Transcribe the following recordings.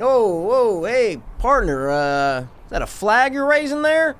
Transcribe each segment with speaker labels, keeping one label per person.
Speaker 1: Oh, whoa, hey, partner, uh, is that a flag you're raising there?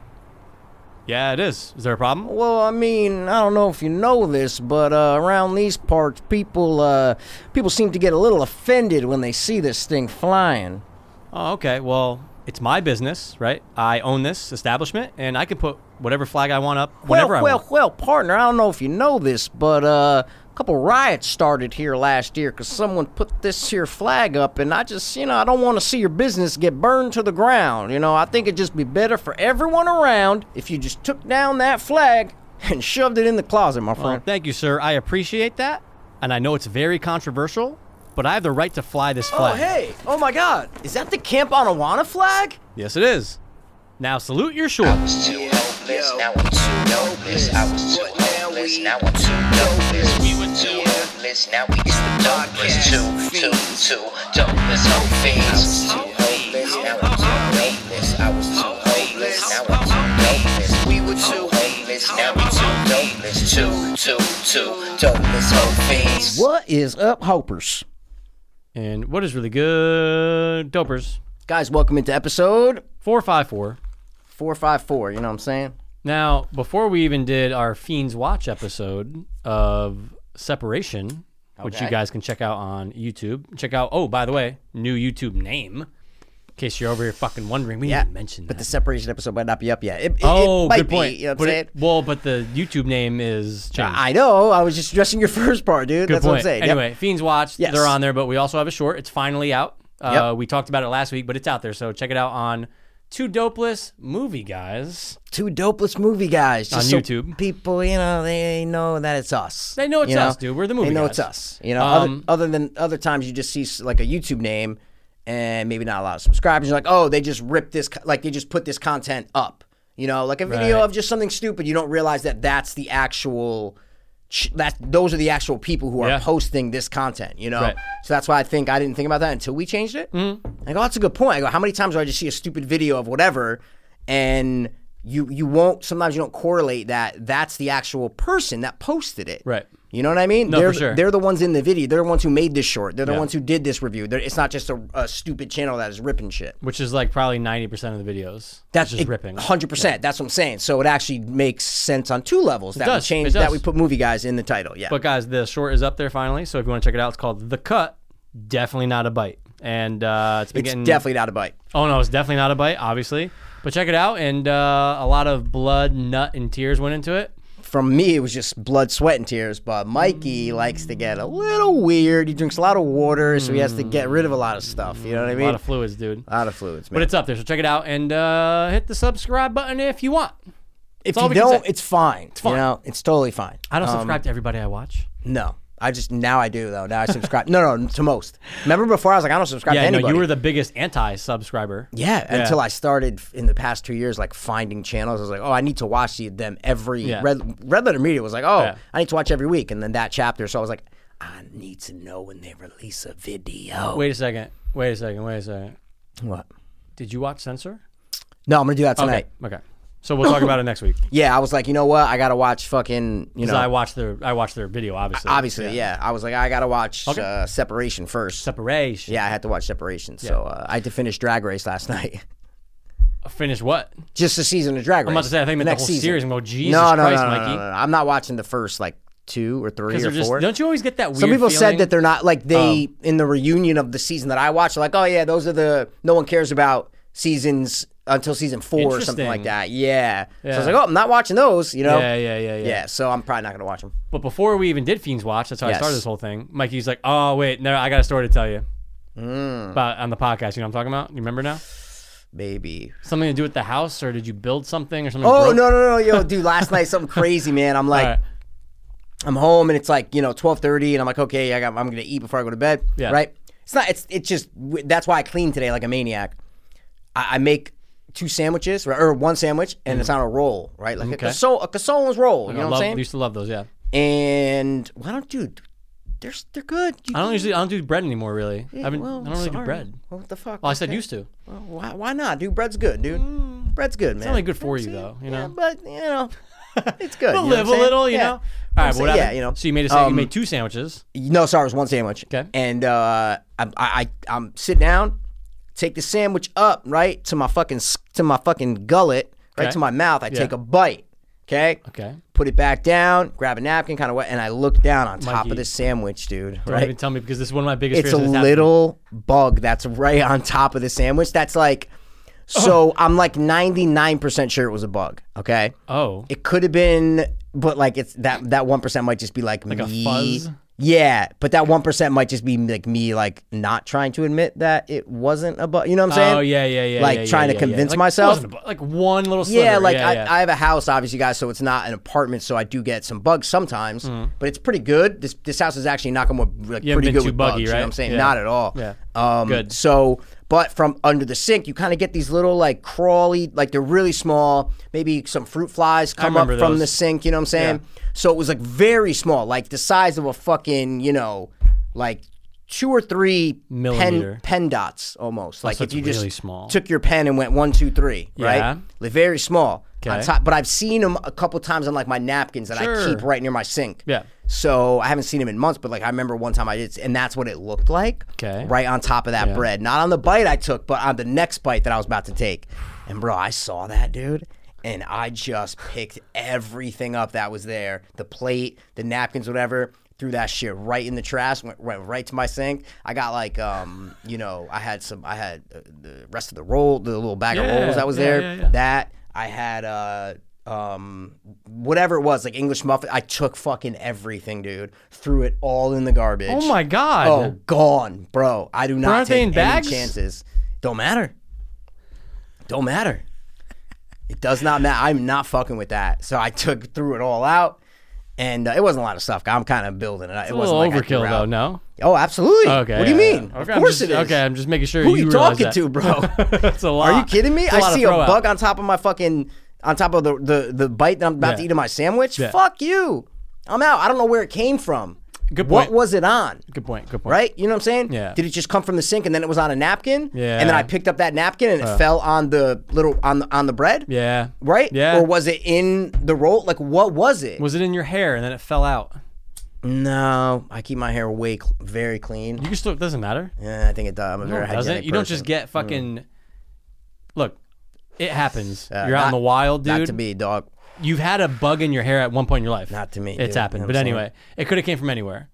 Speaker 2: Yeah, it is. Is there a problem?
Speaker 1: Well, I mean, I don't know if you know this, but uh, around these parts, people uh, people seem to get a little offended when they see this thing flying.
Speaker 2: Oh, okay. Well, it's my business, right? I own this establishment, and I can put whatever flag I want up whenever
Speaker 1: well,
Speaker 2: I
Speaker 1: well,
Speaker 2: want.
Speaker 1: well, partner, I don't know if you know this, but uh, a couple riots started here last year because someone put this here flag up, and I just, you know, I don't want to see your business get burned to the ground. You know, I think it'd just be better for everyone around if you just took down that flag and shoved it in the closet, my
Speaker 2: Well,
Speaker 1: friend.
Speaker 2: thank you, sir. I appreciate that, and I know it's very controversial, but I have the right to fly this flag.
Speaker 1: Oh, hey! Oh, my God! Is that the Camp Onawana flag?
Speaker 2: Yes, it is. Now salute your shore.
Speaker 3: was too hopeless, now I'm too hopeless. I was too hopeless, now I'm too hopeless. We were too hopeless, now we used to hopeless. Two, two, two, dopeless, hope fiends. I was too hopeless, now I'm too hopeless. I was too hopeless, now I'm too hopeless. We were too hopeless, now we too hopeless. Two, two, two, dopeless, hope fiends.
Speaker 1: What is up, Hopers?
Speaker 2: And what is really good, dopers?
Speaker 1: Guys, welcome into episode
Speaker 2: Four five four.
Speaker 1: 454, you know what I'm saying?
Speaker 2: Now, before we even did our Fiends Watch episode of Separation, which you
Speaker 1: Okay.
Speaker 2: guys can check out on YouTube. Check out. Oh, by the way, new YouTube name. In case you're over here fucking wondering, we didn't mention that.
Speaker 1: But the separation episode might not be up yet. It, it-
Speaker 2: oh,
Speaker 1: it might
Speaker 2: good
Speaker 1: be,
Speaker 2: point.
Speaker 1: you know what I'm
Speaker 2: But
Speaker 1: saying?
Speaker 2: it- well, but the YouTube name is changed.
Speaker 1: I know. I was just addressing your first part, dude.
Speaker 2: Good
Speaker 1: That's
Speaker 2: point.
Speaker 1: what I'm saying. Yep.
Speaker 2: Anyway, Fiends Watch,
Speaker 1: Yes.
Speaker 2: they're on there, but we also have a short. It's finally out. Uh,
Speaker 1: Yep.
Speaker 2: We talked about it last week, but it's out there. So check it out on Two Dopeless Movie Guys.
Speaker 1: Two dopeless movie guys just
Speaker 2: On
Speaker 1: so
Speaker 2: YouTube.
Speaker 1: People, you know, they know that it's us.
Speaker 2: They know it's
Speaker 1: you
Speaker 2: us, dude. We're the movie
Speaker 1: They know
Speaker 2: guys.
Speaker 1: it's us. You know,
Speaker 2: Um,
Speaker 1: other, other than other times you just see s- like a YouTube name and maybe not a lot of subscribers. You're like, oh, they just ripped this, co- like they just put this content up. You know, like a video
Speaker 2: Right.
Speaker 1: of just something stupid. You don't realize that that's the actual. ch- That those are the actual people who are
Speaker 2: Yeah.
Speaker 1: posting this content, you know.
Speaker 2: Right.
Speaker 1: So that's why I think I didn't think about that until we changed it.
Speaker 2: Mm-hmm.
Speaker 1: I go, that's a good point. I go, how many times do I just see a stupid video of whatever, and you you won't. Sometimes you don't correlate that that's the actual person that posted it.
Speaker 2: Right.
Speaker 1: You know what I mean?
Speaker 2: No,
Speaker 1: they're,
Speaker 2: for sure.
Speaker 1: They're the ones in the video. They're the ones who made this short. They're the
Speaker 2: Yeah.
Speaker 1: ones who did this review. They're, it's not just a, a stupid channel that is ripping shit.
Speaker 2: Which is like probably 90% of the videos.
Speaker 1: That's
Speaker 2: just ripping.
Speaker 1: Hundred percent. That's what I'm saying. So it actually makes sense on two levels. that
Speaker 2: does.
Speaker 1: we changed
Speaker 2: It
Speaker 1: that
Speaker 2: does.
Speaker 1: we put movie guys in the title. Yeah.
Speaker 2: But guys, the short is up there finally. So if you want to check it out, it's called The Cut. Definitely not a bite. And uh, it's been
Speaker 1: it's
Speaker 2: getting
Speaker 1: definitely not a bite.
Speaker 2: Oh no, it's definitely not a bite, obviously. But check it out, and uh, a lot of blood, nut, and tears went into it.
Speaker 1: From me, it was just blood, sweat, and tears. But Mikey likes to get a little weird. He drinks a lot of water, so he has to get rid of a lot of stuff. You know what I
Speaker 2: A
Speaker 1: mean?
Speaker 2: lot of fluids, dude.
Speaker 1: lot of fluids, man.
Speaker 2: But it's up there, so check it out and uh, hit the subscribe button if you want.
Speaker 1: if
Speaker 2: all
Speaker 1: you
Speaker 2: we can
Speaker 1: don't,
Speaker 2: say.
Speaker 1: it's fine. It's
Speaker 2: fine.
Speaker 1: You know, it's totally fine.
Speaker 2: I don't subscribe
Speaker 1: Um,
Speaker 2: to everybody I watch.
Speaker 1: No. I just now I do though. Now I subscribe. no, no, to most. Remember before I was like I don't subscribe to
Speaker 2: Yeah, no,
Speaker 1: anybody.
Speaker 2: you were the biggest anti-subscriber.
Speaker 1: yeah, until I started f- in the past 2 years like finding channels. I was like, "Oh, I need to watch the- them every
Speaker 2: Yeah.
Speaker 1: Red Red Letter Media was like, "Oh,
Speaker 2: Yeah.
Speaker 1: I need to watch every week." And then that chapter, so I was like, "I need to know when they release a video."
Speaker 2: Wait a second. Wait a second. Wait a second.
Speaker 1: What?
Speaker 2: Did you watch Censor?
Speaker 1: No, I'm going to do that
Speaker 2: Okay.
Speaker 1: tonight.
Speaker 2: Okay. So we'll talk about it next week.
Speaker 1: Yeah, I was like, "You know what? I got to watch fucking, you
Speaker 2: 'Cause
Speaker 1: know,
Speaker 2: I watched their I watched their video, obviously.
Speaker 1: obviously, yeah. I was like, I got to watch uh, Separation first.
Speaker 2: Separation.
Speaker 1: yeah, I had to watch Separation. So uh, I had to finish Drag Race last night.
Speaker 2: Finish what?
Speaker 1: just the season of Drag Race.
Speaker 2: I'm about to say, I think I meant the
Speaker 1: Next
Speaker 2: whole
Speaker 1: season.
Speaker 2: series. I'm going, Jesus
Speaker 1: No, no,
Speaker 2: Christ,
Speaker 1: no, no,
Speaker 2: Mikey.
Speaker 1: no, no, no. I'm not watching the first like two or three
Speaker 2: Because
Speaker 1: or
Speaker 2: they're just,
Speaker 1: four.
Speaker 2: don't you always get that weird
Speaker 1: Some people said
Speaker 2: feeling? Oh.
Speaker 1: that they're not like they in the reunion of the season that I watched. Like, oh yeah, those are the no one cares about seasons until season four or something like that.
Speaker 2: Interesting.
Speaker 1: Yeah. So I was
Speaker 2: Yeah.
Speaker 1: like, oh, I'm not watching those. You know.
Speaker 2: Yeah, yeah, yeah, yeah.
Speaker 1: Yeah, So I'm probably not gonna watch them.
Speaker 2: But before we even did Fiends Watch, that's how I
Speaker 1: Yes.
Speaker 2: started this whole thing. Mikey's like, "Oh wait, no, I got a story to tell you."
Speaker 1: Mm.
Speaker 2: But on the podcast, you know what I'm talking about? You remember now?
Speaker 1: Maybe.
Speaker 2: Something to do with the house, or did you build something or something?
Speaker 1: Oh
Speaker 2: broke?
Speaker 1: no no no yo dude! Last night something crazy man. I'm like.
Speaker 2: All right.
Speaker 1: I'm home and it's like you know 12:30 and I'm like okay I got, I'm gonna eat before I go to bed
Speaker 2: Yeah.
Speaker 1: right it's not it's it's just w- that's why I clean today like a maniac I, I make two sandwiches right, or one sandwich and it's on a roll right like
Speaker 2: Mm-hmm. Okay.
Speaker 1: a casol a casole's roll you know
Speaker 2: I
Speaker 1: what
Speaker 2: love,
Speaker 1: I'm saying
Speaker 2: used to love those. Yeah,
Speaker 1: and why don't you they're s- they're good You
Speaker 2: I don't
Speaker 1: can-
Speaker 2: usually I don't do bread anymore. Really, I, haven't,
Speaker 1: well,
Speaker 2: I don't really do
Speaker 1: sorry.
Speaker 2: bread.
Speaker 1: well, what the fuck
Speaker 2: Well, I said
Speaker 1: okay.
Speaker 2: used to. It's
Speaker 1: Well, why why not dude bread's good dude bread's good man
Speaker 2: only good for you though. You know,
Speaker 1: yeah, but you know It's good.
Speaker 2: But
Speaker 1: you know
Speaker 2: live
Speaker 1: what I'm
Speaker 2: a little,
Speaker 1: saying?
Speaker 2: you
Speaker 1: Yeah. I'm
Speaker 2: know. All right,
Speaker 1: saying,
Speaker 2: whatever.
Speaker 1: yeah, you know.
Speaker 2: So you made a sa- you
Speaker 1: Um,
Speaker 2: made two sandwiches.
Speaker 1: No, sorry, it was one sandwich.
Speaker 2: Okay.
Speaker 1: And uh, I, I, I, am sit down, take the sandwich up right to my fucking s- to my fucking gullet, right
Speaker 2: Okay.
Speaker 1: to my mouth. I take a bite. Okay.
Speaker 2: Okay.
Speaker 1: Put it back down. Grab a napkin, kind of wet, and I look down on top
Speaker 2: Mikey,
Speaker 1: of the sandwich, dude.
Speaker 2: Don't
Speaker 1: Right.
Speaker 2: even tell me because this is one of my biggest.
Speaker 1: It's a
Speaker 2: fears that this happened.
Speaker 1: little bug that's right on top of the sandwich. That's like, so I'm like 99% sure it was a bug. Okay.
Speaker 2: Oh,
Speaker 1: It could have been, but like it's that that one percent might just be like,
Speaker 2: a
Speaker 1: me.
Speaker 2: fuzz?
Speaker 1: Yeah, but that one percent might just be like me, like not trying to admit that it wasn't a bug. You know what I'm saying?
Speaker 2: oh yeah, yeah, yeah.
Speaker 1: Like
Speaker 2: yeah,
Speaker 1: trying to
Speaker 2: yeah, yeah, yeah.
Speaker 1: convince
Speaker 2: Like, it
Speaker 1: myself.
Speaker 2: wasn't a bu- like one little. Sliver.
Speaker 1: Yeah, like
Speaker 2: yeah,
Speaker 1: I,
Speaker 2: yeah.
Speaker 1: I have a house, obviously, guys, so it's not an apartment, so I do get some bugs sometimes, but it's pretty good. This this house is actually not going to like
Speaker 2: Mm-hmm. You haven't
Speaker 1: pretty
Speaker 2: been
Speaker 1: good
Speaker 2: too
Speaker 1: with
Speaker 2: buggy,
Speaker 1: bugs. You know
Speaker 2: right?
Speaker 1: what I'm saying?
Speaker 2: Yeah.
Speaker 1: Not at all.
Speaker 2: Yeah.
Speaker 1: Um,
Speaker 2: Good.
Speaker 1: So, but from under the sink, you kind of get these little like crawly, like they're really small. Maybe some fruit flies come up
Speaker 2: remember
Speaker 1: from
Speaker 2: those.
Speaker 1: the sink. You know what I'm saying? So it was like very small, like the size of a fucking, you know, like two or three
Speaker 2: Millimeter. Oh,
Speaker 1: pen pen dots almost. Like
Speaker 2: so
Speaker 1: if
Speaker 2: it's
Speaker 1: you
Speaker 2: really
Speaker 1: just
Speaker 2: small.
Speaker 1: took your pen and went one, two, three,
Speaker 2: Yeah.
Speaker 1: right? Like very small. On
Speaker 2: Okay.
Speaker 1: top, but I've seen them a couple times on like my napkins that I
Speaker 2: Sure.
Speaker 1: keep right near my sink.
Speaker 2: Yeah.
Speaker 1: So I haven't seen them in months, but like I remember one time I did, and that's what it looked like.
Speaker 2: Okay.
Speaker 1: Right on top of that bread, not on the bite I took, but on the next bite that I was about to take. And bro, I saw that dude. And I just picked everything up that was there the plate, the napkins, whatever. Threw that shit right in the trash. Went, went right to my sink. I got like, um, you know, I had some. I had uh, the rest of the roll, the little bag of
Speaker 2: Yeah,
Speaker 1: rolls that was
Speaker 2: yeah,
Speaker 1: there.
Speaker 2: yeah, yeah.
Speaker 1: That I had uh um whatever it was, like English muffin. I took fucking everything, dude. Threw it all in the garbage.
Speaker 2: oh my god.
Speaker 1: Oh, gone, bro. I do not
Speaker 2: aren't
Speaker 1: take
Speaker 2: they in
Speaker 1: any
Speaker 2: bags?
Speaker 1: chances. Don't matter. Don't matter. It does not matter. I'm not fucking with that. So I took threw it all out. And uh, it wasn't a lot of stuff. I'm kind of building it. up. It
Speaker 2: a little
Speaker 1: wasn't like I threw
Speaker 2: overkill though.
Speaker 1: out-
Speaker 2: No.
Speaker 1: Oh, absolutely.
Speaker 2: Okay.
Speaker 1: What do you
Speaker 2: yeah, yeah.
Speaker 1: mean?
Speaker 2: Okay,
Speaker 1: Of
Speaker 2: I'm
Speaker 1: course it
Speaker 2: just-
Speaker 1: is.
Speaker 2: Okay, I'm just making sure
Speaker 1: Who are you,
Speaker 2: realize
Speaker 1: talking
Speaker 2: that.
Speaker 1: to, bro?
Speaker 2: That's a lot.
Speaker 1: Are you kidding me?
Speaker 2: It's a lot
Speaker 1: I
Speaker 2: of
Speaker 1: see a
Speaker 2: throw out.
Speaker 1: bug on top of my fucking on top of the the, the bite that I'm about
Speaker 2: Yeah.
Speaker 1: to eat of my sandwich.
Speaker 2: Yeah.
Speaker 1: Fuck you. I'm out. I don't know where it came from.
Speaker 2: Good
Speaker 1: What
Speaker 2: point.
Speaker 1: was it on?
Speaker 2: Good point. Good point.
Speaker 1: Right? You know what I'm saying?
Speaker 2: Yeah.
Speaker 1: Did it just come from the sink and then it was on a napkin?
Speaker 2: Yeah. Uh.
Speaker 1: And then I picked up that napkin and it fell on the little on the on the bread?
Speaker 2: Yeah.
Speaker 1: Right?
Speaker 2: Yeah.
Speaker 1: Or was it in the roll? Like what was it?
Speaker 2: Was it in your hair and then it fell out?
Speaker 1: no, I keep my hair way cl- very clean.
Speaker 2: You can still. It doesn't matter.
Speaker 1: yeah, I think it does. I'm a very
Speaker 2: No, it
Speaker 1: hygienic
Speaker 2: doesn't. You don't just
Speaker 1: person. Mm.
Speaker 2: get fucking. Look, it happens.
Speaker 1: Uh,
Speaker 2: You're out
Speaker 1: not-
Speaker 2: in the wild, dude.
Speaker 1: Not to me, dog.
Speaker 2: You've had a bug in your hair at one point in your life.
Speaker 1: Not to me,
Speaker 2: It's
Speaker 1: dude. You
Speaker 2: happened.
Speaker 1: know
Speaker 2: but
Speaker 1: what I'm
Speaker 2: anyway, it could have came from anywhere.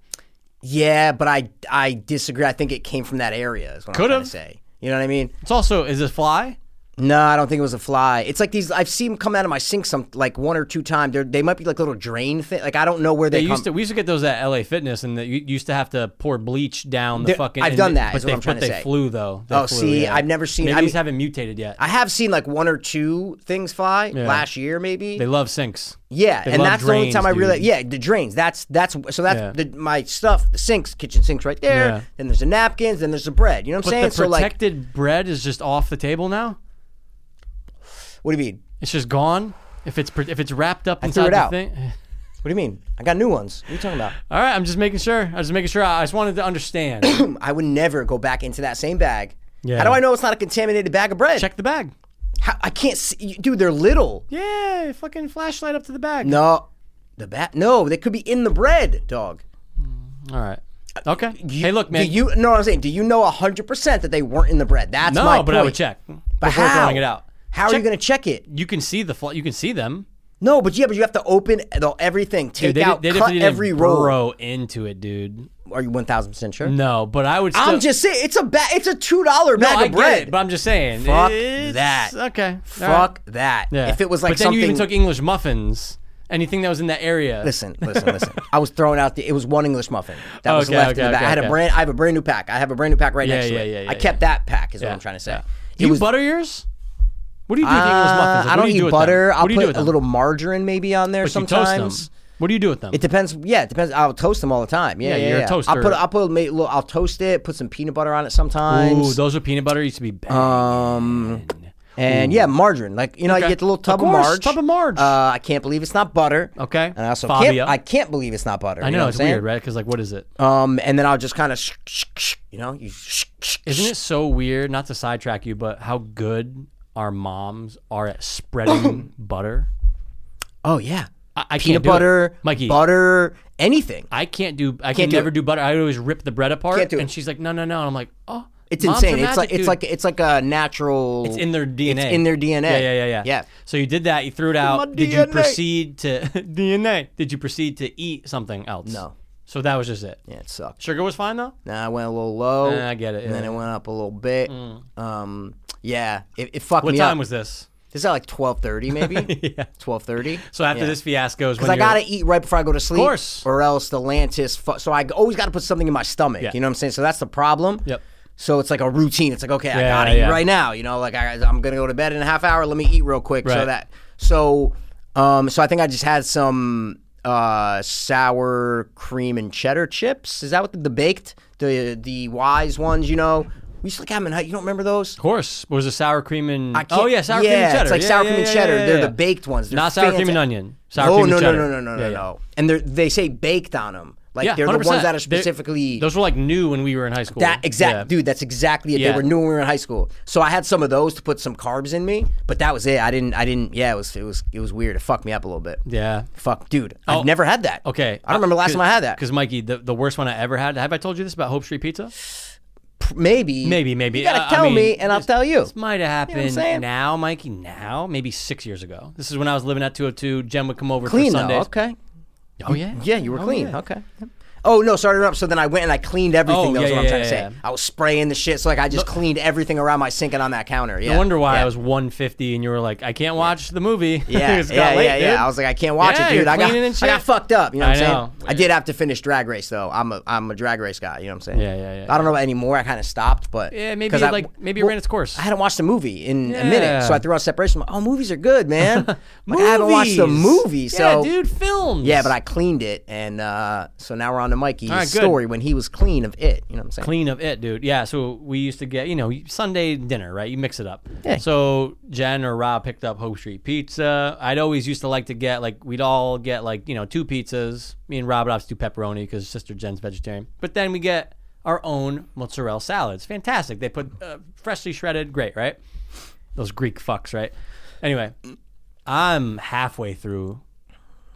Speaker 1: Yeah, but I I disagree. I think it came from that area. Is what I'm
Speaker 2: Could've.
Speaker 1: trying to say. You know what I mean?
Speaker 2: It's also is it a fly?
Speaker 1: No, I don't think it was a fly. It's like these. I've seen them come out of my sink some like one or two times. They're, they might be like little drain thing. Like I don't know where they,
Speaker 2: They
Speaker 1: come.
Speaker 2: used to. We used to get those at LA Fitness, and that you you used to have to pour bleach down the
Speaker 1: There-
Speaker 2: fucking.
Speaker 1: I've
Speaker 2: and-
Speaker 1: done that,
Speaker 2: But
Speaker 1: is what
Speaker 2: they,
Speaker 1: I'm trying
Speaker 2: but
Speaker 1: to
Speaker 2: they
Speaker 1: say.
Speaker 2: flew though. They
Speaker 1: Oh,
Speaker 2: flew,
Speaker 1: see,
Speaker 2: yeah.
Speaker 1: I've never seen-
Speaker 2: Maybe
Speaker 1: I
Speaker 2: these
Speaker 1: mean-
Speaker 2: haven't mutated yet.
Speaker 1: I have seen like one or two things fly last year, maybe.
Speaker 2: they love sinks.
Speaker 1: yeah,
Speaker 2: they
Speaker 1: and
Speaker 2: love
Speaker 1: that's the only
Speaker 2: drains,
Speaker 1: time I really.
Speaker 2: dude.
Speaker 1: Yeah, the drains. That's that's so that's
Speaker 2: Yeah.
Speaker 1: the, my stuff. The sinks, kitchen sinks, right there.
Speaker 2: Yeah.
Speaker 1: Then there's the napkins. Then there's the bread. You know what I'm
Speaker 2: But the
Speaker 1: saying? so like,
Speaker 2: protected bread is just off the table now.
Speaker 1: what do you mean?
Speaker 2: It's just gone. If it's pr- if it's wrapped up
Speaker 1: threw
Speaker 2: inside
Speaker 1: it
Speaker 2: the
Speaker 1: out.
Speaker 2: thing.
Speaker 1: What do you mean? I got new ones. What are you talking about?
Speaker 2: All right, I'm just making sure. I'm just making sure. I I just wanted to understand.
Speaker 1: I would never go back into that same bag.
Speaker 2: Yeah.
Speaker 1: How do I know it's not a contaminated bag of bread?
Speaker 2: Check the bag.
Speaker 1: How, I can't see, you- dude. They're little.
Speaker 2: Yeah, fucking flashlight up to the bag.
Speaker 1: No, the bat. No, they could be in the bread, dog.
Speaker 2: All right. Okay. hey, look, man.
Speaker 1: Do you know what I'm saying? Do you know hundred percent that they weren't in the bread? That's
Speaker 2: no,
Speaker 1: my
Speaker 2: but I would
Speaker 1: point.
Speaker 2: check before
Speaker 1: how?
Speaker 2: throwing it out.
Speaker 1: How are
Speaker 2: Check-
Speaker 1: you going to check it?
Speaker 2: You can see the fl- you can see them.
Speaker 1: No, but yeah, but you have to open the, everything, take
Speaker 2: Dude, they,
Speaker 1: out,
Speaker 2: they
Speaker 1: cut
Speaker 2: definitely didn't
Speaker 1: every roll.
Speaker 2: burrow into it, dude.
Speaker 1: Are you one thousand percent sure?
Speaker 2: No, but I would. Still,
Speaker 1: I'm just saying it's a ba- it's a two dollar
Speaker 2: No,
Speaker 1: bag
Speaker 2: I
Speaker 1: of
Speaker 2: get
Speaker 1: bread.
Speaker 2: it, but I'm just saying.
Speaker 1: Fuck
Speaker 2: it's-
Speaker 1: that.
Speaker 2: Okay. all right.
Speaker 1: Fuck that.
Speaker 2: Yeah.
Speaker 1: If it was like
Speaker 2: but then
Speaker 1: something
Speaker 2: you even took English muffins, anything that was in that area.
Speaker 1: Listen, listen, listen. I was throwing out the. It was one English muffin that was
Speaker 2: Okay,
Speaker 1: left
Speaker 2: okay,
Speaker 1: in the back.
Speaker 2: okay,
Speaker 1: I had a
Speaker 2: okay.
Speaker 1: brand. I have a brand new pack. I have a brand new pack right
Speaker 2: Yeah,
Speaker 1: next
Speaker 2: yeah,
Speaker 1: to it.
Speaker 2: yeah, yeah,
Speaker 1: I kept that pack. Is what I'm trying to say.
Speaker 2: Do
Speaker 1: It
Speaker 2: you
Speaker 1: was-
Speaker 2: butter yours? What do you do with the English
Speaker 1: Uh,
Speaker 2: muffins? Like,
Speaker 1: I
Speaker 2: what
Speaker 1: don't
Speaker 2: do you do
Speaker 1: eat
Speaker 2: with them?
Speaker 1: butter. I'll
Speaker 2: what do you
Speaker 1: put
Speaker 2: do with
Speaker 1: a
Speaker 2: them?
Speaker 1: little margarine maybe on there
Speaker 2: But you toast
Speaker 1: sometimes.
Speaker 2: them. What do you do with them?
Speaker 1: It depends. Yeah, it depends. I'll toast them all the time. Yeah,
Speaker 2: Yeah,
Speaker 1: yeah,
Speaker 2: you're a
Speaker 1: yeah.
Speaker 2: toaster.
Speaker 1: I'll put. I'll put. a ma- little- I'll toast it. Put some peanut butter on it sometimes.
Speaker 2: Ooh, those with peanut butter used to be bad.
Speaker 1: Um, and yeah, margarine. Like you know,
Speaker 2: Okay.
Speaker 1: you get the little
Speaker 2: Of
Speaker 1: tub of,
Speaker 2: course,
Speaker 1: marge.
Speaker 2: tub of marge.
Speaker 1: Uh, I can't believe it's not butter.
Speaker 2: Okay.
Speaker 1: And I also
Speaker 2: Fabia.
Speaker 1: can't. I can't believe it's not butter.
Speaker 2: I
Speaker 1: you
Speaker 2: know,
Speaker 1: what
Speaker 2: it's
Speaker 1: I'm saying?
Speaker 2: weird, right? Because like, what is it?
Speaker 1: Um, and then I'll just kind of, sh- sh- sh- you know, you. Sh- sh-
Speaker 2: Isn't it so weird? Not to sidetrack you, but how good our moms are at spreading butter.
Speaker 1: Oh yeah.
Speaker 2: I- I
Speaker 1: Peanut
Speaker 2: can't do it.
Speaker 1: butter,
Speaker 2: Mikey.
Speaker 1: butter, anything.
Speaker 2: I can't do. I can
Speaker 1: Can't do
Speaker 2: never
Speaker 1: it.
Speaker 2: do butter. I always rip the bread apart.
Speaker 1: Can't do it.
Speaker 2: And she's like, no, no, no. And I'm like, oh,
Speaker 1: It's
Speaker 2: mom's a
Speaker 1: insane. It's
Speaker 2: magic
Speaker 1: like it's
Speaker 2: dude.
Speaker 1: like it's like a natural.
Speaker 2: It's in their DNA.
Speaker 1: in their DNA.
Speaker 2: Yeah, yeah, yeah, yeah.
Speaker 1: Yeah.
Speaker 2: So you did that. You threw it out. Did you
Speaker 1: DNA.
Speaker 2: proceed to DNA? Did you proceed to eat something else?
Speaker 1: No.
Speaker 2: So that was just it.
Speaker 1: Yeah, it sucks.
Speaker 2: Sugar was fine though.
Speaker 1: Nah, I went a little low.
Speaker 2: Nah, I get it,
Speaker 1: And then
Speaker 2: yeah. Mm.
Speaker 1: it went up a little bit. Um, yeah, it, it fucked
Speaker 2: What
Speaker 1: me up.
Speaker 2: time was this?
Speaker 1: Is that like twelve thirty maybe?
Speaker 2: yeah.
Speaker 1: Twelve thirty.
Speaker 2: So after
Speaker 1: Yeah.
Speaker 2: this fiasco is when
Speaker 1: Because I
Speaker 2: you're-
Speaker 1: gotta eat right before I go to sleep,
Speaker 2: course.
Speaker 1: or else the Lantis. Fu- so I always gotta put something in my stomach.
Speaker 2: Yeah.
Speaker 1: You know what I'm saying? So that's the problem.
Speaker 2: Yep.
Speaker 1: So it's like a routine. It's like okay, I
Speaker 2: Yeah,
Speaker 1: gotta
Speaker 2: yeah.
Speaker 1: eat right now. You know, like I, I'm gonna go to bed in a half hour. Let me eat real quick.
Speaker 2: Right.
Speaker 1: So that. So, um, so I think I just had some uh sour cream and cheddar chips. Is that what the, the baked the the wise ones? You know, we used to like have them. in high- You don't remember those?
Speaker 2: Of course. What was it sour cream and
Speaker 1: I can't-
Speaker 2: oh yeah, sour cream and cheddar.
Speaker 1: It's like
Speaker 2: Yeah,
Speaker 1: sour
Speaker 2: yeah,
Speaker 1: cream and
Speaker 2: yeah,
Speaker 1: cheddar.
Speaker 2: yeah,
Speaker 1: They're
Speaker 2: yeah.
Speaker 1: the baked ones. They're
Speaker 2: Not sour cream and
Speaker 1: fantastic.
Speaker 2: onion. Sour
Speaker 1: oh
Speaker 2: cream
Speaker 1: no,
Speaker 2: and
Speaker 1: no,
Speaker 2: cheddar.
Speaker 1: no, no, no, no,
Speaker 2: Yeah, yeah.
Speaker 1: no. And they they say baked on them. Like
Speaker 2: Yeah,
Speaker 1: they're the
Speaker 2: 100%.
Speaker 1: ones that are
Speaker 2: They're-
Speaker 1: specifically
Speaker 2: those were like new when we were in high school.
Speaker 1: that exact
Speaker 2: Yeah.
Speaker 1: dude. That's exactly it.
Speaker 2: Yeah.
Speaker 1: They were new when we were in high school. So I had some of those to put some carbs in me, but that was it. I didn't. I didn't. Yeah, it was. It was. It was weird. It fucked me up a little bit.
Speaker 2: Yeah.
Speaker 1: Fuck, dude.
Speaker 2: Oh,
Speaker 1: I've never had that.
Speaker 2: Okay. Uh,
Speaker 1: I don't remember last time I had that.
Speaker 2: Because Mikey, the, the worst one I ever had. Have I told you this about Hope Street Pizza?
Speaker 1: Maybe.
Speaker 2: Maybe, maybe.
Speaker 1: You gotta
Speaker 2: I- I
Speaker 1: tell
Speaker 2: mean,
Speaker 1: me, and I'll
Speaker 2: this-
Speaker 1: tell you.
Speaker 2: This might have
Speaker 1: what I'm
Speaker 2: happened
Speaker 1: saying?
Speaker 2: now, Mikey. Now, maybe six years ago. This is when I was living at 202. Jen would come over
Speaker 1: Clean
Speaker 2: for
Speaker 1: though.
Speaker 2: Sundays.
Speaker 1: Okay.
Speaker 2: Oh yeah.
Speaker 1: Yeah, you were
Speaker 2: Oh,
Speaker 1: clean.
Speaker 2: yeah.
Speaker 1: Okay. Oh no, sorry to interrupt. So then I went and I cleaned everything.
Speaker 2: Oh,
Speaker 1: though,
Speaker 2: yeah,
Speaker 1: is what I'm
Speaker 2: yeah,
Speaker 1: trying
Speaker 2: yeah,
Speaker 1: to say.
Speaker 2: yeah.
Speaker 1: I was spraying the shit. So like I just cleaned everything around my sink and on that counter. Yeah.
Speaker 2: I wonder why
Speaker 1: Yeah.
Speaker 2: I was 150 and you were like, I can't watch the movie.
Speaker 1: Yeah,
Speaker 2: It's got
Speaker 1: yeah,
Speaker 2: late,
Speaker 1: yeah, yeah.
Speaker 2: dude.
Speaker 1: I was like, I can't watch
Speaker 2: Yeah,
Speaker 1: it, dude.
Speaker 2: you're
Speaker 1: I got,
Speaker 2: cleaning and
Speaker 1: I got
Speaker 2: shit.
Speaker 1: fucked up. You know
Speaker 2: I
Speaker 1: what I'm saying?
Speaker 2: know.
Speaker 1: I did have to finish Drag Race though. I'm a, I'm a Drag Race guy. You know what I'm saying?
Speaker 2: Yeah, yeah, yeah.
Speaker 1: I don't know about anymore. I kind of stopped, but
Speaker 2: yeah, maybe
Speaker 1: 'cause
Speaker 2: it,
Speaker 1: I-
Speaker 2: like maybe it
Speaker 1: well,
Speaker 2: ran its course.
Speaker 1: I hadn't watched a movie in a
Speaker 2: Yeah.
Speaker 1: minute, so I threw out separation. I'm like, oh, movies are good, man. like, I haven't watched a movie, so
Speaker 2: yeah, dude, films.
Speaker 1: Yeah, but I cleaned it, and uh, so now we're on to Mikey's
Speaker 2: All right, good.
Speaker 1: story when he was clean of it. You know what I'm saying?
Speaker 2: clean of it, dude. Yeah, so we used to get, you know, Sunday dinner, right? You mix it up.
Speaker 1: Yeah.
Speaker 2: So Jen or Rob picked up Hope Street Pizza. I'd always used to like to get, like, we'd all get, like, you know, two pizzas. Me and Rob would obviously do pepperoni because Sister Jen's vegetarian. But then we get our own mozzarella salads. Fantastic. They put uh, freshly shredded, great, right? Those Greek fucks, right? Anyway, I'm halfway through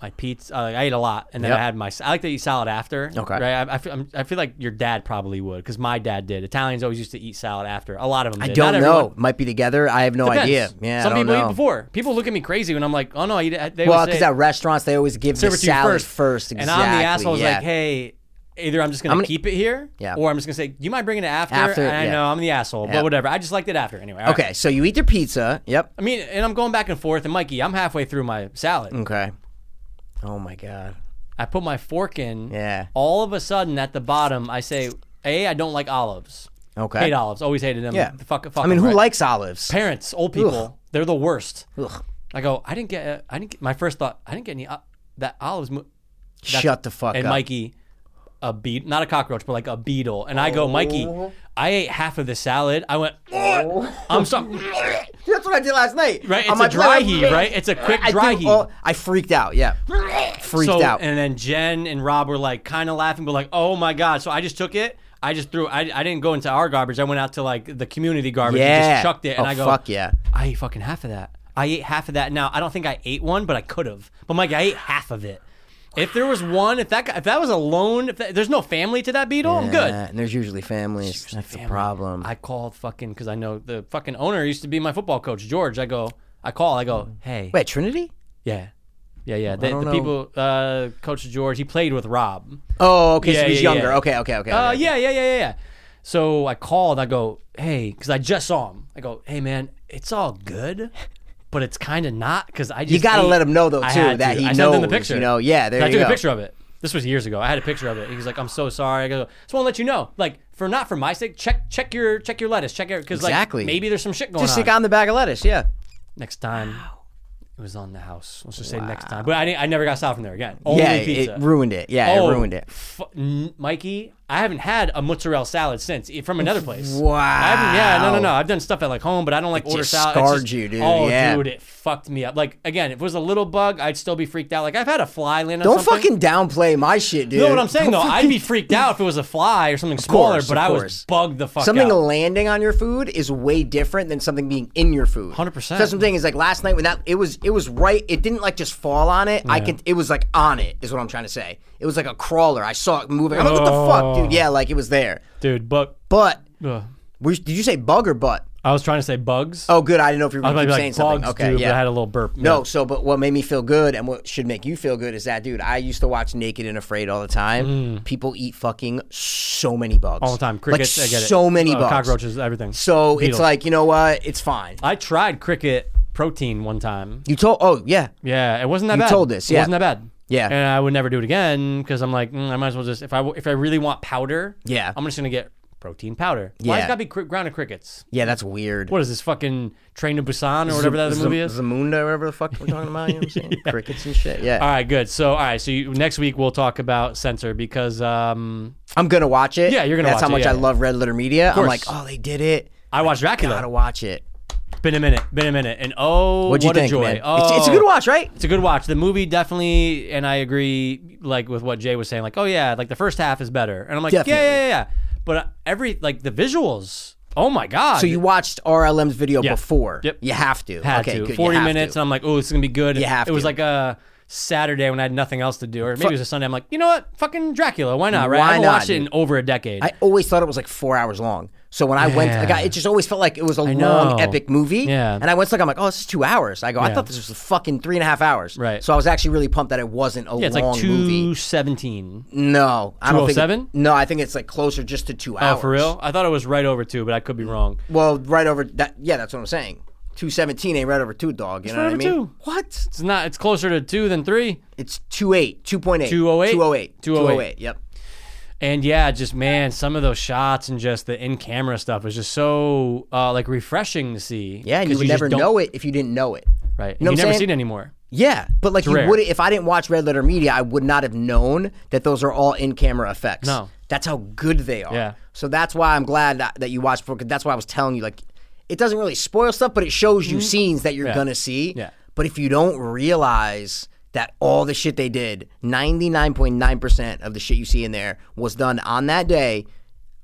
Speaker 2: my pizza. Uh, I ate a lot, and then
Speaker 1: Yep.
Speaker 2: I had my. I like to eat salad after.
Speaker 1: Okay.
Speaker 2: Right. I, I, feel, I'm- I feel like your dad probably would, because my dad did. Italians always used to eat salad after. A lot of them.
Speaker 1: I
Speaker 2: did.
Speaker 1: don't
Speaker 2: Not
Speaker 1: know.
Speaker 2: everyone.
Speaker 1: Might be together. I have no idea.
Speaker 2: Depends.
Speaker 1: Yeah,
Speaker 2: Some
Speaker 1: I don't
Speaker 2: people
Speaker 1: know.
Speaker 2: eat before. People look at me crazy when I'm like, "Oh no, I eat it." They
Speaker 1: Well,
Speaker 2: would say,
Speaker 1: because at restaurants they always give the
Speaker 2: "Serve it to you
Speaker 1: salad first.
Speaker 2: and
Speaker 1: exactly.
Speaker 2: I'm the asshole. who's
Speaker 1: yeah.
Speaker 2: like, "Hey." Either I'm just gonna,
Speaker 1: gonna-
Speaker 2: keep it here,
Speaker 1: Yeah.
Speaker 2: or I'm just gonna say, "Do you mind bringing it after?"
Speaker 1: After,
Speaker 2: And I
Speaker 1: yeah.
Speaker 2: know I'm the asshole, but
Speaker 1: Yeah.
Speaker 2: whatever. I just liked it after anyway. all right.
Speaker 1: okay, so you eat your pizza. Yep.
Speaker 2: I mean, and I'm going back and forth. And Mikey, I'm halfway through my salad.
Speaker 1: Okay. Oh my god.
Speaker 2: I put my fork in.
Speaker 1: Yeah.
Speaker 2: All of a sudden, at the bottom, I say, "A, I don't like olives.
Speaker 1: Okay.
Speaker 2: Hate olives. Always hated them.
Speaker 1: Yeah.
Speaker 2: Fuck, fuck
Speaker 1: I mean,
Speaker 2: 'em,
Speaker 1: who
Speaker 2: right?
Speaker 1: likes olives?
Speaker 2: parents? Old people. They're the worst.
Speaker 1: Ugh.
Speaker 2: I go. I didn't get. I didn't. Get, my first thought. I didn't get any. o- that olives. Mo-
Speaker 1: Shut the fuck
Speaker 2: and
Speaker 1: up.
Speaker 2: Mikey, a beat, not a cockroach, but like a beetle. And I
Speaker 1: Oh.
Speaker 2: go, Mikey, I ate half of the salad. I went. I'm sorry.
Speaker 1: That's what I did last night.
Speaker 2: right. It's
Speaker 1: Oh. I'm
Speaker 2: a
Speaker 1: like,
Speaker 2: dry
Speaker 1: "Wait,
Speaker 2: heat.
Speaker 1: wait."
Speaker 2: Right. It's a quick
Speaker 1: I
Speaker 2: dry
Speaker 1: threw
Speaker 2: heat.
Speaker 1: all- I freaked out. Yeah. Freaked
Speaker 2: so,
Speaker 1: out.
Speaker 2: And then Jen and Rob were like kind of laughing, but like, oh my God. So I just took it. I just threw I, I didn't go into our garbage. I went out to like the community garbage and
Speaker 1: yeah.
Speaker 2: just chucked it. And
Speaker 1: oh,
Speaker 2: I go,
Speaker 1: fuck yeah.
Speaker 2: I ate fucking half of that. I ate half of that. Now, I don't think I ate one, but I could have. But Mike, I ate half of it. If there was one, if that guy- if that was alone, if that, there's no family to that beetle, I'm good.
Speaker 1: Yeah, and there's usually families. That's the
Speaker 2: Family.
Speaker 1: problem.
Speaker 2: I called fucking because I know the fucking owner used to be my football coach, George. I go, I call, I go, hey,
Speaker 1: Mm. Wait, Trinity?
Speaker 2: yeah, yeah, yeah. The,
Speaker 1: don't know.
Speaker 2: the people, uh, Coach George, he played with Rob.
Speaker 1: Oh, okay.
Speaker 2: Yeah,
Speaker 1: so he's
Speaker 2: yeah,
Speaker 1: younger.
Speaker 2: yeah.
Speaker 1: Okay, okay, okay.
Speaker 2: Uh,
Speaker 1: okay.
Speaker 2: yeah, yeah, yeah, yeah, yeah. So I called. I go, hey, because I just saw him. I go, hey, man, it's all good, but it's kind of not because I just
Speaker 1: You gotta
Speaker 2: ate-
Speaker 1: let him know though
Speaker 2: I
Speaker 1: too
Speaker 2: had
Speaker 1: that
Speaker 2: to.
Speaker 1: he
Speaker 2: I sent
Speaker 1: knows.
Speaker 2: him the picture.
Speaker 1: You know, yeah.
Speaker 2: I
Speaker 1: There you
Speaker 2: took
Speaker 1: go.
Speaker 2: a picture of it. This was years ago. I had a picture of it. He was like, I'm so sorry. I go, just want to let you know, like for not for my sake, check check your check your lettuce, check your because
Speaker 1: Exactly.
Speaker 2: like maybe there's some shit going
Speaker 1: Just
Speaker 2: on
Speaker 1: stick on the bag of lettuce. Yeah.
Speaker 2: next time. It was on the house. Let's just say next time. But I, didn't- I never got salad from there again. Only
Speaker 1: yeah.
Speaker 2: pizza.
Speaker 1: It ruined it. Yeah.
Speaker 2: Oh,
Speaker 1: It ruined it.
Speaker 2: fu- n- Mikey, I haven't had a mozzarella salad since eh, from another place.
Speaker 1: Wow.
Speaker 2: I haven't, yeah, no, no, no. I've done stuff at like home, but I don't like order
Speaker 1: just
Speaker 2: salad. It
Speaker 1: scarred you, dude.
Speaker 2: Oh,
Speaker 1: Yeah.
Speaker 2: dude, it fucked me up. Like again, if it was a little bug, I'd still be freaked out. Like I've had a fly land. on
Speaker 1: Don't
Speaker 2: something.
Speaker 1: fucking downplay my shit, dude.
Speaker 2: You know what I'm saying though? I'd be freaked out if it was a fly or something smaller,
Speaker 1: course,
Speaker 2: but
Speaker 1: of
Speaker 2: I
Speaker 1: course.
Speaker 2: was bugged the fuck
Speaker 1: Something
Speaker 2: out.
Speaker 1: landing on your food is way different than something being in your food.
Speaker 2: 100%.
Speaker 1: That's what I'm saying. Is like last night when that it was it was right. It didn't like just fall on it. I could. It was like on it. Is what I'm trying to say. It was like a crawler. I saw it moving. I'm like, what the fuck,
Speaker 2: Oh.
Speaker 1: dude? Yeah, like it was there.
Speaker 2: dude, bug.
Speaker 1: But
Speaker 2: Ugh.
Speaker 1: we, did you say bug or butt?
Speaker 2: I was trying to say bugs.
Speaker 1: Oh, good. I didn't know if you were
Speaker 2: I was
Speaker 1: keep
Speaker 2: about to be
Speaker 1: saying
Speaker 2: like
Speaker 1: something.
Speaker 2: bugs,
Speaker 1: okay,
Speaker 2: dude,
Speaker 1: yeah.
Speaker 2: but I had a little burp.
Speaker 1: No, so but what made me feel good and what should make you feel good is that dude, I used to watch Naked and Afraid all the time. People eat fucking so many bugs.
Speaker 2: Mm. all the time. Crickets,
Speaker 1: like,
Speaker 2: I get it.
Speaker 1: So many
Speaker 2: Uh,
Speaker 1: bugs.
Speaker 2: cockroaches, everything.
Speaker 1: So it's
Speaker 2: Beetles.
Speaker 1: like, you know what? It's fine.
Speaker 2: I tried cricket protein one time.
Speaker 1: You told oh yeah.
Speaker 2: Yeah, it wasn't that bad.
Speaker 1: told this,
Speaker 2: It
Speaker 1: yeah.
Speaker 2: wasn't that bad.
Speaker 1: Yeah.
Speaker 2: and I would never do it again because I'm like, mm, I might as well just if I w- if I really want powder,
Speaker 1: Yeah.
Speaker 2: I'm just gonna get protein powder. Why
Speaker 1: Yeah.
Speaker 2: it's gotta be cr- grounded crickets?
Speaker 1: Yeah, that's weird.
Speaker 2: What is this fucking Train to Busan or whatever that other
Speaker 1: Z-
Speaker 2: movie is?
Speaker 1: Zamunda, or whatever the fuck we're talking about, you know what I'm saying? Crickets and shit. Yeah.
Speaker 2: All right, good. So all right, so you, next week we'll talk about censor because um
Speaker 1: I'm gonna watch it.
Speaker 2: Yeah, you're gonna
Speaker 1: That's
Speaker 2: watch
Speaker 1: how
Speaker 2: it,
Speaker 1: much
Speaker 2: yeah,
Speaker 1: I
Speaker 2: yeah.
Speaker 1: love Red Letter Media. I'm
Speaker 2: course.
Speaker 1: like, oh they did it.
Speaker 2: I watched
Speaker 1: Gotta
Speaker 2: Dracula.
Speaker 1: watch it.
Speaker 2: Been a minute, been a minute, and oh,
Speaker 1: What'd you
Speaker 2: what
Speaker 1: think,
Speaker 2: a joy!
Speaker 1: man?
Speaker 2: Oh,
Speaker 1: It's, it's a good watch, right?
Speaker 2: It's a good watch. The movie definitely, and I agree, like with what Jay was saying, like, oh yeah, like the first half is better, and I'm like, yeah, yeah,
Speaker 1: Definitely.
Speaker 2: yeah, yeah. But uh, every like the visuals, oh my god!
Speaker 1: So you watched RLM's video
Speaker 2: Yeah.
Speaker 1: before.
Speaker 2: Yep.
Speaker 1: You have to.
Speaker 2: had
Speaker 1: okay,
Speaker 2: to
Speaker 1: good. You
Speaker 2: 40
Speaker 1: have
Speaker 2: minutes,
Speaker 1: to.
Speaker 2: and I'm like, oh, this is gonna be good.
Speaker 1: You have
Speaker 2: it was
Speaker 1: to.
Speaker 2: like a Saturday when I had nothing else to do, or maybe it was a Sunday. I'm like, you know what, fucking Dracula, why not? Right?
Speaker 1: Why
Speaker 2: I haven't
Speaker 1: not,
Speaker 2: watched it in
Speaker 1: dude?
Speaker 2: over a decade.
Speaker 1: I always thought it was like four hours long. So when I went, like, I,
Speaker 2: Yeah.
Speaker 1: it just always felt like it was a
Speaker 2: know.
Speaker 1: long, epic movie.
Speaker 2: Yeah.
Speaker 1: And I went, to like, I'm like, oh, this is two hours. I go, I
Speaker 2: Yeah.
Speaker 1: thought this was fucking three and a half hours.
Speaker 2: Right.
Speaker 1: So I was actually really pumped that it wasn't a
Speaker 2: yeah, it's
Speaker 1: long
Speaker 2: like
Speaker 1: movie.
Speaker 2: 217.
Speaker 1: No, I don't think.
Speaker 2: 207?
Speaker 1: No, I think it's like closer just to two
Speaker 2: Oh,
Speaker 1: hours.
Speaker 2: for real? I thought it was right over two, but I could be wrong.
Speaker 1: Well, right over that. Yeah, that's what I'm saying. Two seventeen ain't right over two, dog. You know
Speaker 2: right
Speaker 1: what I
Speaker 2: over
Speaker 1: mean?
Speaker 2: two.
Speaker 1: What?
Speaker 2: It's not. It's closer to two than three.
Speaker 1: It's two eight, two point eight,
Speaker 2: 208?
Speaker 1: 208,
Speaker 2: 208.
Speaker 1: Yep.
Speaker 2: And yeah, just man, some of those shots and just the in camera stuff was just so uh, like refreshing to see.
Speaker 1: Yeah, and
Speaker 2: 'Cause
Speaker 1: you would
Speaker 2: just
Speaker 1: never
Speaker 2: don't-
Speaker 1: know it if you didn't know it.
Speaker 2: Right,
Speaker 1: You know what
Speaker 2: you
Speaker 1: I'm
Speaker 2: never
Speaker 1: saying?
Speaker 2: seen it anymore.
Speaker 1: Yeah, but like you
Speaker 2: rare.
Speaker 1: would if I didn't watch Red Letter Media, I would not have known that those are all in-camera effects.
Speaker 2: No.
Speaker 1: that's how good they are.
Speaker 2: Yeah.
Speaker 1: So that's why I'm glad that, that you watched before. 'cause that's why I was telling you like, it doesn't really spoil stuff, but it shows you scenes that you're gonna see.
Speaker 2: Mm-hmm. Yeah.
Speaker 1: But if you don't realize that all the shit they did, 99.9% of the shit you see in there was done on that day,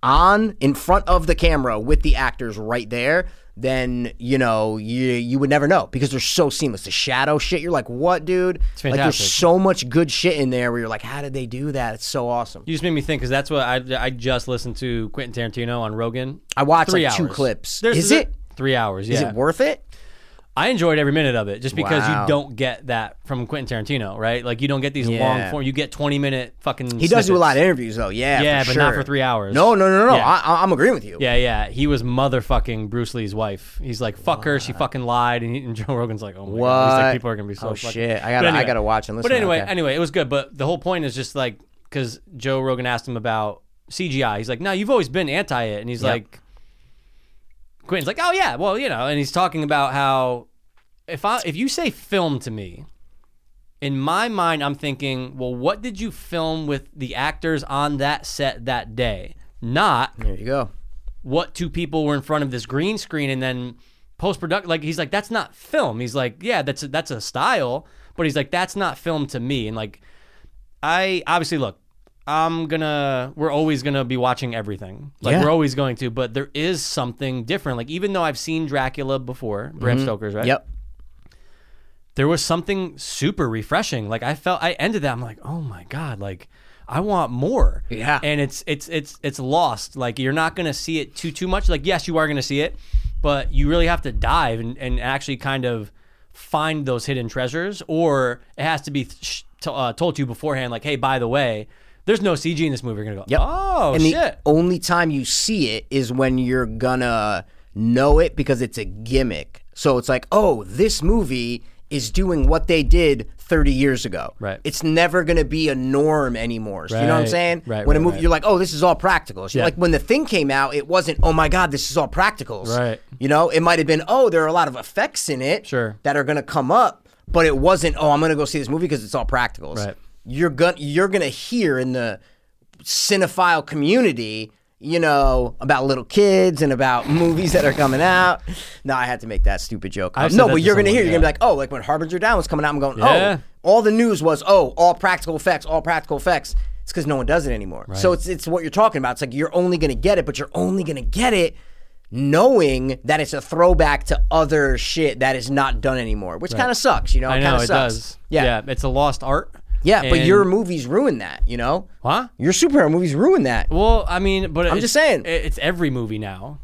Speaker 1: on in front of the camera with the actors right there, then you know you you would never know because they're so seamless. The shadow shit, you're like, what, dude? like there's
Speaker 2: fantastic.
Speaker 1: so much good shit in there where you're like, how did they do that? It's so awesome.
Speaker 2: You just made me think because that's what I I just listened to Quentin Tarantino on Rogan.
Speaker 1: I watched
Speaker 2: three
Speaker 1: like two
Speaker 2: hours.
Speaker 1: clips.
Speaker 2: There's-
Speaker 1: is
Speaker 2: there-
Speaker 1: it
Speaker 2: three hours? Yeah,
Speaker 1: is it worth it?
Speaker 2: I enjoyed every minute of it just because
Speaker 1: Wow.
Speaker 2: you don't get that from Quentin Tarantino, right? Like you don't get these long
Speaker 1: Yeah.
Speaker 2: form. You get twenty minute fucking.
Speaker 1: He does do a lot of interviews though. Yeah,
Speaker 2: Yeah,
Speaker 1: for
Speaker 2: but not
Speaker 1: sure.
Speaker 2: for three hours.
Speaker 1: No, no, no, no.
Speaker 2: Yeah.
Speaker 1: I I, I'm agreeing with you.
Speaker 2: Yeah, yeah. He was motherfucking Bruce Lee's wife. He's like, fuck her. She fucking lied. And, he- and Joe Rogan's like, oh my god. He's
Speaker 1: What?
Speaker 2: like, people are gonna be so.
Speaker 1: Oh,
Speaker 2: fucking-
Speaker 1: shit. I
Speaker 2: But
Speaker 1: gotta- I gotta watch and
Speaker 2: But
Speaker 1: listen.
Speaker 2: anyway,
Speaker 1: Okay.
Speaker 2: anyway, it was good. But the whole point is just like because Joe Rogan asked him about CGI. He's like, no, you've always been anti it. And he's like, Quentin's like, oh yeah, well you know. And he's talking about how if I if you say film to me. In my mind, I'm thinking, well, what did you film with the actors on that set that day? Not
Speaker 1: There you go.
Speaker 2: what two people were in front of this green screen and then post production like he's like that's not film he's like yeah that's a, that's a style but he's like that's not film to me and like i obviously look i'm gonna we're always gonna be watching everything like
Speaker 1: Yeah.
Speaker 2: we're always going to but there is something different like even though i've seen dracula before bram stoker's right
Speaker 1: Mm-hmm. Yep.
Speaker 2: there was something super refreshing. Like I felt I ended that I'm like, "Oh my god, like I want more."
Speaker 1: Yeah.
Speaker 2: And it's it's it's it's lost. Like you're not going to see it too too much. Like yes, you are going to see it, but you really have to dive and and actually kind of find those hidden treasures or it has to be sh- to, uh, told to you beforehand like, "Hey, by the way, there's no CG in this movie." You're going to go,
Speaker 1: Yep.
Speaker 2: "Oh
Speaker 1: and
Speaker 2: shit."
Speaker 1: the only time you see it is when you're gonna know it because it's a gimmick. So it's like, oh, this movie is doing what they did 30 years ago.
Speaker 2: Right.
Speaker 1: It's never gonna be a norm anymore. So You know what I'm
Speaker 2: Right.
Speaker 1: saying?
Speaker 2: Right,
Speaker 1: When a
Speaker 2: right,
Speaker 1: movie,
Speaker 2: right.
Speaker 1: you're like, oh, this is all practicals.
Speaker 2: Yeah.
Speaker 1: Like when the thing came out, it wasn't, oh my god, this is all practicals.
Speaker 2: Right.
Speaker 1: You know, it might have been, oh, there are a lot of effects in it
Speaker 2: Sure.
Speaker 1: that are gonna come up, but it wasn't, oh, I'm gonna go see this movie because it's all practicals
Speaker 2: Right.
Speaker 1: you're gonna you're gonna hear in the cinephile community, you know, about little kids and about movies that are coming out. No, I had to make that stupid joke.
Speaker 2: I've said
Speaker 1: no,
Speaker 2: that
Speaker 1: but
Speaker 2: to
Speaker 1: you're going to
Speaker 2: someone,
Speaker 1: hear, you're going to be
Speaker 2: yeah.
Speaker 1: like, oh, like when Harbinger Down was coming out, I'm going,
Speaker 2: Yeah.
Speaker 1: oh, all the news was, oh, all practical effects, all practical effects. It's because no one does it anymore. So it's, it's what you're talking about. It's like you're only going to get it, but you're only going to get it knowing that it's a throwback to other shit that is not done anymore, which kind of sucks, you know?
Speaker 2: I
Speaker 1: kinda
Speaker 2: know it
Speaker 1: sucks.
Speaker 2: does.
Speaker 1: Yeah.
Speaker 2: yeah, it's a lost art.
Speaker 1: Yeah, but
Speaker 2: And-
Speaker 1: your movies ruin that, you know?
Speaker 2: huh?
Speaker 1: Your superhero movies ruin that.
Speaker 2: Well, I mean, but I'm
Speaker 1: just saying.
Speaker 2: it's every movie now.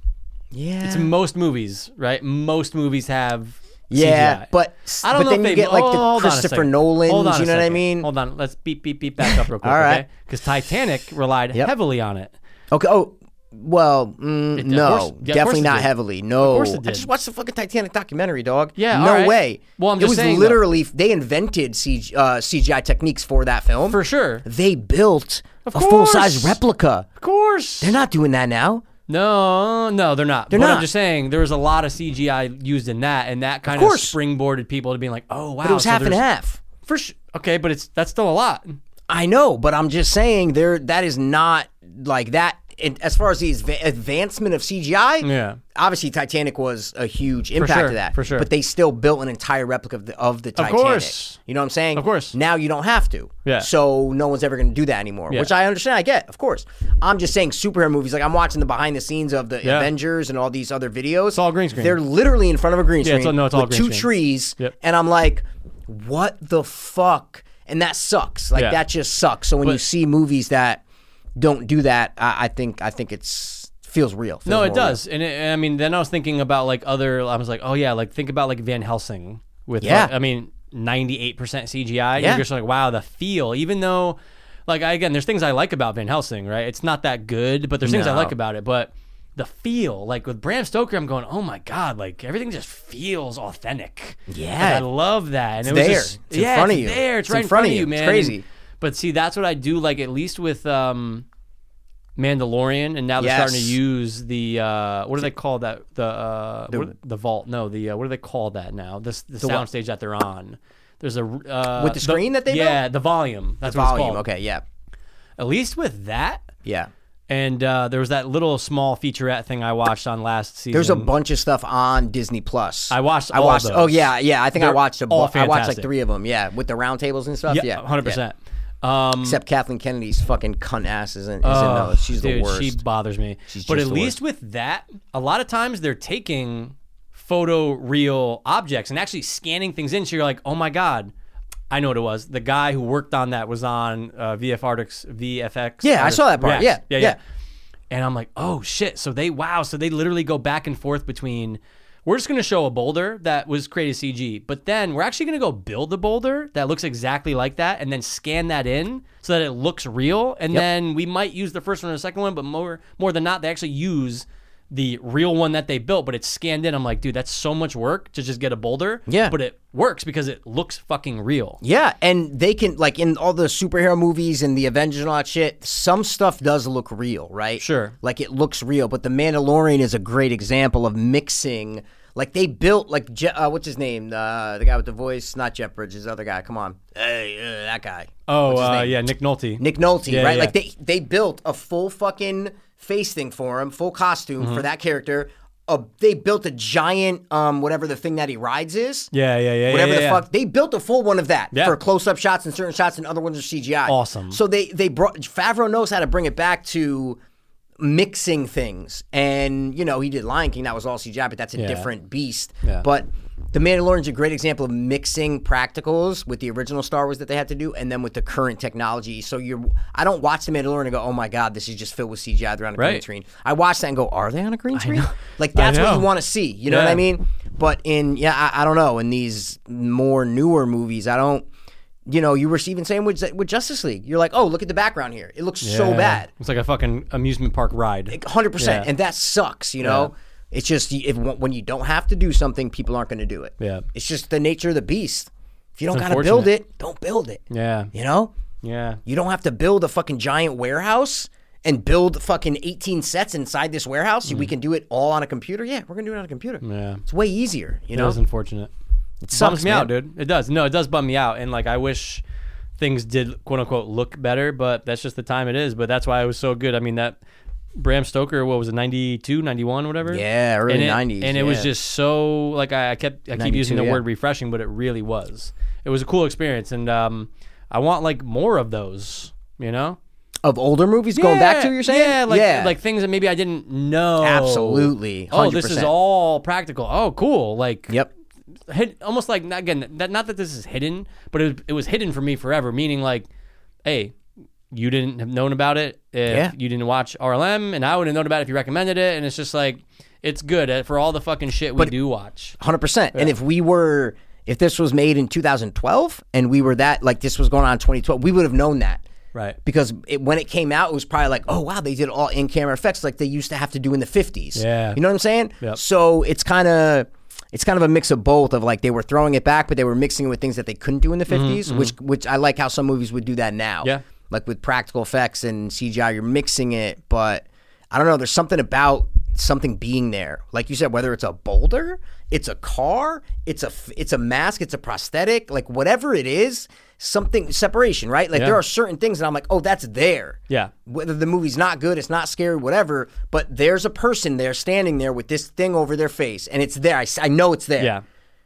Speaker 1: Yeah.
Speaker 2: It's most movies, right? Most movies have.
Speaker 1: Yeah,
Speaker 2: CGI.
Speaker 1: but-
Speaker 2: I don't
Speaker 1: but
Speaker 2: know
Speaker 1: then
Speaker 2: if
Speaker 1: you
Speaker 2: they,
Speaker 1: get, like, the
Speaker 2: hold on a
Speaker 1: Christopher
Speaker 2: second.
Speaker 1: Nolans,
Speaker 2: Hold on a
Speaker 1: you know what I
Speaker 2: second.
Speaker 1: mean?
Speaker 2: Hold on, let's beep beep beep back up real quick.
Speaker 1: All right.
Speaker 2: because Titanic relied heavily on it.
Speaker 1: Okay. Oh, well, mm,
Speaker 2: of
Speaker 1: no,
Speaker 2: course- yeah, of course
Speaker 1: definitely
Speaker 2: it
Speaker 1: not
Speaker 2: did.
Speaker 1: heavily. No,
Speaker 2: course it
Speaker 1: I
Speaker 2: did.
Speaker 1: just watched the fucking Titanic documentary, dog.
Speaker 2: Yeah,
Speaker 1: no
Speaker 2: all right.
Speaker 1: way.
Speaker 2: Well, I'm
Speaker 1: it
Speaker 2: just
Speaker 1: was
Speaker 2: saying, though.
Speaker 1: literally they invented CG, uh, CGI techniques for that film.
Speaker 2: For sure.
Speaker 1: they built a
Speaker 2: course.
Speaker 1: full size replica.
Speaker 2: Of course.
Speaker 1: They're not doing that now.
Speaker 2: No, no, they're not. They're but
Speaker 1: not.
Speaker 2: I'm just saying there was a lot of CGI used in that, and that kind of,
Speaker 1: course.
Speaker 2: springboarded people to being like, "Oh wow!"
Speaker 1: But it was
Speaker 2: so
Speaker 1: half and
Speaker 2: there's-
Speaker 1: half.
Speaker 2: For sure. Okay, but it's that's still a lot.
Speaker 1: I know, but I'm just saying there. That is not like that. And as far as the adva- advancement of CGI,
Speaker 2: Yeah.
Speaker 1: obviously Titanic was a huge impact
Speaker 2: sure,
Speaker 1: to that.
Speaker 2: for sure.
Speaker 1: But they still built an entire replica of the, of the Titanic.
Speaker 2: course.
Speaker 1: You know what I'm saying?
Speaker 2: Of course.
Speaker 1: Now you don't have to.
Speaker 2: Yeah.
Speaker 1: So no one's ever going to do that anymore, which I understand. I get, of course. I'm just saying superhero movies. Like I'm watching the behind the scenes of the
Speaker 2: Yeah.
Speaker 1: Avengers and all these other videos. It's
Speaker 2: all green screen.
Speaker 1: They're literally in front of a green
Speaker 2: Yeah,
Speaker 1: screen
Speaker 2: it's all- no, it's all
Speaker 1: with
Speaker 2: green
Speaker 1: two
Speaker 2: screen.
Speaker 1: trees,
Speaker 2: Yep.
Speaker 1: and I'm like, what the fuck? And that sucks. Like
Speaker 2: Yeah.
Speaker 1: that just sucks. So when you see movies that don't do that, I, I think I think it's feels real. Feels
Speaker 2: No,
Speaker 1: more
Speaker 2: it
Speaker 1: real.
Speaker 2: does. And, it, and I mean, then I was thinking about like other. I was like, oh yeah, like think about like Van Helsing with.
Speaker 1: Yeah.
Speaker 2: like, I mean, ninety-eight percent
Speaker 1: Yeah.
Speaker 2: CGI. You're just like, wow, the feel. Even though, like, I, again, there's things I like about Van Helsing, right? It's not that good, but there's things I
Speaker 1: No.
Speaker 2: like about it. But the feel, like with Bram Stoker, I'm going, oh my god, like everything just feels authentic.
Speaker 1: Yeah.
Speaker 2: Like, I love that. And it's
Speaker 1: there.
Speaker 2: Just,
Speaker 1: It's in
Speaker 2: yeah,
Speaker 1: front
Speaker 2: it's
Speaker 1: of you.
Speaker 2: There, it's,
Speaker 1: It's in
Speaker 2: right in front of you,
Speaker 1: It's
Speaker 2: man.
Speaker 1: crazy.
Speaker 2: But see, that's what I do. Like at least with. um Mandalorian, and now they're starting to
Speaker 1: Yes.
Speaker 2: use the uh, what do they call that the uh, the, the vault? No, the uh, what do they call that now? This the,
Speaker 1: what?
Speaker 2: soundstage that they're on. There's a uh,
Speaker 1: With the screen that they
Speaker 2: yeah the volume that's what it's
Speaker 1: Volume.
Speaker 2: called.
Speaker 1: Okay. Yeah.
Speaker 2: At least with that,
Speaker 1: Yeah.
Speaker 2: and uh, there was that little small featurette thing I watched on last season.
Speaker 1: There's a bunch of stuff on Disney Plus.
Speaker 2: I watched
Speaker 1: I
Speaker 2: all
Speaker 1: watched.
Speaker 2: those.
Speaker 1: Oh yeah, yeah. I think I
Speaker 2: They're
Speaker 1: watched a. Bu-
Speaker 2: all
Speaker 1: I watched like
Speaker 2: fantastic.
Speaker 1: three of them. Yeah, with the roundtables and stuff. Yeah,
Speaker 2: yeah, hundred
Speaker 1: yeah.
Speaker 2: percent. Um,
Speaker 1: Except Kathleen Kennedy's fucking cunt ass isn't. Isn't
Speaker 2: Oh,
Speaker 1: those. She's
Speaker 2: dude,
Speaker 1: the worst.
Speaker 2: She bothers me. but
Speaker 1: just
Speaker 2: at
Speaker 1: the
Speaker 2: least with that, a lot of times they're taking photo real objects and actually scanning things in. So you're like, oh my god, I know what it was. The guy who worked on that was on uh, VF Artix, VFX.
Speaker 1: Yeah, I
Speaker 2: Artix
Speaker 1: saw that part.
Speaker 2: Rex.
Speaker 1: Yeah,
Speaker 2: yeah,
Speaker 1: yeah.
Speaker 2: yeah. And I'm like, oh shit. So they wow. So they literally go back and forth between. We're just gonna show a boulder that was created CG, but then we're actually gonna go build a boulder that looks exactly like that, and then scan that in so that it looks real. And then we might use the first one or the second one, but more more than not, they actually use the real one that they built, but it's scanned in. I'm like, dude, that's so much work to just get a boulder.
Speaker 1: Yeah.
Speaker 2: but it works because it looks fucking real.
Speaker 1: Yeah, and they can like in all the superhero movies and the Avengers and all that shit. Some stuff does look real, right?
Speaker 2: Sure.
Speaker 1: like it looks real. But the Mandalorian is a great example of mixing. Like they built like Je- uh, what's his name? Uh, the guy with the voice, not Jeff Bridges, the other guy. Come on, hey, uh, that guy.
Speaker 2: Oh uh, yeah, Nick Nolte.
Speaker 1: Nick Nolte,
Speaker 2: Yeah,
Speaker 1: right?
Speaker 2: yeah.
Speaker 1: Like they they built a full fucking face thing for him, full costume
Speaker 2: Mm-hmm.
Speaker 1: for that character. A, they built a giant um whatever the thing that he rides is.
Speaker 2: Yeah, yeah, yeah.
Speaker 1: Whatever
Speaker 2: yeah,
Speaker 1: the
Speaker 2: yeah.
Speaker 1: fuck, they built a full one of that
Speaker 2: Yeah.
Speaker 1: for close-up shots and certain shots, and other ones are CGI.
Speaker 2: Awesome.
Speaker 1: So they they brought Favreau knows how to bring it back to mixing things, and you know he did Lion King, that was all CGI, but that's a different beast.
Speaker 2: Yeah.
Speaker 1: But the Mandalorian's a great example of mixing practicals with the original Star Wars that they had to do, and then with the current technology. So you're, I don't watch the Mandalorian and go, "Oh my god, this is just filled with CGI. They're on a green
Speaker 2: Right.
Speaker 1: screen." I watch that and go, "Are they on a green screen?" Like that's what
Speaker 2: know.
Speaker 1: you want to see. You know what I
Speaker 2: Yeah.
Speaker 1: mean? mean? But in yeah, I, I don't know. In these more newer movies, I don't. You know, you were even saying with, with Justice League, you're like, oh, look at the background here. It looks so
Speaker 2: Yeah.
Speaker 1: bad,
Speaker 2: It's like a fucking amusement park ride.
Speaker 1: hundred percent,
Speaker 2: Yeah.
Speaker 1: and that sucks. You know, it's just y- if when you don't have to do something, people aren't going to do it.
Speaker 2: Yeah.
Speaker 1: it's just the nature of the beast. If you don't got to build
Speaker 2: unfortunate.
Speaker 1: it, don't build it.
Speaker 2: yeah.
Speaker 1: You know,
Speaker 2: Yeah.
Speaker 1: you don't have to build a fucking giant warehouse and build fucking 18 sets inside this warehouse. We can do it all on a computer. Yeah, we're gonna do it on a computer.
Speaker 2: Mm. Yeah.
Speaker 1: It's way easier. You
Speaker 2: That
Speaker 1: know,
Speaker 2: was unfortunate. It
Speaker 1: sucks,
Speaker 2: bums me out,
Speaker 1: man.
Speaker 2: dude. It does. No, it does bum me out. And like I wish things did quote unquote look better, but that's just the time it is. But that's why it was so good. I mean that Bram Stoker, what was it, 92, 91, whatever?
Speaker 1: Yeah, early
Speaker 2: and it,
Speaker 1: 90s,
Speaker 2: And it was
Speaker 1: yeah.
Speaker 2: just so like I, I kept I keep
Speaker 1: 92,
Speaker 2: using the
Speaker 1: yeah.
Speaker 2: word refreshing, but it really was. It was a cool experience, and um, I want like more of those. You know,
Speaker 1: Of older movies going back to
Speaker 2: Yeah,
Speaker 1: you're saying?
Speaker 2: yeah, like like things that maybe I didn't know.
Speaker 1: Absolutely,
Speaker 2: Oh, this is
Speaker 1: 100%.
Speaker 2: all practical. Oh, cool. Like
Speaker 1: Yep.
Speaker 2: hid, almost like not again that not that this is hidden, but it, it was hidden for me forever. Meaning like, hey, you didn't have known about it if
Speaker 1: Yeah.
Speaker 2: you didn't watch RLM, and I would have known about it if you recommended it. And it's just like it's good uh, for all the fucking shit we do watch.
Speaker 1: Hundred percent. And if we were, if this was made in 2012, and we were that, like this was going on in 2012, we would have known that,
Speaker 2: Right.
Speaker 1: Because it, when it came out, it was probably like, oh wow, they did all in camera effects like they used to have to do in the 50s.
Speaker 2: Yeah.
Speaker 1: you know what I'm saying?
Speaker 2: Yep.
Speaker 1: So it's kind of. It's kind of a mix of both of like they were throwing it back, but they were mixing it with things that they couldn't do in the 50s, which which I like how some movies would do that now.
Speaker 2: Mm-hmm, Yeah.
Speaker 1: Like with practical effects and CGI, you're mixing it, but I don't know. There's something about something being there. Like you said, whether it's a boulder, it's a car, it's a f- it's a mask, it's a prosthetic, like whatever it is, something separation, right? Like there are certain things that I'm like, oh, that's there.
Speaker 2: Yeah.
Speaker 1: Whether the movie's not good, it's not scary, whatever. But there's a person there standing there with this thing over their face, and it's there. I, s- I know it's there.
Speaker 2: Yeah.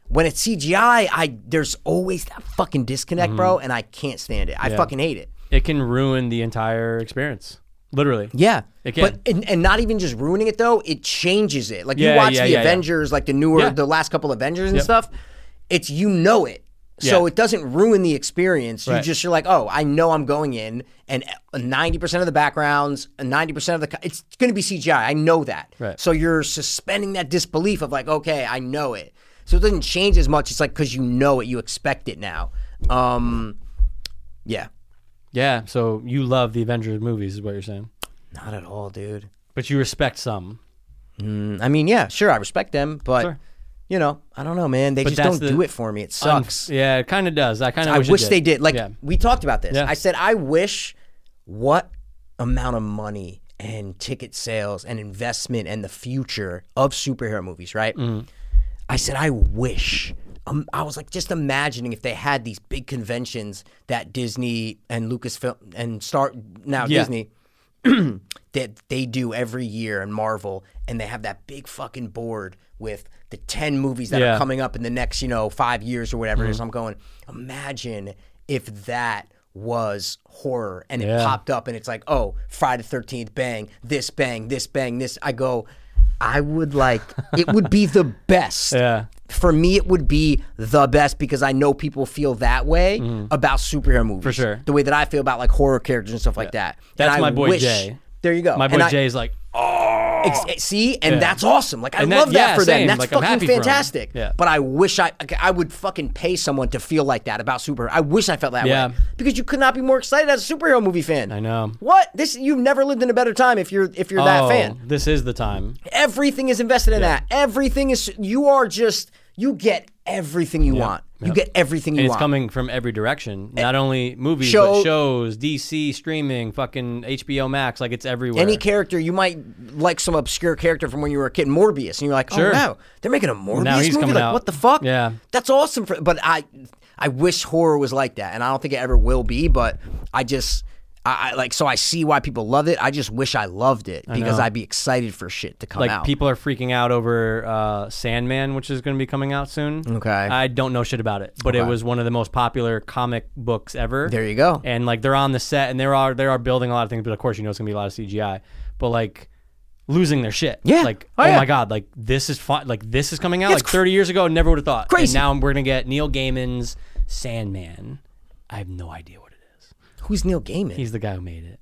Speaker 1: When it's CGI, I there's always that fucking disconnect,
Speaker 2: Mm-hmm.
Speaker 1: bro, and I can't stand it. I fucking hate it.
Speaker 2: It can ruin the entire experience. Literally.
Speaker 1: Yeah.
Speaker 2: It can.
Speaker 1: But and, and not even just ruining it though, it changes it. Like
Speaker 2: Yeah,
Speaker 1: you watch
Speaker 2: yeah,
Speaker 1: the
Speaker 2: yeah, yeah.
Speaker 1: Avengers, like the newer
Speaker 2: Yeah.
Speaker 1: the last couple Avengers and stuff, it's you know it. So
Speaker 2: Yeah.
Speaker 1: it doesn't ruin the experience. You
Speaker 2: Right.
Speaker 1: just you're like, oh, I know I'm going in, and uh, ninety percent of the backgrounds, ninety percent of the co- it's going to be CGI. I know that.
Speaker 2: Right.
Speaker 1: So you're suspending that disbelief of like, okay, I know it. So it doesn't change as much. It's like because you know it, you expect it now. Um, yeah,
Speaker 2: Yeah. So you love the Avengers movies, is what you're saying,
Speaker 1: not at all, dude.
Speaker 2: but you respect some.
Speaker 1: I mean, yeah, sure, I respect them, but
Speaker 2: Sure.
Speaker 1: you know, I don't know, man. They just
Speaker 2: that's
Speaker 1: don't
Speaker 2: the
Speaker 1: do it for me. It sucks.
Speaker 2: Yeah, it kind of does. I kind of
Speaker 1: I
Speaker 2: wish,
Speaker 1: wish,
Speaker 2: it
Speaker 1: they did. Like
Speaker 2: Yeah.
Speaker 1: we talked about this.
Speaker 2: Yeah.
Speaker 1: I said I wish what amount of money and ticket sales and investment and the future of superhero movies, right?
Speaker 2: Mm-hmm.
Speaker 1: I said I wish. Um, I was like just imagining if they had these big conventions that Disney and Lucasfilm and Star now
Speaker 2: Yeah.
Speaker 1: Disney that they do every year in Marvel, and they have that big fucking board with the 10 movies that
Speaker 2: Yeah. Mm-hmm.
Speaker 1: are coming up in the next, you know, five years or whatever it is. I'm going, imagine if that was horror and it
Speaker 2: Yeah.
Speaker 1: popped up and it's like, oh, Friday the 13th, bang, this, bang, this, bang, this. I go, I would like, it would be the best
Speaker 2: Yeah.
Speaker 1: for me it would be the best because I know people feel that way about superhero movies. For
Speaker 2: Mm-hmm. sure.
Speaker 1: The way that I feel about like horror characters and stuff like that.
Speaker 2: That's
Speaker 1: And I
Speaker 2: my boy
Speaker 1: wish-
Speaker 2: Jay.
Speaker 1: There you go.
Speaker 2: My
Speaker 1: And
Speaker 2: boy
Speaker 1: I-
Speaker 2: Jay's like,
Speaker 1: ex- ex- see, and that's awesome. Like I
Speaker 2: Oh. And that-
Speaker 1: love that
Speaker 2: yeah,
Speaker 1: for them.
Speaker 2: same.
Speaker 1: That's
Speaker 2: Like, I'm happy
Speaker 1: fucking
Speaker 2: for 'em.
Speaker 1: fantastic.
Speaker 2: Yeah.
Speaker 1: But I wish I like, I would fucking pay someone to feel like that about superhero. I wish I felt that
Speaker 2: Yeah.
Speaker 1: way because you could not be more excited as a superhero movie fan.
Speaker 2: I know.
Speaker 1: What this? You've never lived in a better time if you're if you're that
Speaker 2: oh,
Speaker 1: fan.
Speaker 2: this is the time.
Speaker 1: Everything is invested in that. Everything is. You are just. You get everything you want. You get everything you
Speaker 2: And it's
Speaker 1: want.
Speaker 2: coming from every direction. Not only movies,
Speaker 1: Eh, Show-
Speaker 2: but shows, DC, streaming, fucking HBO Max. Like, it's everywhere.
Speaker 1: Any character you might like, some obscure character from when you were a kid, Morbius, and you're like, oh
Speaker 2: Sure.
Speaker 1: wow, they're making a Morbius
Speaker 2: Now he's
Speaker 1: movie.
Speaker 2: coming
Speaker 1: like,
Speaker 2: out.
Speaker 1: what the fuck?
Speaker 2: Yeah.
Speaker 1: that's awesome. For but I, I wish horror was like that, and I don't think it ever will be. But I just. I, I like so I see why people love it. I just wish I loved it because I'd be excited for shit to come
Speaker 2: like,
Speaker 1: out.
Speaker 2: people are freaking out over uh, Sandman, which is going to be coming out soon.
Speaker 1: Okay.
Speaker 2: I don't know shit about it, but it was one of the most popular comic books ever.
Speaker 1: there you go.
Speaker 2: and like they're on the set and they are they are building a lot of things, but of course you know it's gonna be a lot of CGI. But like losing their shit,
Speaker 1: Yeah.
Speaker 2: Like
Speaker 1: Oh,
Speaker 2: oh,
Speaker 1: yeah.
Speaker 2: my god, like this is fun. Like this is coming out.
Speaker 1: It's
Speaker 2: like thirty years ago, I never would have thought.
Speaker 1: crazy.
Speaker 2: And now we're gonna get Neil Gaiman's Sandman. I have no idea what it is.
Speaker 1: Who's Neil Gaiman?
Speaker 2: He's the guy who made it.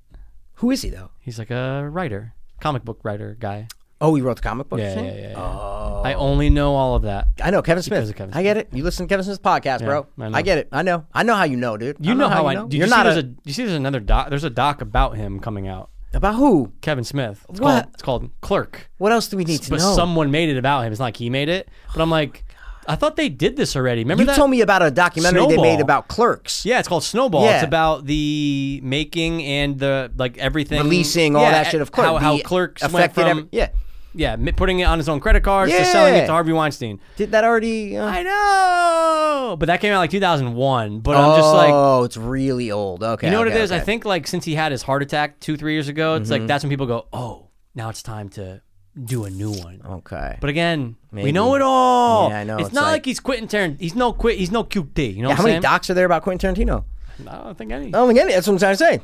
Speaker 1: Who is he though?
Speaker 2: He's like a writer, comic book writer guy.
Speaker 1: Oh, he wrote the comic book.
Speaker 2: Yeah, yeah,
Speaker 1: thing?
Speaker 2: yeah. yeah. I only know all of that.
Speaker 1: Oh. I know Kevin Smith.
Speaker 2: of Kevin
Speaker 1: I get it. You listen to Kevin Smith's podcast, bro.
Speaker 2: I
Speaker 1: I,
Speaker 2: know.
Speaker 1: get it. I know. I know how you know, dude.
Speaker 2: You know, how, I.
Speaker 1: you know.
Speaker 2: Did
Speaker 1: You're
Speaker 2: you see
Speaker 1: not
Speaker 2: there's a, You see, there's another doc. There's a doc about him coming out.
Speaker 1: about who.
Speaker 2: Kevin Smith. It's
Speaker 1: What?
Speaker 2: Called, it's called Clerk.
Speaker 1: What else do we need to
Speaker 2: but
Speaker 1: know?
Speaker 2: someone made it about him. It's not like he made it. But I'm like, I thought they did this already. Remember
Speaker 1: Oh you
Speaker 2: that?
Speaker 1: told me about a documentary
Speaker 2: Snowball.
Speaker 1: they made about clerks.
Speaker 2: Yeah, it's called Snowball.
Speaker 1: Yeah.
Speaker 2: It's about the making and the like everything,
Speaker 1: Releasing all
Speaker 2: Yeah,
Speaker 1: that shit of Clerk.
Speaker 2: How, how
Speaker 1: The
Speaker 2: clerks went
Speaker 1: affected
Speaker 2: from
Speaker 1: every- yeah.
Speaker 2: Yeah, mi- putting it on his own credit cards to selling it
Speaker 1: Yeah.
Speaker 2: to Harvey Weinstein.
Speaker 1: Did that already? Uh,
Speaker 2: I know, but that came out like 2001. But I'm just like,
Speaker 1: oh, it's really old. Okay,
Speaker 2: you know what it
Speaker 1: okay,
Speaker 2: is? I
Speaker 1: okay. Mm-hmm.
Speaker 2: think like since he had his heart attack two, three years ago, it's like that's when people go, oh, now it's time to do a new one.
Speaker 1: Okay,
Speaker 2: But again, we
Speaker 1: Oh. Maybe.
Speaker 2: know it all.
Speaker 1: Yeah, I know,
Speaker 2: It's,
Speaker 1: it's
Speaker 2: not like,
Speaker 1: like-
Speaker 2: he's quitting Tarant. He's no quit. He's no QT. You
Speaker 1: Yeah,
Speaker 2: know what
Speaker 1: how
Speaker 2: I'm
Speaker 1: many
Speaker 2: saying?
Speaker 1: docs are there about Quentin Tarantino?
Speaker 2: I don't think any.
Speaker 1: Oh, again, that's what I'm trying to say.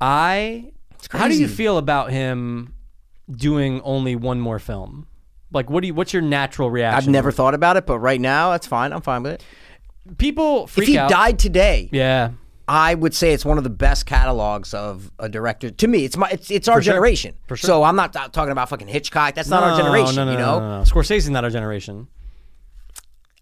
Speaker 2: I. How do you
Speaker 1: crazy.
Speaker 2: feel about him doing only one more film? Like, what do you? What's your natural reaction?
Speaker 1: I've never thought about it, but right now, that's fine. I'm fine with it.
Speaker 2: People freak
Speaker 1: if he
Speaker 2: out.
Speaker 1: died today,
Speaker 2: yeah,
Speaker 1: I would say it's one of the best catalogs of a director. To me, it's my it's, it's our
Speaker 2: sure.
Speaker 1: generation.
Speaker 2: For sure.
Speaker 1: So I'm not ta- talking about fucking Hitchcock. That's not our generation.
Speaker 2: No, no,
Speaker 1: you
Speaker 2: no,
Speaker 1: know,
Speaker 2: no, no, no. Scorsese's not our generation.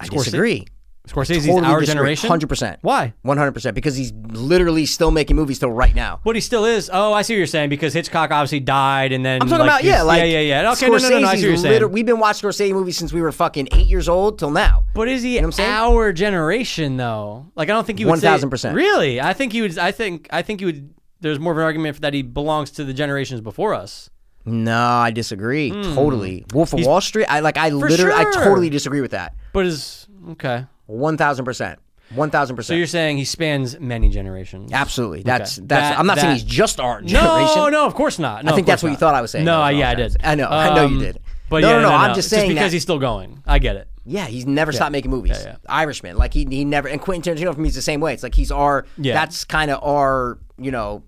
Speaker 1: I disagree.
Speaker 2: Scorsese's
Speaker 1: Totally
Speaker 2: our
Speaker 1: disagree.
Speaker 2: generation.
Speaker 1: 100%.
Speaker 2: Why?
Speaker 1: One hundred percent because he's literally still making movies till right now.
Speaker 2: But he still is. Oh, I see what you're saying because Hitchcock obviously died, and then
Speaker 1: I'm talking about yeah, like
Speaker 2: yeah, yeah, yeah. Okay, no,
Speaker 1: Scorsese's
Speaker 2: no, no, no. I see what you're saying.
Speaker 1: liter- We've been watching Scorsese movies since we were fucking eight years old till now.
Speaker 2: But is he
Speaker 1: know what I'm saying?
Speaker 2: our generation though? Like I don't think you would say-
Speaker 1: 1000%.
Speaker 2: Really? I think you would I think I think you would there's more of an argument for that he belongs to the generations before us.
Speaker 1: No, I disagree totally. Wolf of Wall Street. I like. I literally. I
Speaker 2: Hmm. sure.
Speaker 1: totally disagree with that.
Speaker 2: But is okay.
Speaker 1: One thousand percent. One thousand
Speaker 2: So you're
Speaker 1: percent.
Speaker 2: saying he spans many generations.
Speaker 1: Absolutely. That's
Speaker 2: Okay.
Speaker 1: that's.
Speaker 2: That-
Speaker 1: I'm not saying
Speaker 2: that-
Speaker 1: he's just our generation.
Speaker 2: No, no, of course not. No,
Speaker 1: I think
Speaker 2: of
Speaker 1: that's
Speaker 2: course
Speaker 1: what you
Speaker 2: not.
Speaker 1: thought I was saying.
Speaker 2: No,
Speaker 1: That's what
Speaker 2: yeah, I
Speaker 1: I'm trying to
Speaker 2: did.
Speaker 1: say. I know. I know you
Speaker 2: Um,
Speaker 1: did.
Speaker 2: But
Speaker 1: no,
Speaker 2: yeah,
Speaker 1: no, no, I'm
Speaker 2: no.
Speaker 1: just saying
Speaker 2: because
Speaker 1: that-
Speaker 2: he's still going. I get it.
Speaker 1: Yeah, he's never stopped making movies.
Speaker 2: yeah.
Speaker 1: Irishman, like he he never. And Quentin Tarantino for me is the same way. It's like he's our.
Speaker 2: Yeah.
Speaker 1: That's kind of our. You know.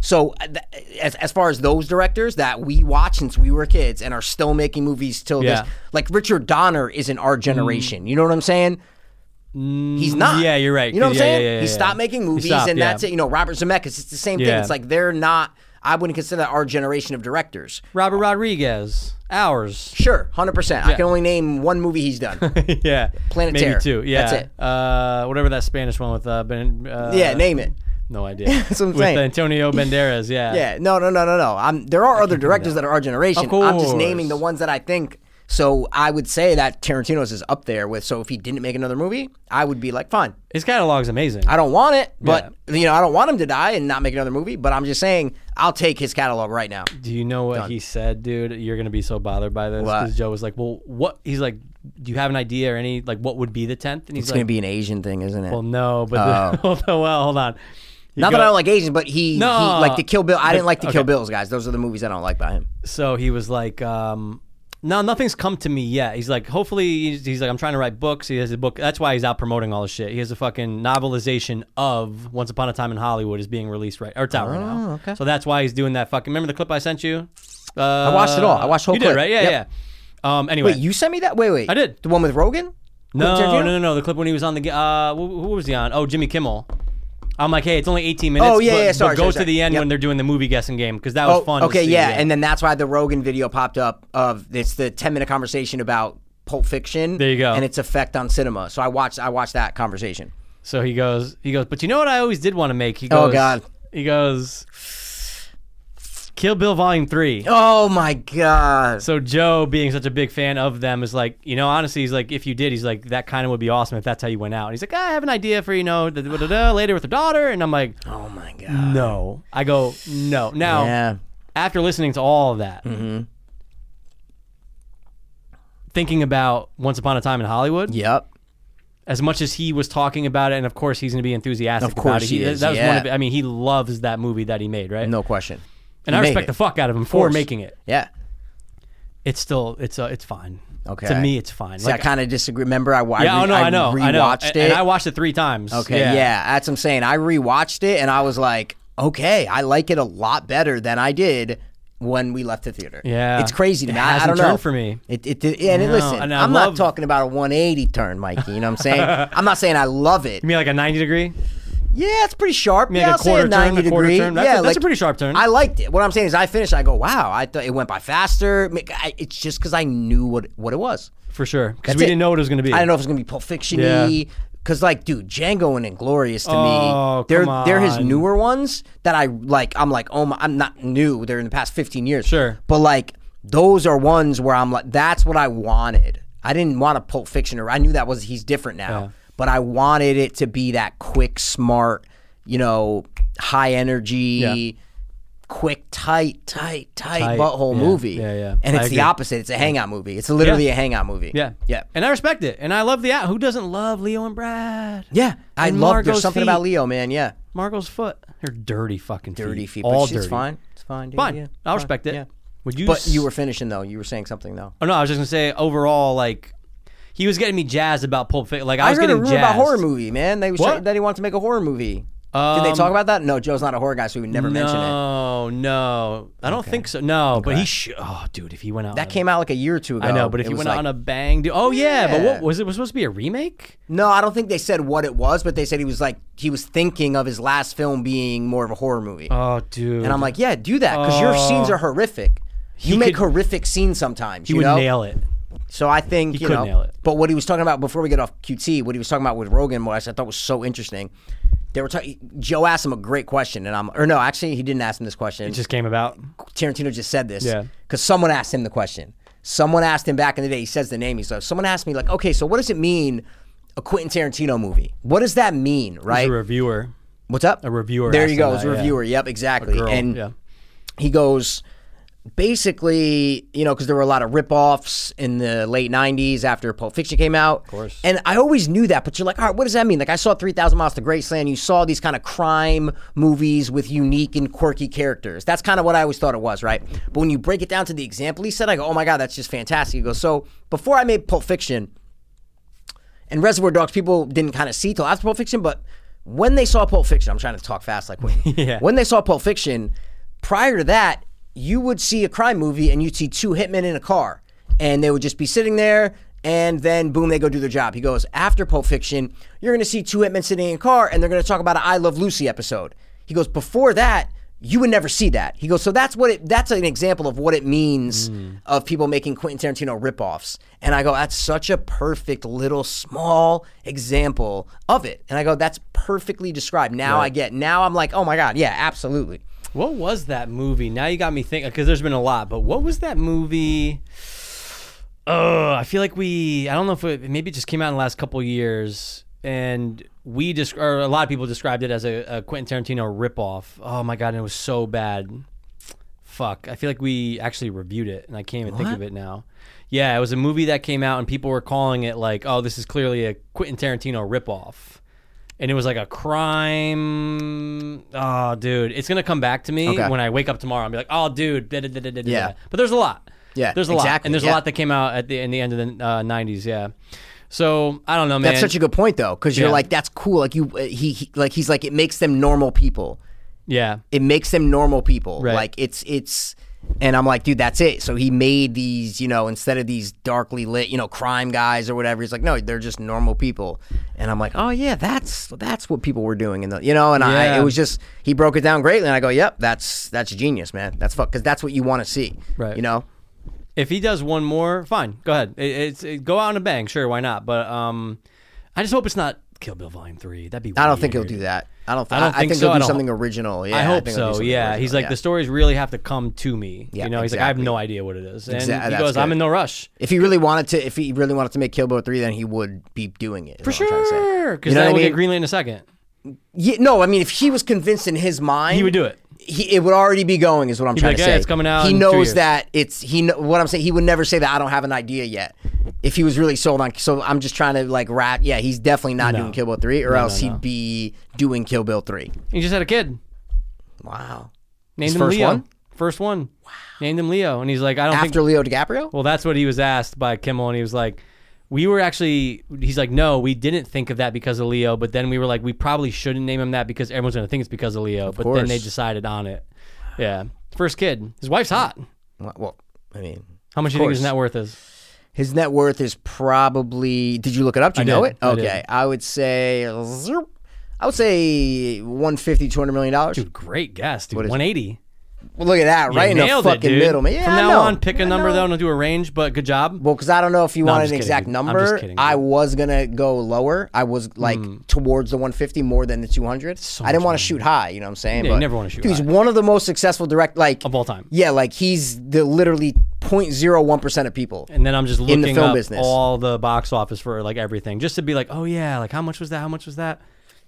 Speaker 1: So uh, th- as as far as those directors that we watch since we were kids and are still making movies till
Speaker 2: Yeah. Mm.
Speaker 1: this, like Richard Donner is in our generation. You know what I'm saying? He's not.
Speaker 2: yeah, you're right,
Speaker 1: You know what I'm
Speaker 2: 'cause- yeah,
Speaker 1: saying?
Speaker 2: yeah, yeah,
Speaker 1: he
Speaker 2: yeah.
Speaker 1: stopped making movies,
Speaker 2: stopped,
Speaker 1: and
Speaker 2: yeah.
Speaker 1: that's it. You know, Robert Zemeckis. It's the same
Speaker 2: Yeah.
Speaker 1: thing. It's like they're not. I wouldn't consider that our generation of directors.
Speaker 2: Robert Rodriguez, ours.
Speaker 1: Sure, hundred percent. I can only name one movie he's done.
Speaker 2: yeah.
Speaker 1: Planet
Speaker 2: Maybe
Speaker 1: Terror.
Speaker 2: two. Yeah.
Speaker 1: That's it.
Speaker 2: Uh, whatever that Spanish one with uh, ben, uh
Speaker 1: yeah, name it.
Speaker 2: No idea. That's
Speaker 1: what I'm
Speaker 2: With
Speaker 1: saying.
Speaker 2: Antonio Banderas, yeah.
Speaker 1: Yeah, no, no, no, no, no. I'm, there are other directors that are our generation.
Speaker 2: Of
Speaker 1: I'm
Speaker 2: course.
Speaker 1: just naming the ones that I think. So I would say that Tarantino's is up there with. So if he didn't make another movie, I would be like, fine,
Speaker 2: His catalog's amazing.
Speaker 1: I don't want it, but you know, I don't want him to die and not make another movie. But I'm just saying, I'll take his catalog right now.
Speaker 2: Do you know what he said, dude? You're gonna be so bothered by this
Speaker 1: What?
Speaker 2: because Joe was like, "Well, what?" He's like, "Do you have an idea or any like what would be the 10th? And he's
Speaker 1: It's
Speaker 2: like,
Speaker 1: gonna be an Asian thing, isn't it?
Speaker 2: "Well, no, but the, well, hold on." He
Speaker 1: not
Speaker 2: go-
Speaker 1: that I don't like Asians, but he,
Speaker 2: No.
Speaker 1: he like the Kill Bill. I didn't like the
Speaker 2: okay.
Speaker 1: Kill Bills, guys. Those are the movies I don't like by him.
Speaker 2: So he was like, um, "No, nothing's come to me yet." He's like, "Hopefully," he's, he's like, "I'm trying to write books." He has a book. That's why he's out promoting all this shit. He has a fucking novelization of Once Upon a Time in Hollywood is being released right or it's out right
Speaker 1: Oh,
Speaker 2: now. Okay. So that's why he's doing that fucking. Remember the clip I sent you? Uh, I
Speaker 1: watched it all. I watched the whole
Speaker 2: You
Speaker 1: clip.
Speaker 2: did right? Yeah,
Speaker 1: Yep.
Speaker 2: yeah. Um. Anyway,
Speaker 1: Wait, you sent me that? Wait, wait,
Speaker 2: I did.
Speaker 1: the one with Rogan.
Speaker 2: No,
Speaker 1: Quentin
Speaker 2: no,
Speaker 1: Tarantino?
Speaker 2: no, no. The clip when he was on the ga- uh, who, who was he on? Oh, Jimmy Kimmel. I'm like, hey, it's only 18 minutes.
Speaker 1: Oh, yeah,
Speaker 2: but,
Speaker 1: yeah,
Speaker 2: but
Speaker 1: sorry,
Speaker 2: go
Speaker 1: sorry,
Speaker 2: to
Speaker 1: sorry.
Speaker 2: the end
Speaker 1: Yep.
Speaker 2: when they're doing the movie guessing game because that was fun. to
Speaker 1: Oh, Okay,
Speaker 2: see,
Speaker 1: yeah, and then that's why the Rogan video popped up of it's the ten minute conversation about Pulp Fiction.
Speaker 2: There you go.
Speaker 1: and its effect on cinema. So I watched I watched that conversation.
Speaker 2: so he goes, he goes. But you know what? I always did want to make. He
Speaker 1: Oh,
Speaker 2: goes,
Speaker 1: God.
Speaker 2: He goes, Kill Bill Volume Three.
Speaker 1: Oh my god!
Speaker 2: So Joe, being such a big fan of them, is like, you know, honestly, he's like, if you did, he's like, that kind of would be awesome if that's how you went out. And he's like, "Ah, I have an idea for you know, da, da, da, da, later with her daughter, and I'm like,
Speaker 1: Oh my god!
Speaker 2: no. I go, no. Now,
Speaker 1: Yeah, Mm-hmm.
Speaker 2: after listening to all of that, thinking about Once Upon a Time in Hollywood,
Speaker 1: yep.
Speaker 2: as much as he was talking about it, and of course he's going to be enthusiastic
Speaker 1: Of
Speaker 2: about
Speaker 1: course
Speaker 2: it.
Speaker 1: he is,
Speaker 2: that was one
Speaker 1: yeah.
Speaker 2: of, I mean, he loves that movie that he made, right?
Speaker 1: No question.
Speaker 2: and I
Speaker 1: he made
Speaker 2: respect
Speaker 1: it.
Speaker 2: the fuck out of him for
Speaker 1: course.
Speaker 2: making it.
Speaker 1: Yeah.
Speaker 2: It's still, it's uh, it's fine.
Speaker 1: Okay.
Speaker 2: To me, it's fine.
Speaker 1: See, I kind of disagree. Remember, I, I,
Speaker 2: yeah,
Speaker 1: re-
Speaker 2: oh, no, I, know, I know,
Speaker 1: rewatched it.
Speaker 2: and, and I watched it three times.
Speaker 1: okay, yeah. that's what I'm saying. I rewatched it and I was like, okay, I like it a lot better than I did when we left the theater.
Speaker 2: Yeah.
Speaker 1: it's crazy to
Speaker 2: It
Speaker 1: me. I- I,
Speaker 2: hasn't
Speaker 1: don't know
Speaker 2: turned for me.
Speaker 1: It, it, did- and it-
Speaker 2: No,
Speaker 1: listen,
Speaker 2: and I
Speaker 1: I'm
Speaker 2: love-
Speaker 1: not talking about a 180 turn, Mikey. You know what I'm saying? I'm not saying I love it.
Speaker 2: You mean like a ninety degree?
Speaker 1: Yeah, it's pretty sharp.
Speaker 2: mean,
Speaker 1: yeah,
Speaker 2: like a
Speaker 1: I'll say
Speaker 2: quarter turn,
Speaker 1: 90
Speaker 2: a quarter
Speaker 1: degree.
Speaker 2: turn? That's a-
Speaker 1: yeah,
Speaker 2: that's
Speaker 1: like,
Speaker 2: a pretty sharp turn.
Speaker 1: I liked it. What I'm saying is, I finished. I go, wow, I thought it went by faster. I- It's just because I knew what what it was.
Speaker 2: For sure, because
Speaker 1: That's
Speaker 2: we
Speaker 1: it.
Speaker 2: didn't know what it was going to be.
Speaker 1: I don't know if it's gonna be Pulp Fiction
Speaker 2: Yeah.
Speaker 1: y. Cause like, dude, Django and Inglorious to
Speaker 2: Oh,
Speaker 1: me, they're
Speaker 2: come
Speaker 1: they're his
Speaker 2: on.
Speaker 1: newer ones that I like. I'm like, oh my, I'm not new. They're in the past 15 years.
Speaker 2: Sure.
Speaker 1: but like those are ones where I'm like, that's what I wanted. I didn't want a Pulp Fiction or I knew that was he's different now, but I wanted it to be that quick, smart, you know, high energy. quick, tight, tight, tight,
Speaker 2: Tight,
Speaker 1: butthole
Speaker 2: yeah,
Speaker 1: movie.
Speaker 2: yeah, yeah.
Speaker 1: And
Speaker 2: I
Speaker 1: it's the
Speaker 2: agree.
Speaker 1: opposite. It's a hangout movie. It's literally
Speaker 2: Yeah.
Speaker 1: a hangout movie.
Speaker 2: Yeah.
Speaker 1: Yeah.
Speaker 2: And I respect it. And I love the act. Who doesn't love Leo and Brad?
Speaker 1: Yeah. I
Speaker 2: And
Speaker 1: love there's
Speaker 2: Margot's
Speaker 1: something about
Speaker 2: feet.
Speaker 1: Leo, man. Yeah.
Speaker 2: Margot's foot. Her dirty fucking feet.
Speaker 1: Dirty feet.
Speaker 2: All
Speaker 1: but
Speaker 2: dirty.
Speaker 1: It's fine. It's fine. Dude.
Speaker 2: Fine.
Speaker 1: Yeah.
Speaker 2: I'll respect it.
Speaker 1: Yeah.
Speaker 2: Would you
Speaker 1: But you
Speaker 2: s-
Speaker 1: were finishing though. You were saying something though.
Speaker 2: Oh no, I was just gonna say overall, like he was getting me jazzed about Pulp Fiction. Like I,
Speaker 1: I,
Speaker 2: was
Speaker 1: heard a
Speaker 2: getting
Speaker 1: rumor
Speaker 2: jazzed
Speaker 1: about horror movie, man. They was
Speaker 2: What?
Speaker 1: trying- that he wants to make a horror movie. Did
Speaker 2: Um,
Speaker 1: they talk about that? No, Joe's not a horror guy, so he would never mention it.
Speaker 2: No, no, I don't think so. No, but he should. Oh, dude, if he went out, on
Speaker 1: That
Speaker 2: a-
Speaker 1: came out like a year or two ago.
Speaker 2: I know, but if
Speaker 1: It
Speaker 2: he
Speaker 1: was
Speaker 2: went
Speaker 1: like-
Speaker 2: out on a bang, dude. Oh yeah, but
Speaker 1: Yeah.
Speaker 2: what was it? Was supposed to be a remake?
Speaker 1: no, I don't think they said what it was, but they said he was like he was thinking of his last film being more of a horror movie.
Speaker 2: Oh, dude.
Speaker 1: And I'm like, yeah, do that because your scenes
Speaker 2: Oh.
Speaker 1: are horrific. You make
Speaker 2: could-
Speaker 1: horrific scenes sometimes.
Speaker 2: he
Speaker 1: you
Speaker 2: would
Speaker 1: know?
Speaker 2: nail it.
Speaker 1: So I think you
Speaker 2: could
Speaker 1: know.
Speaker 2: nail it.
Speaker 1: But what he was talking about before we get off QT, what he was talking about with Rogan, what I thought was so interesting. They were talking. Joe asked him a great question, and I'm or no, actually he didn't ask him this question.
Speaker 2: It just came about.
Speaker 1: Tarantino just said this.
Speaker 2: Yeah.
Speaker 1: Because someone asked him the question. Someone asked him back in the day. He says the name. He's like, someone asked me like, okay, so what does it mean? A Quentin Tarantino movie. What does that mean,
Speaker 2: A
Speaker 1: right?
Speaker 2: reviewer.
Speaker 1: What's up? A
Speaker 2: reviewer
Speaker 1: There
Speaker 2: asked
Speaker 1: you go.
Speaker 2: him
Speaker 1: It's a
Speaker 2: that, yeah.
Speaker 1: reviewer. Yep, exactly.
Speaker 2: Girl.
Speaker 1: and
Speaker 2: yeah.
Speaker 1: he goes basically you know because there were a lot of rip-offs in the late 90s after pulp fiction came out of
Speaker 2: course.
Speaker 1: and i always knew that but you're like all right what does that mean like i saw 3000 miles to graceland you saw these kind of crime movies with unique and quirky characters that's kind of what i always thought it was right but when you break it down to the example he said i go oh my god that's just fantastic he goes so before i made pulp fiction and Reservoir Dogs, people didn't kind of see till after Pulp Fiction, but when they saw Pulp Fiction, I'm trying to talk fast like Whitney.
Speaker 2: Yeah.
Speaker 1: When they saw Pulp Fiction, prior to that, you would see a crime movie and you'd see two hitmen in a car, and they would just be sitting there, and then boom, they go do their job. He goes, after Pulp Fiction, you're going to see two hitmen sitting in a car, and they're going to talk about an I Love Lucy episode. He goes, before that, you would never see that. He goes, so that's what it, that's an example of what it means of people making Quentin Tarantino ripoffs. And I go, that's such a perfect little small example of it. And I go, that's perfectly described. Now I get, now I'm like, oh my God, yeah, absolutely.
Speaker 2: What was that movie? Now you got me thinking because there's been a lot, but what was that movie? Oh, I feel like we. I don't know if it maybe it just came out in the last couple years, and we just or a lot of people described it as a, a Quentin Tarantino ripoff. Oh my god, and it was so bad. Fuck, I feel like we actually reviewed it, and I can't even think of it now. Yeah, it was a movie that came out, and people were calling it like, "Oh, this is clearly a Quentin Tarantino ripoff." and it was like a crime. Oh, dude, it's gonna come back to me
Speaker 1: Okay.
Speaker 2: when I wake up tomorrow. I'll be like, oh, dude, da, da, da, da, da, da.
Speaker 1: Yeah.
Speaker 2: But there's a lot.
Speaker 1: Yeah,
Speaker 2: there's a lot,
Speaker 1: exactly,
Speaker 2: and there's
Speaker 1: yeah.
Speaker 2: a lot that came out at the in the end of the uh, '90s. Yeah. So I don't know, man.
Speaker 1: That's such a good point though, because you're
Speaker 2: Yeah.
Speaker 1: like, that's cool. Like you, uh, he, he, like he's like, it makes them normal people.
Speaker 2: yeah.
Speaker 1: It makes them normal people.
Speaker 2: Right.
Speaker 1: Like it's it's. And I'm like, dude, that's it. So he made these, you know, instead of these darkly lit, you know, crime guys or whatever. He's like, no, they're just normal people. And I'm like, oh yeah, that's that's what people were doing, in the, you know. And I,
Speaker 2: Yeah.
Speaker 1: it was just he broke it down greatly, and I go, yep, that's that's genius, man. That's fuck, because that's what you want to see,
Speaker 2: Right.
Speaker 1: You know,
Speaker 2: If he does one more, fine. Go ahead. It, it's it, go out on a bang. Sure, why not? But um, I just hope it's not Kill Bill Volume Three. That'd be.
Speaker 1: I don't think he'll
Speaker 2: weird.
Speaker 1: do that. I don't.
Speaker 2: I don't
Speaker 1: I,
Speaker 2: think
Speaker 1: think
Speaker 2: so.
Speaker 1: he'll
Speaker 2: I
Speaker 1: do
Speaker 2: don't-
Speaker 1: something original. Yeah,
Speaker 2: I hope
Speaker 1: think he'll do
Speaker 2: so.
Speaker 1: something
Speaker 2: Yeah,
Speaker 1: original,
Speaker 2: he's like
Speaker 1: yeah.
Speaker 2: the stories really have to come to me.
Speaker 1: Yeah,
Speaker 2: you know, he's like I have
Speaker 1: exactly.
Speaker 2: no idea what it is, and
Speaker 1: Exact-
Speaker 2: he
Speaker 1: that's
Speaker 2: goes, "I'm
Speaker 1: good.
Speaker 2: in no rush."
Speaker 1: If he really wanted to, if he really wanted to make Kill Bill three, then he would be doing it. For
Speaker 2: because
Speaker 1: know
Speaker 2: then
Speaker 1: what I
Speaker 2: we'll
Speaker 1: mean?
Speaker 2: get Greenlit in a second.
Speaker 1: Yeah, no, I mean, if he was convinced in his mind,
Speaker 2: He would do it.
Speaker 1: He, it would already be going, is what I'm
Speaker 2: He'd be
Speaker 1: trying
Speaker 2: like,
Speaker 1: to
Speaker 2: "Yeah,
Speaker 1: say.
Speaker 2: it's coming out
Speaker 1: He
Speaker 2: in two
Speaker 1: knows
Speaker 2: years."
Speaker 1: that it's he. kn- What I'm saying, he would never say that. I don't have an idea yet. If he was really sold on, so I'm just trying to like wrap. Yeah, he's definitely not doing Kill Bill three, or else
Speaker 2: no.
Speaker 1: he'd be doing Kill Bill three.
Speaker 2: He just had a kid.
Speaker 1: Wow.
Speaker 2: Named him
Speaker 1: first
Speaker 2: Leo.
Speaker 1: one?
Speaker 2: First one. Wow. Named him Leo, and he's like, I don't
Speaker 1: After
Speaker 2: think.
Speaker 1: Leo DiCaprio,
Speaker 2: Well, that's what he was asked by Kimmel, and he was like, we were actually. He's like, no, we didn't think of that because of Leo, but then we were like, we probably shouldn't name him that because everyone's gonna think it's because of Leo. but then
Speaker 1: course.
Speaker 2: they decided on it. Yeah. First kid. His wife's hot.
Speaker 1: well, well, I mean,
Speaker 2: How much do you think his
Speaker 1: course.
Speaker 2: net worth is?
Speaker 1: his net worth is probably. Did you look it up? Do you
Speaker 2: I
Speaker 1: know
Speaker 2: did.
Speaker 1: it?
Speaker 2: I did.
Speaker 1: Okay, I, would say, zoop. I would say 150, 200 million dollars.
Speaker 2: Dude, great guess, dude.
Speaker 1: is-
Speaker 2: 180.
Speaker 1: Well, look at that, right in the
Speaker 2: Nailed it,
Speaker 1: fucking
Speaker 2: dude.
Speaker 1: middle, man. Yeah,
Speaker 2: From
Speaker 1: I
Speaker 2: now
Speaker 1: know.
Speaker 2: on, pick a number. though, Don't do a range, but good job.
Speaker 1: Well, because I don't know if you
Speaker 2: I'm
Speaker 1: wanted
Speaker 2: just
Speaker 1: an
Speaker 2: kidding,
Speaker 1: exact
Speaker 2: dude. I'm just
Speaker 1: number.
Speaker 2: kidding,
Speaker 1: I
Speaker 2: dude. Hmm.
Speaker 1: was gonna go lower. I was like towards the 150 more than the 200. I didn't want to shoot high. You know what I'm saying?
Speaker 2: Yeah, you
Speaker 1: But-
Speaker 2: never wanna shoot
Speaker 1: Dude, he's
Speaker 2: high.
Speaker 1: one of the most successful direct like
Speaker 2: Of all time.
Speaker 1: Yeah, like he's the literally 0.01 percent of people.
Speaker 2: and then I'm just looking
Speaker 1: the film
Speaker 2: up
Speaker 1: business.
Speaker 2: all the box office for like everything, just to be like, oh yeah, like how much was that? How much was that?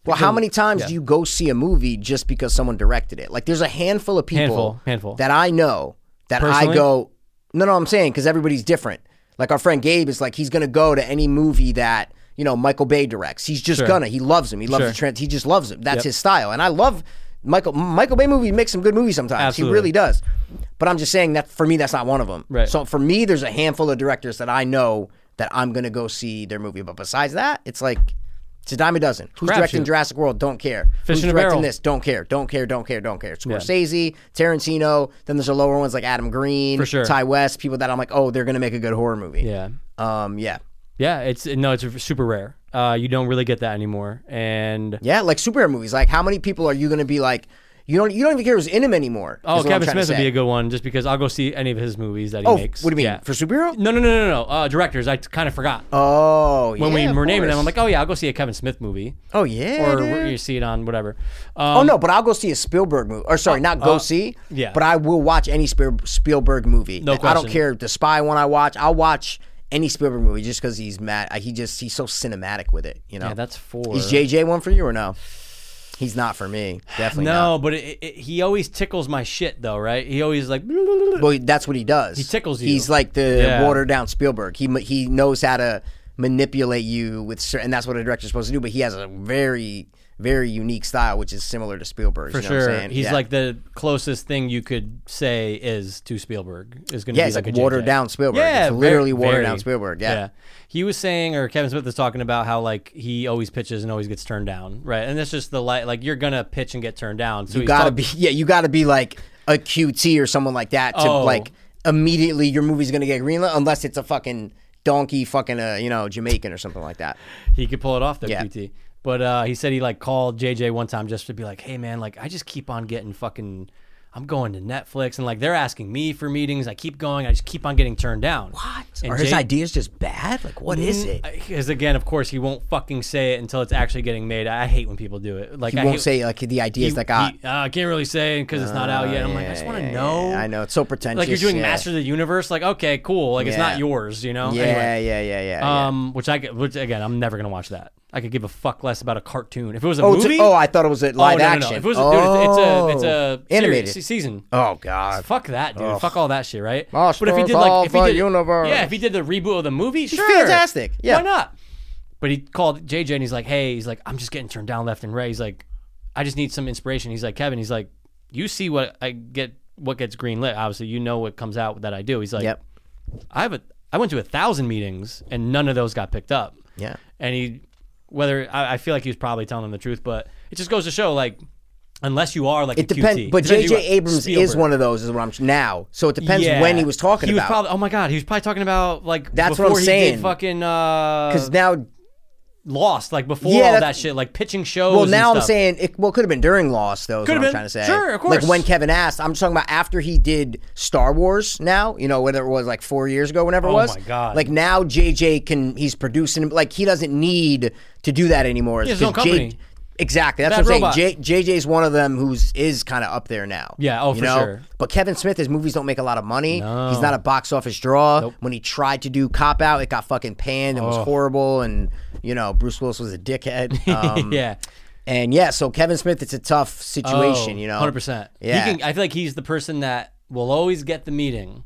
Speaker 1: Well, how many times
Speaker 2: yeah.
Speaker 1: do you go see a movie just because someone directed it? Like, there's a handful of people
Speaker 2: Handful, handful.
Speaker 1: that I know that I
Speaker 2: Personally?
Speaker 1: go, no, no, I'm saying because everybody's different. Like, our friend Gabe is like, he's going to go to any movie that, you know, Michael Bay directs. He's just going to. He loves him. He loves
Speaker 2: Sure.
Speaker 1: the trans. He just loves him. That's his style. And I love Michael. Michael Bay movies make some good movies sometimes. He
Speaker 2: Absolutely.
Speaker 1: really does. But I'm just saying that for me, that's not one of them.
Speaker 2: Right.
Speaker 1: So for me, there's a handful of directors that I know that I'm going to go see their movie. But besides that, it's like it's a dime a dozen. Who's
Speaker 2: Crapshoot.
Speaker 1: directing Jurassic World? Don't care.
Speaker 2: Fish
Speaker 1: Who's
Speaker 2: in a
Speaker 1: directing
Speaker 2: barrel.
Speaker 1: this? Don't care. Don't care. Don't care. Don't care. Scorsese, Tarantino. Then there's the lower ones like Adam Green,
Speaker 2: For sure.
Speaker 1: Ty West, people that I'm like, oh, they're going to make a good horror movie.
Speaker 2: Yeah.
Speaker 1: Um. Yeah.
Speaker 2: Yeah, it's no, it's super rare. Uh, you don't really get that anymore, and
Speaker 1: Yeah. Like superhero movies. Like, how many people are you going to be like? You don't. You don't even care who's in them anymore.
Speaker 2: oh,
Speaker 1: is what I'm
Speaker 2: Kevin
Speaker 1: trying to
Speaker 2: Smith would be
Speaker 1: say.
Speaker 2: a good one just because I'll go see any of his movies that he
Speaker 1: Oh,
Speaker 2: makes.
Speaker 1: what do you mean
Speaker 2: Yeah.
Speaker 1: for superhero?
Speaker 2: No, no, no, no, no. Uh, directors, I kind of forgot
Speaker 1: Oh,
Speaker 2: when
Speaker 1: yeah,
Speaker 2: we
Speaker 1: of
Speaker 2: were naming
Speaker 1: course.
Speaker 2: them. I'm like, oh yeah, I'll go see a Kevin Smith movie,
Speaker 1: oh yeah,
Speaker 2: or
Speaker 1: dude.
Speaker 2: you see it on whatever.
Speaker 1: Oh
Speaker 2: Um,
Speaker 1: no, but I'll go see a Spielberg movie. Or sorry, not go
Speaker 2: uh,
Speaker 1: see.
Speaker 2: yeah.
Speaker 1: But I will watch any Spiel- Spielberg movie.
Speaker 2: No
Speaker 1: I don't
Speaker 2: question.
Speaker 1: care if the spy one I watch. I'll watch any Spielberg movie just because he's mad. uh, He just he's so cinematic with it. You know.
Speaker 2: yeah, that's four.
Speaker 1: Is JJ one for you or no? He's not for me. Definitely
Speaker 2: no, but it, it, he always tickles my shit though, right? He always like.
Speaker 1: not. Well, that's what he does. He
Speaker 2: tickles you.
Speaker 1: He's like the
Speaker 2: Yeah.
Speaker 1: watered down Spielberg. He ma- he knows how to manipulate you with certain, and that's what a director's supposed to do. But he has a very very unique style, which is similar to Spielberg's.
Speaker 2: For
Speaker 1: you know what I'm
Speaker 2: sure,
Speaker 1: saying?
Speaker 2: he's
Speaker 1: Yeah.
Speaker 2: like the closest thing you could say is to Spielberg is going to
Speaker 1: Yeah,
Speaker 2: be
Speaker 1: it's
Speaker 2: like
Speaker 1: like
Speaker 2: a JJ.
Speaker 1: watered down Spielberg.
Speaker 2: Yeah,
Speaker 1: it's
Speaker 2: ver-
Speaker 1: literally watered
Speaker 2: very.
Speaker 1: down Spielberg. Yeah.
Speaker 2: He was saying, or Kevin Smith was talking about how like he always pitches and always gets turned down, right? And that's just the light. Like you're gonna pitch and get turned down. So
Speaker 1: you gotta be. Yeah, you gotta be like a QT or someone like that to
Speaker 2: Oh.
Speaker 1: like immediately your movie's gonna get greenlit unless it's a fucking donkey, fucking uh, you know Jamaican or something like that.
Speaker 2: He could pull it off though,
Speaker 1: Yeah.
Speaker 2: QT. But uh, he said he like called JJ one time just to be like, hey man, like I just keep on getting fucking. I'm going to Netflix and like they're asking me for meetings. I keep going. I just keep on getting turned down. What?
Speaker 1: Are his ideas just bad? Like, what
Speaker 2: Mm,
Speaker 1: is it?
Speaker 2: Because again, of course, he won't fucking say it until it's actually getting made. I hate when people do it. Like
Speaker 1: He
Speaker 2: I
Speaker 1: won't
Speaker 2: hate-
Speaker 1: say like the ideas
Speaker 2: he-
Speaker 1: that got. Oh,
Speaker 2: he- uh, I can't really say because it's not out yet. I'm like, I just want to know.
Speaker 1: I know it's so pretentious.
Speaker 2: Like you're doing
Speaker 1: yeah.
Speaker 2: Master of the Universe. Like, okay, cool. Like it's
Speaker 1: Yeah.
Speaker 2: not yours, you know.
Speaker 1: Yeah,
Speaker 2: Anyway,
Speaker 1: yeah, yeah, yeah, yeah.
Speaker 2: um, which I could- which again, I'm never gonna watch that. I could give a fuck less about a cartoon. If it was a
Speaker 1: Oh, it's a-
Speaker 2: movie,
Speaker 1: oh, I thought it was a
Speaker 2: Oh,
Speaker 1: live
Speaker 2: no, no, no.
Speaker 1: action.
Speaker 2: If it was a,
Speaker 1: oh.
Speaker 2: dude, it's, it's a it's a
Speaker 1: animated.
Speaker 2: series, season.
Speaker 1: Oh god.
Speaker 2: Fuck that, dude. Fuck all that shit, right?
Speaker 1: Masters of the universe.
Speaker 2: yeah, if he did the reboot of the movie, sure,
Speaker 1: fantastic. Yeah.
Speaker 2: why not? But he called JJ and he's like, "Hey, he's like, I'm just getting turned down left and right. He's like, I just need some inspiration." He's like, "Kevin, he's like, you see what I get, what gets greenlit. Obviously, you know what comes out that I do." He's like,
Speaker 1: Yep.
Speaker 2: I have a, I went to a thousand meetings and none of those got picked up.
Speaker 1: Yeah.
Speaker 2: And he, whether I, I feel like he was probably telling them the truth, but it just goes to show, like, unless you are like
Speaker 1: It depends, but J.J. Abrams is one of those. Is what I'm now. So it depends when he was talking
Speaker 2: He was
Speaker 1: about.
Speaker 2: probably. Oh my god, he was probably talking about like
Speaker 1: That's what I'm
Speaker 2: before he
Speaker 1: saying.
Speaker 2: Did fucking uh,
Speaker 1: because now,
Speaker 2: Lost, like before
Speaker 1: Yeah,
Speaker 2: all
Speaker 1: that's-
Speaker 2: that shit, like pitching shows.
Speaker 1: well,
Speaker 2: and
Speaker 1: now I'm
Speaker 2: stuff.
Speaker 1: saying it. Well, could have been during Lost, though. Could
Speaker 2: Could've
Speaker 1: what I'm
Speaker 2: been.
Speaker 1: trying to say.
Speaker 2: Sure, of
Speaker 1: Like when
Speaker 2: course.
Speaker 1: Kevin asked, I'm talking about after he did Star Wars. Now, you know, whether it was like four years ago, whenever it
Speaker 2: Oh
Speaker 1: was.
Speaker 2: my God.
Speaker 1: Like now, JJ can he's producing. Like he doesn't need to do that anymore. He
Speaker 2: has his own company.
Speaker 1: Exactly. That's
Speaker 2: Bad
Speaker 1: what I'm
Speaker 2: robot.
Speaker 1: saying. J, JJ's one of them who's is kind of up there now.
Speaker 2: Yeah, oh,
Speaker 1: you
Speaker 2: for
Speaker 1: know?
Speaker 2: sure.
Speaker 1: But Kevin Smith, his movies don't make a lot of money.
Speaker 2: No.
Speaker 1: He's not a box office draw. When he tried to do Cop Out, it got fucking panned and was horrible. And, you know, Bruce Willis was a dickhead. Um,
Speaker 2: yeah,
Speaker 1: And yeah, so Kevin Smith, it's a tough situation, you know?
Speaker 2: Oh, hundred percent.
Speaker 1: Yeah.
Speaker 2: he can, I feel like he's the person that will always get the meeting,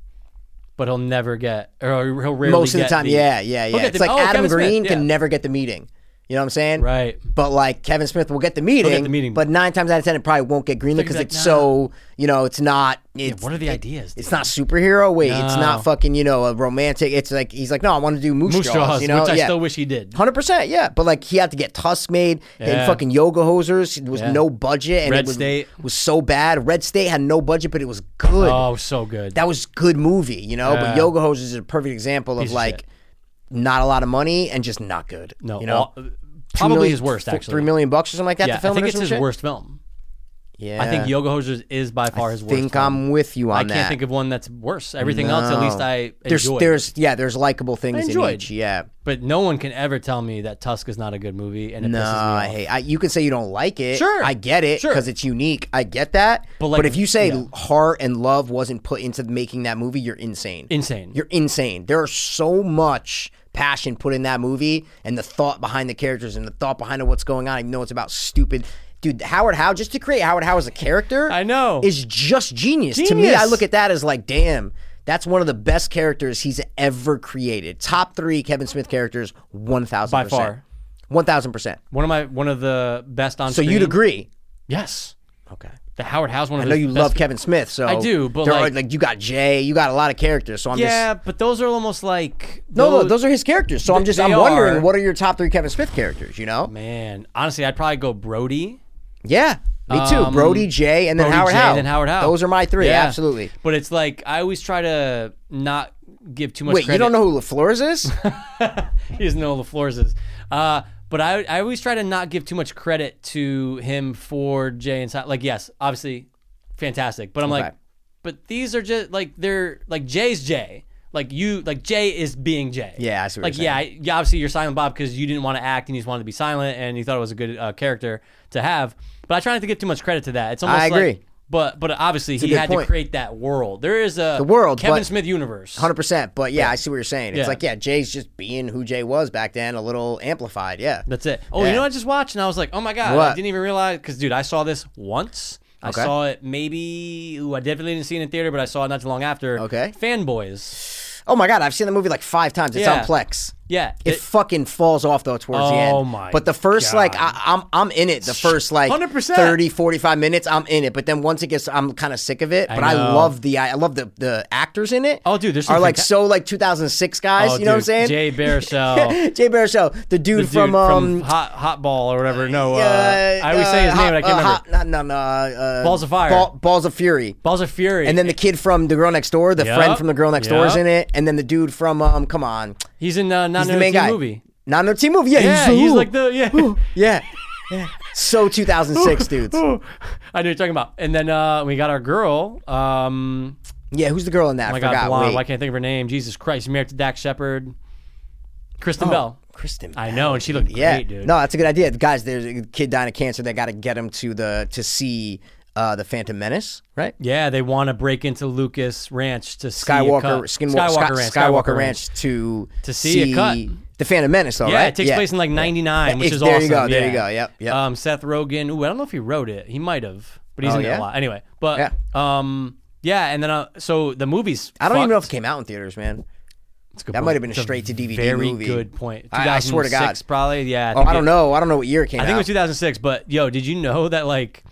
Speaker 2: but he'll never get, or he'll rarely
Speaker 1: Most of the
Speaker 2: get
Speaker 1: time, yeah, yeah,
Speaker 2: he'll
Speaker 1: yeah.
Speaker 2: get
Speaker 1: It's
Speaker 2: the-
Speaker 1: like
Speaker 2: oh,
Speaker 1: Adam
Speaker 2: Kevin Smith,
Speaker 1: Green
Speaker 2: yeah.
Speaker 1: can never get the meeting. You know what I'm saying?
Speaker 2: Right.
Speaker 1: But like Kevin Smith will get the meeting,
Speaker 2: the meeting.
Speaker 1: but nine times out of ten, it probably won't get greenlit because
Speaker 2: like,
Speaker 1: it's
Speaker 2: nah.
Speaker 1: so, you know, it's not. It's,
Speaker 2: What are the
Speaker 1: it-
Speaker 2: ideas?
Speaker 1: It's not superhero. Wait, it's
Speaker 2: No.
Speaker 1: not fucking you know a romantic. It's like he's like, no, I want to do moose,
Speaker 2: Moose Jaws,
Speaker 1: You know,
Speaker 2: which I
Speaker 1: yeah.
Speaker 2: still wish he did.
Speaker 1: Hundred percent, yeah. But like he had to get tusks made and
Speaker 2: Yeah.
Speaker 1: fucking yoga hosers. There was no budget, and it
Speaker 2: Red
Speaker 1: was,
Speaker 2: State.
Speaker 1: was so bad. Red State had no budget, but it was good.
Speaker 2: Oh, so good.
Speaker 1: That was good movie, you know. But
Speaker 2: Yeah.
Speaker 1: yoga hosers is a perfect example of
Speaker 2: Piece of
Speaker 1: like
Speaker 2: shit.
Speaker 1: not a lot of money and just not good.
Speaker 2: no,
Speaker 1: you know,
Speaker 2: all- probably his worst actually.
Speaker 1: three million bucks or something like that.
Speaker 2: Yeah,
Speaker 1: to film
Speaker 2: I think
Speaker 1: it or
Speaker 2: it's
Speaker 1: some
Speaker 2: his
Speaker 1: shit?
Speaker 2: worst film.
Speaker 1: Yeah,
Speaker 2: I think Yoga Hosers is by far his worst.
Speaker 1: Think
Speaker 2: film.
Speaker 1: I'm with you on
Speaker 2: I
Speaker 1: that.
Speaker 2: can't think of one that's worse. Everything else, at least I
Speaker 1: there's
Speaker 2: enjoyed.
Speaker 1: there's yeah there's likable things in
Speaker 2: enjoyed.
Speaker 1: each. Yeah.
Speaker 2: but no one can ever tell me that Tusk is not a good movie, and it
Speaker 1: No,
Speaker 2: pisses me
Speaker 1: I
Speaker 2: off.
Speaker 1: hate. Uh, I, you can say you don't like it.
Speaker 2: Sure.
Speaker 1: I get it
Speaker 2: Sure.
Speaker 1: because it's unique. I get that. But,
Speaker 2: But, like,
Speaker 1: if you say
Speaker 2: yeah.
Speaker 1: heart and love wasn't put into making that movie, you're insane.
Speaker 2: Insane.
Speaker 1: You're insane. There's so much passion put in that movie and the thought behind the characters and the thought behind what's going on. Even though it's about stupid. Dude, Howard Howe, just to create Howard Howe as a character,
Speaker 2: I know.
Speaker 1: is just genius. To me,
Speaker 2: Genius.
Speaker 1: I look at that as like, damn, that's one of the best characters he's ever created. Top three Kevin Smith characters, one thousand
Speaker 2: By far.
Speaker 1: one thousand percent.
Speaker 2: One of my one of the best on.
Speaker 1: So you'd agree?
Speaker 2: Yes.
Speaker 1: Okay.
Speaker 2: The Howard House one of
Speaker 1: I know
Speaker 2: his
Speaker 1: you
Speaker 2: best-
Speaker 1: love Kevin Smith, so
Speaker 2: I do, but
Speaker 1: there are-
Speaker 2: like-
Speaker 1: you got Jay, you got a lot of characters. So I'm
Speaker 2: Yeah,
Speaker 1: just
Speaker 2: but those are almost like
Speaker 1: no, no, those are his characters. So I'm just
Speaker 2: They
Speaker 1: I'm wondering
Speaker 2: are.
Speaker 1: what are your top three Kevin Smith characters? You know?
Speaker 2: Man, honestly, I'd probably go Brody.
Speaker 1: Yeah, me too.
Speaker 2: Um,
Speaker 1: Brody, Jay, and then
Speaker 2: Brody,
Speaker 1: Howard
Speaker 2: Jay,
Speaker 1: Howe.
Speaker 2: then Howard Howe.
Speaker 1: Those are my three.
Speaker 2: Yeah.
Speaker 1: Absolutely.
Speaker 2: But it's like I always try to not give too much.
Speaker 1: Wait, you
Speaker 2: credit.
Speaker 1: don't know who LaFleurs is?
Speaker 2: he doesn't know all the floors is. Uh, but I, I always try to not give too much credit to him for Jay and Silent. Like, yes, obviously, fantastic. But I'm like,
Speaker 1: Okay.
Speaker 2: but these are just like they're like Jay's Jay. Like you, like Jay is being Jay.
Speaker 1: Yeah, I see what
Speaker 2: like
Speaker 1: you're
Speaker 2: yeah, I- yeah. Obviously, you're Silent Bob because you didn't want to act and you just wanted to be silent, and you thought it was a good uh, character to have. But I try not to give too much credit to that. It's almost
Speaker 1: I
Speaker 2: like-
Speaker 1: agree.
Speaker 2: but but obviously he
Speaker 1: good
Speaker 2: had
Speaker 1: point.
Speaker 2: to create that world. There is a the
Speaker 1: world,
Speaker 2: Kevin
Speaker 1: but-
Speaker 2: Smith universe.
Speaker 1: Hundred percent. But yeah, I see what you're saying. It's
Speaker 2: Yeah.
Speaker 1: like yeah, Jay's just being who Jay was back then, a little amplified. Yeah.
Speaker 2: That's it. Oh,
Speaker 1: Yeah.
Speaker 2: you know, what I just watched and I was like, oh my god,
Speaker 1: What?
Speaker 2: I didn't even realize because dude, I saw this once. I
Speaker 1: Okay.
Speaker 2: saw it maybe. Ooh, I definitely didn't see it in theater, but I saw it not too long after.
Speaker 1: Okay.
Speaker 2: Fanboys.
Speaker 1: Oh my god, I've seen the movie like five times. It's
Speaker 2: Yeah.
Speaker 1: on Plex.
Speaker 2: Yeah.
Speaker 1: It, fucking falls off though towards the end.
Speaker 2: Oh, my
Speaker 1: But the first
Speaker 2: God.
Speaker 1: like I, I'm I'm in it. The first like
Speaker 2: 100%.
Speaker 1: 30 45 minutes I'm in it. But then once it gets I'm kind of sick of it, but I,
Speaker 2: know.
Speaker 1: love the I love the the actors in it.
Speaker 2: Oh, dude, there's some
Speaker 1: are like
Speaker 2: fanta-
Speaker 1: so like 2006 guys,
Speaker 2: Oh,
Speaker 1: you know what I'm
Speaker 2: dude,
Speaker 1: saying?
Speaker 2: Jay Baruchel,
Speaker 1: Jay Baruchel, the dude,
Speaker 2: the dude
Speaker 1: from um
Speaker 2: Hot Hot Ball or whatever. No, uh,
Speaker 1: uh,
Speaker 2: I always say his
Speaker 1: uh,
Speaker 2: name, but I
Speaker 1: uh,
Speaker 2: can't remember.
Speaker 1: Hot- no, no, no, uh,
Speaker 2: Balls of Fire.
Speaker 1: Ball- Balls of Fury.
Speaker 2: Balls of Fury,
Speaker 1: And then the kid from the girl next door, the
Speaker 2: Yup.
Speaker 1: friend from the girl next door is
Speaker 2: Yup.
Speaker 1: in it, and then the dude from um, come on,
Speaker 2: he's in uh,
Speaker 1: he's
Speaker 2: not
Speaker 1: the main guy.
Speaker 2: movie.
Speaker 1: Not another team movie. Yeah,
Speaker 2: Yeah,
Speaker 1: the-
Speaker 2: he's like the yeah.
Speaker 1: yeah, yeah. So 2006 dudes.
Speaker 2: I know what you're talking about. And then uh, we got our girl. Um,
Speaker 1: Yeah, who's the girl in that?
Speaker 2: I
Speaker 1: I
Speaker 2: got
Speaker 1: forgot.
Speaker 2: Oh blonde.
Speaker 1: Wait.
Speaker 2: Why can't I think of her name? Jesus Christ, married to Dak Shepard, Kristen Bell.
Speaker 1: Kristen.
Speaker 2: I
Speaker 1: Bell,
Speaker 2: know, and she looked
Speaker 1: dude. Oh. Yeah.
Speaker 2: great, dude.
Speaker 1: No, that's a good idea, guys. There's a kid dying of cancer. They got to get him to the to see uh, the Phantom Menace, right?
Speaker 2: Yeah, they want to break into Lucas Ranch to see a cut.
Speaker 1: Skywalker, Skinwalker,
Speaker 2: Skywalker
Speaker 1: Sky-
Speaker 2: Ranch,
Speaker 1: Skywalker Ranch, to
Speaker 2: To see a cut.
Speaker 1: the Phantom Menace, though,
Speaker 2: Yeah,
Speaker 1: right?
Speaker 2: it takes place in like '99,
Speaker 1: Yeah,
Speaker 2: which
Speaker 1: it's-
Speaker 2: is
Speaker 1: there
Speaker 2: awesome.
Speaker 1: you go, there you
Speaker 2: yeah.
Speaker 1: go, yep, yep.
Speaker 2: Um, Seth Rogen. Ooh, I don't know if he wrote it. He might have, but he's
Speaker 1: Oh,
Speaker 2: in
Speaker 1: yeah?
Speaker 2: it a lot anyway. But um, yeah, and then uh, so the movies.
Speaker 1: I don't even know if it
Speaker 2: fucked.
Speaker 1: came out in theaters, man.
Speaker 2: It's a good
Speaker 1: that
Speaker 2: point.
Speaker 1: might have been a
Speaker 2: It's
Speaker 1: straight to DVD
Speaker 2: Very
Speaker 1: movie.
Speaker 2: good point.
Speaker 1: I- I swear to God.
Speaker 2: 2006 probably. Yeah.
Speaker 1: Oh, I don't know. I don't know what year it came
Speaker 2: I think it
Speaker 1: out.
Speaker 2: was 2006. But yo, did you know that like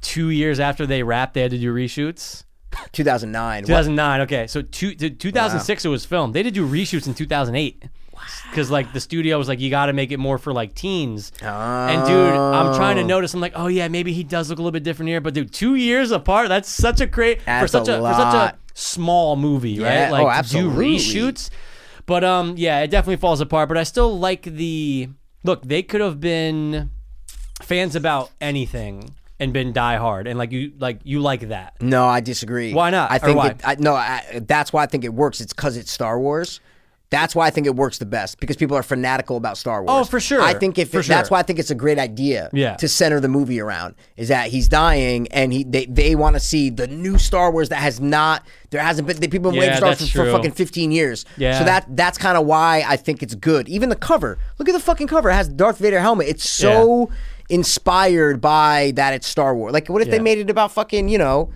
Speaker 2: two years after they wrapped, they had to do reshoots?
Speaker 1: 2009.
Speaker 2: 2009. Okay, so two, to 2006 it was filmed. They did do reshoots in 2008. Because like the studio was like, you got to make it more for like teens. And dude, I'm trying to notice. I'm like, oh yeah, maybe he does look a little bit different here. But dude, two years apart, that's such a great for
Speaker 1: That's
Speaker 2: such
Speaker 1: a
Speaker 2: a, for such
Speaker 1: lot.
Speaker 2: a small movie,
Speaker 1: Yeah,
Speaker 2: right? Like
Speaker 1: oh,
Speaker 2: to do
Speaker 1: absolutely.
Speaker 2: reshoots. But um, yeah, it definitely falls apart. But I still like the look. They could have been fans about anything and been diehard, and like you like you like that.
Speaker 1: No, I disagree.
Speaker 2: Why not?
Speaker 1: I
Speaker 2: Or
Speaker 1: think
Speaker 2: why?
Speaker 1: It, I, no. I, that's why I think it works. It's because it's Star Wars. That's why I think it works the best because people are fanatical about Star Wars.
Speaker 2: Oh, for sure.
Speaker 1: I think if
Speaker 2: For
Speaker 1: it- that's
Speaker 2: sure.
Speaker 1: why I think it's a great idea
Speaker 2: Yeah.
Speaker 1: to center the movie around is that he's dying and he they, they want to see the new Star Wars that has not there hasn't been the people have been waiting
Speaker 2: Yeah,
Speaker 1: for Star Wars
Speaker 2: that's
Speaker 1: for, for
Speaker 2: true.
Speaker 1: fucking fifteen years.
Speaker 2: Yeah.
Speaker 1: So that that's kind of why I think it's good. Even the cover. Look at the fucking cover. It has Darth Vader helmet. It's so inspired by that it's Star Wars. Like what if they
Speaker 2: Yeah.
Speaker 1: made it about fucking, you know,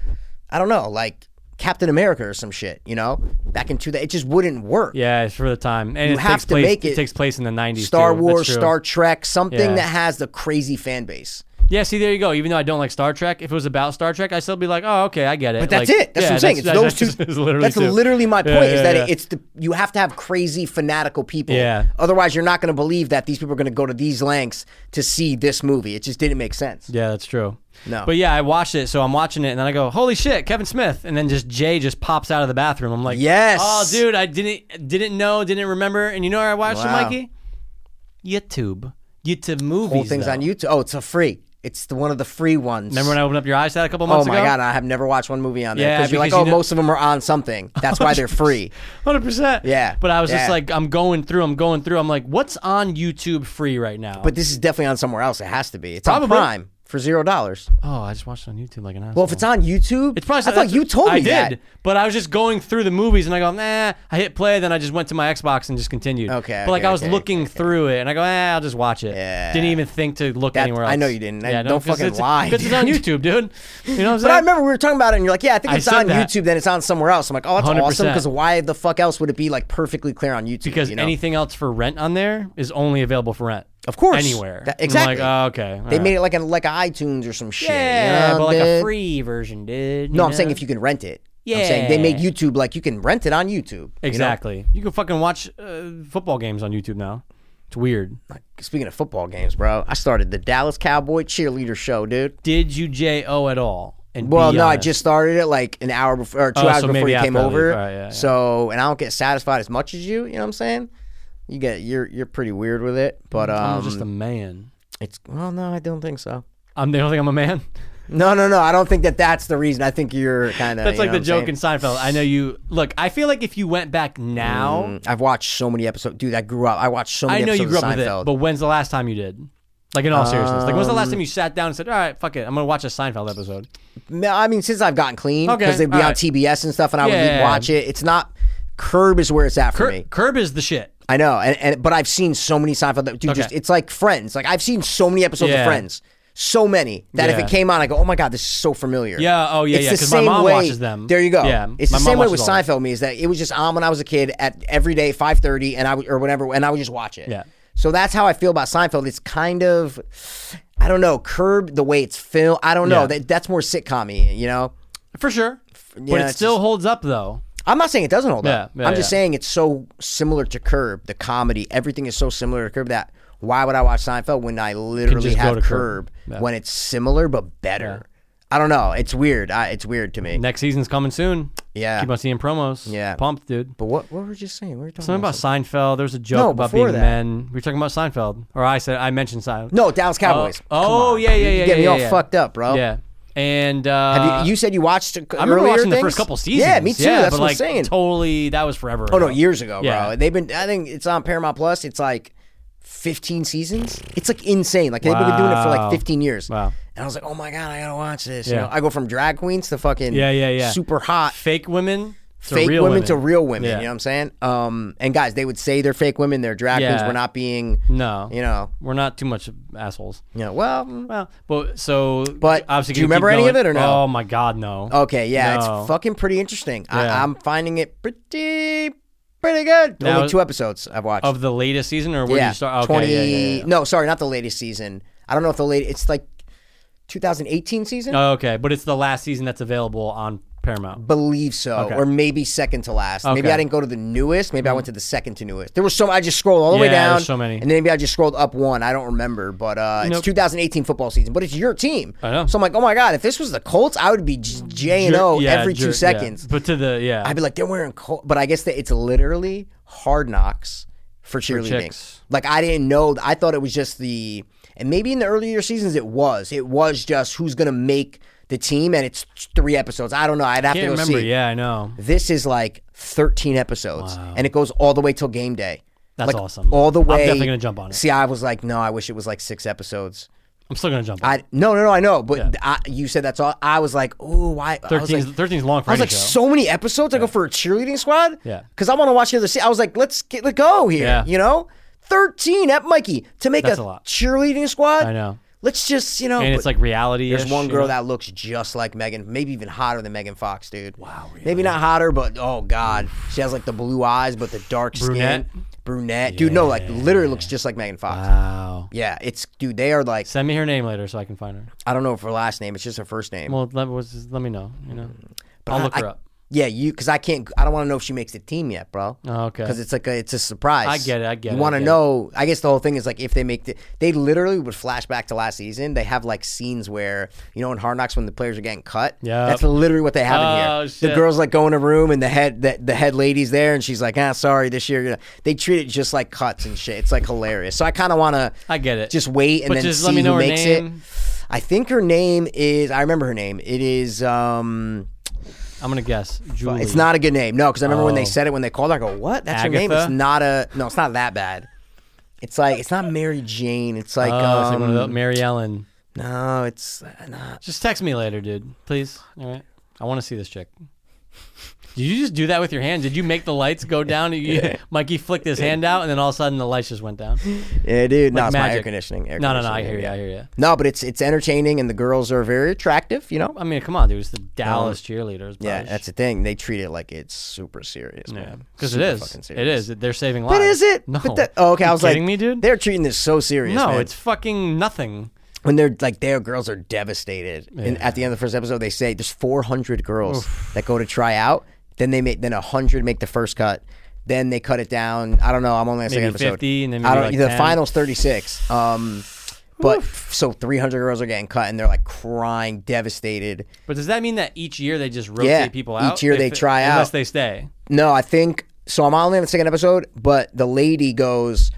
Speaker 1: I don't know, like Captain America or some shit, you know? Back into that it just wouldn't work.
Speaker 2: Yeah, it's for the time, and it
Speaker 1: have
Speaker 2: takes
Speaker 1: to
Speaker 2: place.
Speaker 1: make
Speaker 2: it,
Speaker 1: it
Speaker 2: takes place in the nineties.
Speaker 1: Star Wars, Star Trek, something
Speaker 2: Yeah.
Speaker 1: that has the crazy fan base.
Speaker 2: Yeah, see, there you go. Even though I don't like Star Trek, if it was about Star Trek, I'd still be like, oh, okay, I get it.
Speaker 1: But that's
Speaker 2: Like,
Speaker 1: it. That's
Speaker 2: yeah,
Speaker 1: what I'm saying. It's
Speaker 2: that's-
Speaker 1: those two.
Speaker 2: that's- that's literally
Speaker 1: that's
Speaker 2: two.
Speaker 1: literally my
Speaker 2: Yeah,
Speaker 1: point. is
Speaker 2: yeah,
Speaker 1: that
Speaker 2: yeah.
Speaker 1: it's the you have to have crazy fanatical people.
Speaker 2: Yeah.
Speaker 1: Otherwise, you're not going to believe that these people are going to go to these lengths to see this movie. It just didn't make sense.
Speaker 2: Yeah, that's true.
Speaker 1: No.
Speaker 2: But yeah, I watched it, so I'm watching it, and then I go, holy shit, Kevin Smith, and then just Jay just pops out of the bathroom. I'm like,
Speaker 1: Yes.
Speaker 2: oh, dude, I didn't didn't know, didn't remember, and you know where I watched
Speaker 1: Wow.
Speaker 2: it, Mikey? YouTube, YouTube movies.
Speaker 1: Whole things
Speaker 2: though.
Speaker 1: on YouTube. Oh, it's a free. It's the, one of the free ones.
Speaker 2: Remember when I opened up your eyes to that a couple
Speaker 1: Oh
Speaker 2: months
Speaker 1: my
Speaker 2: ago?
Speaker 1: god, I have never watched one movie on there
Speaker 2: Yeah,
Speaker 1: because you're like,
Speaker 2: because
Speaker 1: oh,
Speaker 2: you know- Oh,
Speaker 1: most of them are on something. That's why they're free.
Speaker 2: Hundred percent.
Speaker 1: Yeah,
Speaker 2: But I was
Speaker 1: yeah.
Speaker 2: just like, I'm going through, I'm going through. I'm like, what's on YouTube free right now?
Speaker 1: But this is definitely on somewhere else. It has to be. It's on
Speaker 2: Probably.
Speaker 1: Prime. for zero dollars.
Speaker 2: Oh, I just watched it on YouTube like an asshole.
Speaker 1: Well, if it's on YouTube,
Speaker 2: It's probably
Speaker 1: I thought you told me
Speaker 2: I
Speaker 1: that.
Speaker 2: did, but I was just going through the movies and I go, nah. I hit play, then I just went to my Xbox and just continued.
Speaker 1: Okay,
Speaker 2: But like
Speaker 1: okay,
Speaker 2: I was
Speaker 1: okay,
Speaker 2: looking through it and I go, ah, I'll just watch it.
Speaker 1: Yeah.
Speaker 2: Didn't even think to look anywhere else.
Speaker 1: I know you didn't. I-
Speaker 2: no,
Speaker 1: don't
Speaker 2: 'cause
Speaker 1: fucking
Speaker 2: it's,
Speaker 1: lie,
Speaker 2: Because it's on
Speaker 1: dude.
Speaker 2: YouTube, dude. You know what I'm saying?
Speaker 1: But I remember we were talking about it, and you're like, "Yeah, I think
Speaker 2: I
Speaker 1: it's
Speaker 2: said
Speaker 1: on
Speaker 2: that.
Speaker 1: YouTube. Then it's on somewhere else." I'm like, "Oh, that's awesome!"
Speaker 2: 100%.
Speaker 1: Because why the fuck else would it be like perfectly clear on YouTube?
Speaker 2: because
Speaker 1: you know?
Speaker 2: anything else for rent on there is only available for rent.
Speaker 1: of course,
Speaker 2: Anywhere.
Speaker 1: That-
Speaker 2: And I'm
Speaker 1: exactly.
Speaker 2: like, oh, okay.
Speaker 1: they
Speaker 2: all
Speaker 1: made
Speaker 2: right.
Speaker 1: it like an like a iTunes or some shit. you
Speaker 2: Yeah,
Speaker 1: know,
Speaker 2: but like a
Speaker 1: dude?
Speaker 2: free version, dude.
Speaker 1: No, I'm saying if you can rent it. I'm saying they make YouTube like you can rent it on YouTube. you know?
Speaker 2: Exactly. You, can fucking watch uh, football games on YouTube now. It's weird.
Speaker 1: Speaking of football games, bro, I started the Dallas Cowboy cheerleader show, dude.
Speaker 2: Did you J.O. at all? And
Speaker 1: Well,
Speaker 2: be
Speaker 1: no, I
Speaker 2: honest.
Speaker 1: just started it like an hour before, or two
Speaker 2: Oh,
Speaker 1: hours
Speaker 2: so
Speaker 1: before
Speaker 2: maybe
Speaker 1: you came
Speaker 2: after I
Speaker 1: over.
Speaker 2: leave. All right, yeah, yeah.
Speaker 1: So, and I don't get satisfied as much as you. You know what I'm saying? You get you're you're pretty weird with it, but um,
Speaker 2: Mm, I'm just a man.
Speaker 1: it's well, no, I don't think so.
Speaker 2: I'm the only thing I'm a man.
Speaker 1: No, no, no, I don't think that that's the reason. I think you're kind of
Speaker 2: That's like the joke in Seinfeld. I know you. Look, I feel like if you went back now,
Speaker 1: I've watched so many episodes, dude. I grew up. I watched so many.
Speaker 2: I know you
Speaker 1: episodes
Speaker 2: grew
Speaker 1: Mm, of
Speaker 2: up with it,
Speaker 1: Seinfeld. Um,
Speaker 2: but when's the last time you did? Like in all seriousness, like when's the last time you sat down and said, "All right, fuck it, I'm gonna watch a Seinfeld episode"?
Speaker 1: No, I mean, since I've gotten clean,
Speaker 2: Okay,
Speaker 1: because they'd be
Speaker 2: all
Speaker 1: on
Speaker 2: right.
Speaker 1: TBS and stuff, and I would
Speaker 2: Yeah.
Speaker 1: watch it. It's not. Curb is where it's at for
Speaker 2: Cur-
Speaker 1: me.
Speaker 2: Curb is the shit.
Speaker 1: I know, and, and but I've seen so many Seinfeld. That, dude,
Speaker 2: Okay.
Speaker 1: just it's like Friends. Like I've seen so many episodes
Speaker 2: Yeah.
Speaker 1: of Friends, so many that if
Speaker 2: Yeah.
Speaker 1: it came on, I go, oh my god, this is so familiar.
Speaker 2: Yeah, oh, yeah,
Speaker 1: it's
Speaker 2: yeah,
Speaker 1: The
Speaker 2: 'cause my
Speaker 1: same
Speaker 2: mom
Speaker 1: way,
Speaker 2: watches them.
Speaker 1: There you go.
Speaker 2: Yeah,
Speaker 1: it's
Speaker 2: my
Speaker 1: the
Speaker 2: mom
Speaker 1: same way with
Speaker 2: watches all of
Speaker 1: Seinfeld. Me is that it was just on when I was a kid at every day five thirty, and I would, or whenever, and I would just watch it.
Speaker 2: Yeah.
Speaker 1: So that's how I feel about Seinfeld. It's kind of, I don't know, curb the way it's filmed. I don't know.
Speaker 2: Yeah.
Speaker 1: That that's more sitcom-y, You know.
Speaker 2: For sure.
Speaker 1: yeah,
Speaker 2: but it
Speaker 1: it's
Speaker 2: still
Speaker 1: just-
Speaker 2: holds up though.
Speaker 1: I'm not saying it doesn't hold up.
Speaker 2: Yeah, yeah,
Speaker 1: I'm just
Speaker 2: yeah.
Speaker 1: saying it's so similar to Curb, the comedy. Everything is so similar to Curb that why would I watch Seinfeld when I literally
Speaker 2: just go
Speaker 1: have
Speaker 2: to
Speaker 1: Curb,
Speaker 2: Curb. Yeah.
Speaker 1: when it's similar but better? I don't know. It's weird. I, it's weird to me.
Speaker 2: Next season's coming soon.
Speaker 1: Yeah.
Speaker 2: Keep on seeing promos.
Speaker 1: Yeah.
Speaker 2: Pumped, dude.
Speaker 1: But what, what were we just saying? We were talking
Speaker 2: Something about Seinfeld. There was a joke
Speaker 1: No,
Speaker 2: about
Speaker 1: before
Speaker 2: being
Speaker 1: that.
Speaker 2: men. We were talking about Seinfeld. Or I said I mentioned Seinfeld.
Speaker 1: no Dallas Cowboys. Come
Speaker 2: oh,
Speaker 1: on,
Speaker 2: yeah, yeah,
Speaker 1: dude. You
Speaker 2: yeah,
Speaker 1: get me
Speaker 2: yeah,
Speaker 1: all
Speaker 2: yeah.
Speaker 1: fucked up, bro.
Speaker 2: Yeah. And uh
Speaker 1: Have you, you said you watched. I
Speaker 2: I remember watching the first couple seasons.
Speaker 1: Yeah, me too. that's
Speaker 2: but
Speaker 1: what
Speaker 2: like
Speaker 1: I'm saying.
Speaker 2: totally that was forever.
Speaker 1: oh no, years ago,
Speaker 2: Yeah.
Speaker 1: bro. They've been. I think it's on Paramount Plus. It's like 15 seasons. It's like insane. Like they've been doing it for
Speaker 2: Wow.
Speaker 1: like 15 years.
Speaker 2: Wow.
Speaker 1: And I was like, oh my god, I gotta watch this. You
Speaker 2: Yeah.
Speaker 1: know, I go from drag queens to fucking
Speaker 2: Yeah, yeah, yeah.
Speaker 1: super hot
Speaker 2: Fake women to
Speaker 1: fake
Speaker 2: real
Speaker 1: women, to real women.
Speaker 2: Yeah.
Speaker 1: You know what I'm saying? Um, and guys, they would say they're fake women, they're drag queens.
Speaker 2: Yeah.
Speaker 1: We're not being,
Speaker 2: No.
Speaker 1: you know,
Speaker 2: We're not too much assholes.
Speaker 1: you know. Well, mm,
Speaker 2: Well, but so
Speaker 1: But
Speaker 2: obviously
Speaker 1: do you
Speaker 2: gonna keep
Speaker 1: remember any of
Speaker 2: going.
Speaker 1: it or no?
Speaker 2: Oh my god, no.
Speaker 1: okay, yeah,
Speaker 2: No.
Speaker 1: it's fucking pretty interesting.
Speaker 2: Yeah.
Speaker 1: I, I'm finding it pretty, pretty good.
Speaker 2: Now-
Speaker 1: Only two episodes I've watched.
Speaker 2: Of the latest season or where
Speaker 1: yeah,
Speaker 2: you start? Okay,
Speaker 1: twenty.
Speaker 2: yeah, yeah, yeah.
Speaker 1: No, sorry, not the latest season. I don't know if the late. It's like 2018 season.
Speaker 2: Oh, okay, but it's the last season that's available on Paramount.
Speaker 1: believe so,
Speaker 2: Okay.
Speaker 1: or maybe second to last. Maybe
Speaker 2: Okay. Mm-hmm.
Speaker 1: I didn't go to the newest. Maybe I went to the second to newest. There was so I just scrolled all the way
Speaker 2: Yeah,
Speaker 1: down,
Speaker 2: there's so many.
Speaker 1: and then maybe I just scrolled up one. I don't remember, but uh,
Speaker 2: Nope.
Speaker 1: it's 2018 football season. But it's your team,
Speaker 2: I know.
Speaker 1: so I'm like, oh my god, if this was the Colts, I would be j- J and O
Speaker 2: Jer- yeah,
Speaker 1: every
Speaker 2: Jer-
Speaker 1: two seconds.
Speaker 2: yeah. But to the yeah,
Speaker 1: I'd be like, they're wearing Col but I guess that it's literally hard knocks for cheerleading.
Speaker 2: chicks.
Speaker 1: like I didn't know. I thought it was just the, and maybe in the earlier seasons it was. It was just who's gonna make. The team and it's three episodes. I don't know. I'd have
Speaker 2: can't
Speaker 1: to go
Speaker 2: remember.
Speaker 1: see.
Speaker 2: Yeah, I know.
Speaker 1: This is like 13 episodes, and it goes all the way till game day.
Speaker 2: That's
Speaker 1: Like,
Speaker 2: awesome.
Speaker 1: All the
Speaker 2: I'm
Speaker 1: way.
Speaker 2: definitely gonna jump on it.
Speaker 1: See, I was like, no, I wish it was like six episodes.
Speaker 2: I'm still gonna jump. on it.
Speaker 1: I no, no, no, I know, but I, you said that's all. I was like, ooh, why? I was
Speaker 2: 13
Speaker 1: like,
Speaker 2: 's- 13 's long for
Speaker 1: I was
Speaker 2: any
Speaker 1: like,
Speaker 2: show.
Speaker 1: so many episodes. I go for a cheerleading squad.
Speaker 2: Yeah.
Speaker 1: because I want to watch the other. Se- I was like, let's get let go here.
Speaker 2: Yeah.
Speaker 1: You know, 13 at Mikey to make
Speaker 2: That's
Speaker 1: a,
Speaker 2: a lot.
Speaker 1: cheerleading squad.
Speaker 2: I know.
Speaker 1: Let's just you know.
Speaker 2: and it's
Speaker 1: but-
Speaker 2: like reality.
Speaker 1: there's one girl that looks just like Megan, maybe even hotter than Megan Fox, dude.
Speaker 2: Wow, really?
Speaker 1: Maybe not hotter, but oh god, she has like the blue eyes, but the dark
Speaker 2: Brunette?
Speaker 1: skin, brunette, dude. No, like literally looks just like Megan Fox.
Speaker 2: Wow.
Speaker 1: Yeah, it's dude. They are like
Speaker 2: Send me her name later so I can find her.
Speaker 1: I don't know if her last name. It's just her first name.
Speaker 2: Well, let, was just let me know. You know, I'll look
Speaker 1: I-
Speaker 2: her up.
Speaker 1: yeah, you because I can't. I don't want to know if she makes the team yet, bro.
Speaker 2: Oh, okay.
Speaker 1: Because it's like a, it's a surprise.
Speaker 2: I get it, I get
Speaker 1: You
Speaker 2: it, I
Speaker 1: want to
Speaker 2: get it.
Speaker 1: know? I guess the whole thing is like if they make the, they literally would flash back to last season. They have like scenes where you know in Hard Knocks when the players are getting cut.
Speaker 2: Yep.
Speaker 1: that's literally what they have in
Speaker 2: Oh,
Speaker 1: here.
Speaker 2: shit.
Speaker 1: The girls like go in a room and the head the, the head lady's there and she's like, ah, sorry, this year. You know, they treat it just like cuts and shit. It's like hilarious. So I kind of want to.
Speaker 2: I get it.
Speaker 1: Just wait and
Speaker 2: But
Speaker 1: then
Speaker 2: just
Speaker 1: see
Speaker 2: let me know
Speaker 1: who
Speaker 2: her
Speaker 1: makes
Speaker 2: name.
Speaker 1: it. I think her name is. I remember her name. It is. um
Speaker 2: I'm gonna guess. Julie.
Speaker 1: it's not a good name. No, because I remember when
Speaker 2: Oh.
Speaker 1: they said it when they called. her, I go, "What? That's your name?
Speaker 2: Agatha?
Speaker 1: It's not a. No, it's not that bad. It's like it's not Mary Jane. It's like,
Speaker 2: Oh, it's like one
Speaker 1: um,
Speaker 2: of the- Mary Ellen.
Speaker 1: No, it's uh, not.
Speaker 2: Just text me later, dude. Please. All right. I want to see this chick. Did you just do that with your hand? Did you make the lights go down? You- Mikey flicked his hand out, and then all of a sudden the lights just went down.
Speaker 1: Yeah, dude. no,
Speaker 2: Like
Speaker 1: it's my air
Speaker 2: magic.
Speaker 1: conditioning. Air
Speaker 2: No, no, no. I
Speaker 1: conditioning,
Speaker 2: hear you.
Speaker 1: yeah.
Speaker 2: I hear you.
Speaker 1: No, but it's it's entertaining and the girls are very attractive, you know?
Speaker 2: I mean, come on, dude. It's the Dallas cheerleaders.
Speaker 1: Um, Yeah,
Speaker 2: bro.
Speaker 1: that's the thing. They treat it like it's super serious, man.
Speaker 2: because it
Speaker 1: Super
Speaker 2: is.
Speaker 1: fucking
Speaker 2: It
Speaker 1: serious.
Speaker 2: is. They're saving lives.
Speaker 1: But is it?
Speaker 2: No.
Speaker 1: But that, oh, okay,
Speaker 2: You
Speaker 1: I was
Speaker 2: kidding
Speaker 1: like,
Speaker 2: me, dude.
Speaker 1: They're treating this so serious.
Speaker 2: no,
Speaker 1: man.
Speaker 2: it's fucking nothing.
Speaker 1: when they're like their girls are devastated. And at the end of the first episode, they say there's 400 girls that go to try out. Then they make then 100 make the first cut. Then they cut it down. I don't know. I'm only on the
Speaker 2: Maybe
Speaker 1: second episode.
Speaker 2: 50, and then
Speaker 1: I
Speaker 2: maybe,
Speaker 1: don't.
Speaker 2: like,
Speaker 1: the
Speaker 2: 10.
Speaker 1: finals 36. Um, but so 300 girls are getting cut, and they're like crying, devastated.
Speaker 2: But does that mean that each year they just rotate
Speaker 1: Yeah,
Speaker 2: people
Speaker 1: each
Speaker 2: out?
Speaker 1: year they try
Speaker 2: unless
Speaker 1: out.
Speaker 2: they stay.
Speaker 1: No, I think so. I'm only on the second episode, but the lady goes.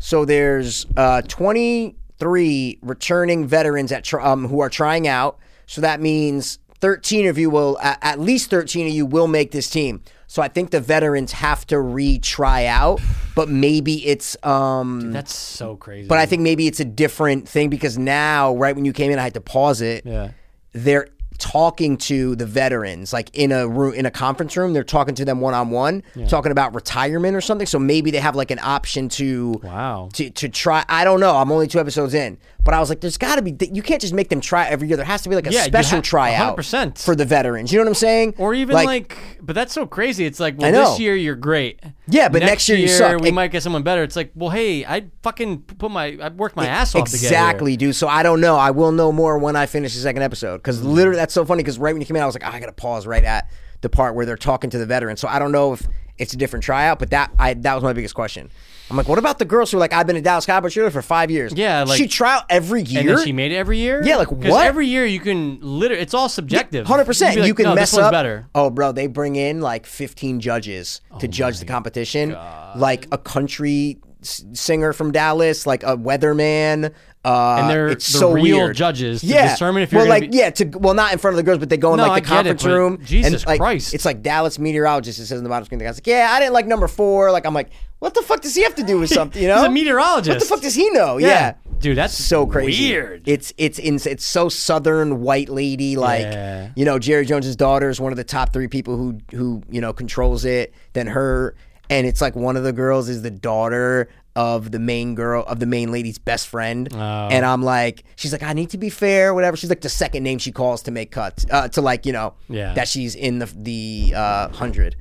Speaker 1: So there's uh, 23 returning veterans at tr- um, who are trying out. So that means 13 of you will a- at least 13 of you will make this team. So I think the veterans have to retry out, but maybe it's um
Speaker 2: That's so crazy.
Speaker 1: but I think maybe it's a different thing because now right when you came in I had to pause it
Speaker 2: yeah,
Speaker 1: they're talking to the veterans like in a room in a conference room they're talking to them one on one talking about retirement or something so maybe they have like an option to
Speaker 2: Wow.
Speaker 1: to, to try I don't know I'm only two episodes in but I was like there's got to be you can't just make them try every year there has to be like a
Speaker 2: Yeah, you
Speaker 1: special
Speaker 2: ha-
Speaker 1: tryout
Speaker 2: 100%.
Speaker 1: for the veterans you know what I'm saying
Speaker 2: or even like, but that's so crazy. It's like, well,
Speaker 1: I know.
Speaker 2: this year you're great.
Speaker 1: Yeah, but next year you suck.
Speaker 2: we
Speaker 1: Ex-
Speaker 2: might get someone better. It's like, well, hey, I fucking put my, I worked my ass off to get here.
Speaker 1: Exactly, dude. So I don't know. I will know more when I finish the second episode because
Speaker 2: Mm.
Speaker 1: literally that's so funny. Because right when you came in, I was like, "Ah, I gotta pause right at the part where they're talking to the veteran. So I don't know if it's a different tryout, but that I that was my biggest question. I'm like, what about the girls who are like, I've been a Dallas Cowboy shooter for five years.
Speaker 2: Yeah, like-
Speaker 1: she try out every year.
Speaker 2: And then she made it every year.
Speaker 1: Yeah, like,
Speaker 2: 'Cause
Speaker 1: what?
Speaker 2: Every year you can literally, it's all subjective.
Speaker 1: Hundred
Speaker 2: You'd
Speaker 1: percent.
Speaker 2: be like,
Speaker 1: You can
Speaker 2: no,
Speaker 1: mess
Speaker 2: this one's
Speaker 1: up.
Speaker 2: better. Oh
Speaker 1: Oh, bro, they bring in like fifteen judges to judge the competition, like a country s- singer from Dallas, like a weatherman. Uh,
Speaker 2: And they're
Speaker 1: it's
Speaker 2: the
Speaker 1: so
Speaker 2: real
Speaker 1: weird.
Speaker 2: judges to
Speaker 1: yeah.
Speaker 2: determine if you're
Speaker 1: well,
Speaker 2: gonna
Speaker 1: like
Speaker 2: be-
Speaker 1: yeah, to well not in front of the girls, but they go in
Speaker 2: No, I
Speaker 1: like the
Speaker 2: get it,
Speaker 1: conference
Speaker 2: but
Speaker 1: room.
Speaker 2: Jesus
Speaker 1: and, like,
Speaker 2: Christ.
Speaker 1: It's like Dallas meteorologist. It says in the bottom screen. The guy's like, yeah, I didn't like number four. Like I'm like, what the fuck does he have to do with something? You know,
Speaker 2: He's a meteorologist.
Speaker 1: What the fuck does he know? yeah
Speaker 2: dude, that's
Speaker 1: so crazy.
Speaker 2: Weird.
Speaker 1: It's it's ins- it's so southern white lady like
Speaker 2: Yeah.
Speaker 1: you know Jerry Jones's daughter is one of the top three people who who you know controls it. Then her and it's like one of the girls is the daughter of the main girl of the main lady's best friend.
Speaker 2: Oh.
Speaker 1: And I'm like, she's like, I need to be fair, whatever. She's like the second name she calls to make cuts uh, to like you know
Speaker 2: Yeah.
Speaker 1: that she's in the the uh, hundred.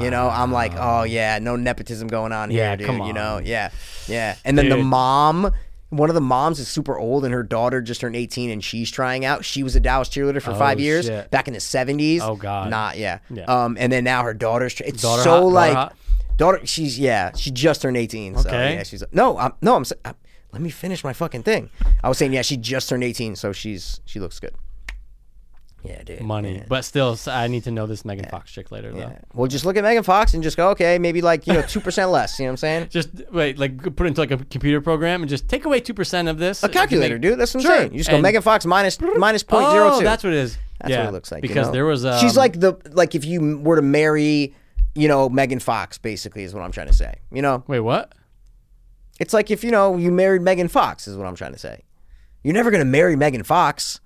Speaker 1: You know, I'm like, oh yeah, no nepotism going on
Speaker 2: Yeah,
Speaker 1: here, dude.
Speaker 2: come
Speaker 1: You know,
Speaker 2: on.
Speaker 1: yeah, yeah. And then the
Speaker 2: Dude.
Speaker 1: mom, one of the moms is super old, and her daughter just turned 18, and she's trying out. She was a Dallas cheerleader for five years
Speaker 2: Oh, shit.
Speaker 1: back in the 70s.
Speaker 2: Oh, God.
Speaker 1: not yeah.
Speaker 2: Yeah.
Speaker 1: Um, and then now her daughter's. tr- It's
Speaker 2: Daughter
Speaker 1: so
Speaker 2: hot, daughter
Speaker 1: like
Speaker 2: hot?
Speaker 1: daughter. She's yeah. She just turned 18. So,
Speaker 2: Okay.
Speaker 1: yeah, she's no. I'm, no. I'm. s- I'm- Let me finish my fucking thing. I was saying yeah. She just turned 18, so she's she looks good. Yeah, dude.
Speaker 2: money. But still, so I need to know this Megan Fox chick later though.
Speaker 1: Well, just look at Megan Fox and just go, okay, maybe like you know two percent less. You know what I'm saying?
Speaker 2: Just wait, like put it into like a computer program and just take away two percent of this.
Speaker 1: A calculator, dude. That's what I'm
Speaker 2: Sure.
Speaker 1: saying. You just go
Speaker 2: And-
Speaker 1: Megan Fox minus minus point
Speaker 2: Oh,
Speaker 1: zero two.
Speaker 2: that's what it is.
Speaker 1: That's
Speaker 2: yeah,
Speaker 1: what it looks like. you
Speaker 2: Because
Speaker 1: know?
Speaker 2: there was um,
Speaker 1: she's like the like if you m- were to marry, you know, Megan Fox. Basically, is what I'm trying to say. You know,
Speaker 2: wait, what?
Speaker 1: it's like if you know you married Megan Fox. Is what I'm trying to say. You're never gonna marry Megan Fox.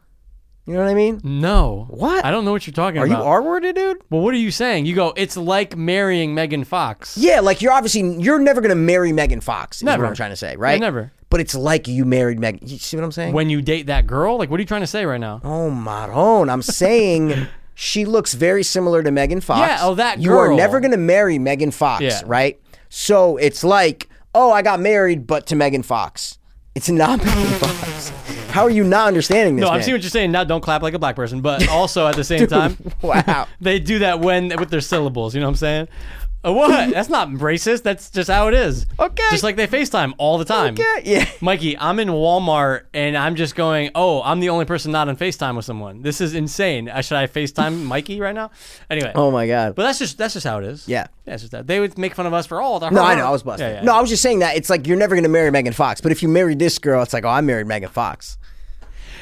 Speaker 1: You know what I mean?
Speaker 2: No,
Speaker 1: What?
Speaker 2: I don't know what you're talking
Speaker 1: Are you
Speaker 2: about.
Speaker 1: R worded, dude?
Speaker 2: well, what are you saying? You go. It's like marrying Megan Fox.
Speaker 1: Yeah, like you're obviously you're never gonna marry Megan Fox. Is
Speaker 2: Never.
Speaker 1: what I'm trying to say, right?
Speaker 2: never.
Speaker 1: But it's like you married Megan. You see what I'm saying?
Speaker 2: When you date that girl, like what are you trying to say right now?
Speaker 1: Oh, Maron. I'm saying she looks very similar to Megan Fox.
Speaker 2: Yeah, oh, that
Speaker 1: You are
Speaker 2: girl.
Speaker 1: never going to marry Megan Fox,
Speaker 2: Yeah.
Speaker 1: right? So it's like, oh, I got married, but to Megan Fox. It's not Megan Fox. How are you not understanding this?
Speaker 2: no, I'm
Speaker 1: man?
Speaker 2: seeing what you're saying. Now, don't clap like a black person, but also at the same time,
Speaker 1: Wow.
Speaker 2: they do that when with their syllables. You know what I'm saying? Uh, What? That's not racist. That's just how it is.
Speaker 1: Okay.
Speaker 2: Just like they FaceTime all the time.
Speaker 1: Okay, yeah.
Speaker 2: Mikey, I'm in Walmart and I'm just going, oh, I'm the only person not on FaceTime with someone. This is insane. Uh, Should I FaceTime Mikey right now? Anyway.
Speaker 1: Oh, my God.
Speaker 2: But that's just that's just how it is.
Speaker 1: Yeah.
Speaker 2: That's just that. They would make fun of us for all the
Speaker 1: no, I know. I was busted.
Speaker 2: uh, Yeah, yeah.
Speaker 1: No, I was just saying that. It's like you're never going to marry Megan Fox. But if you marry this girl, it's like, oh, I married Megan Fox.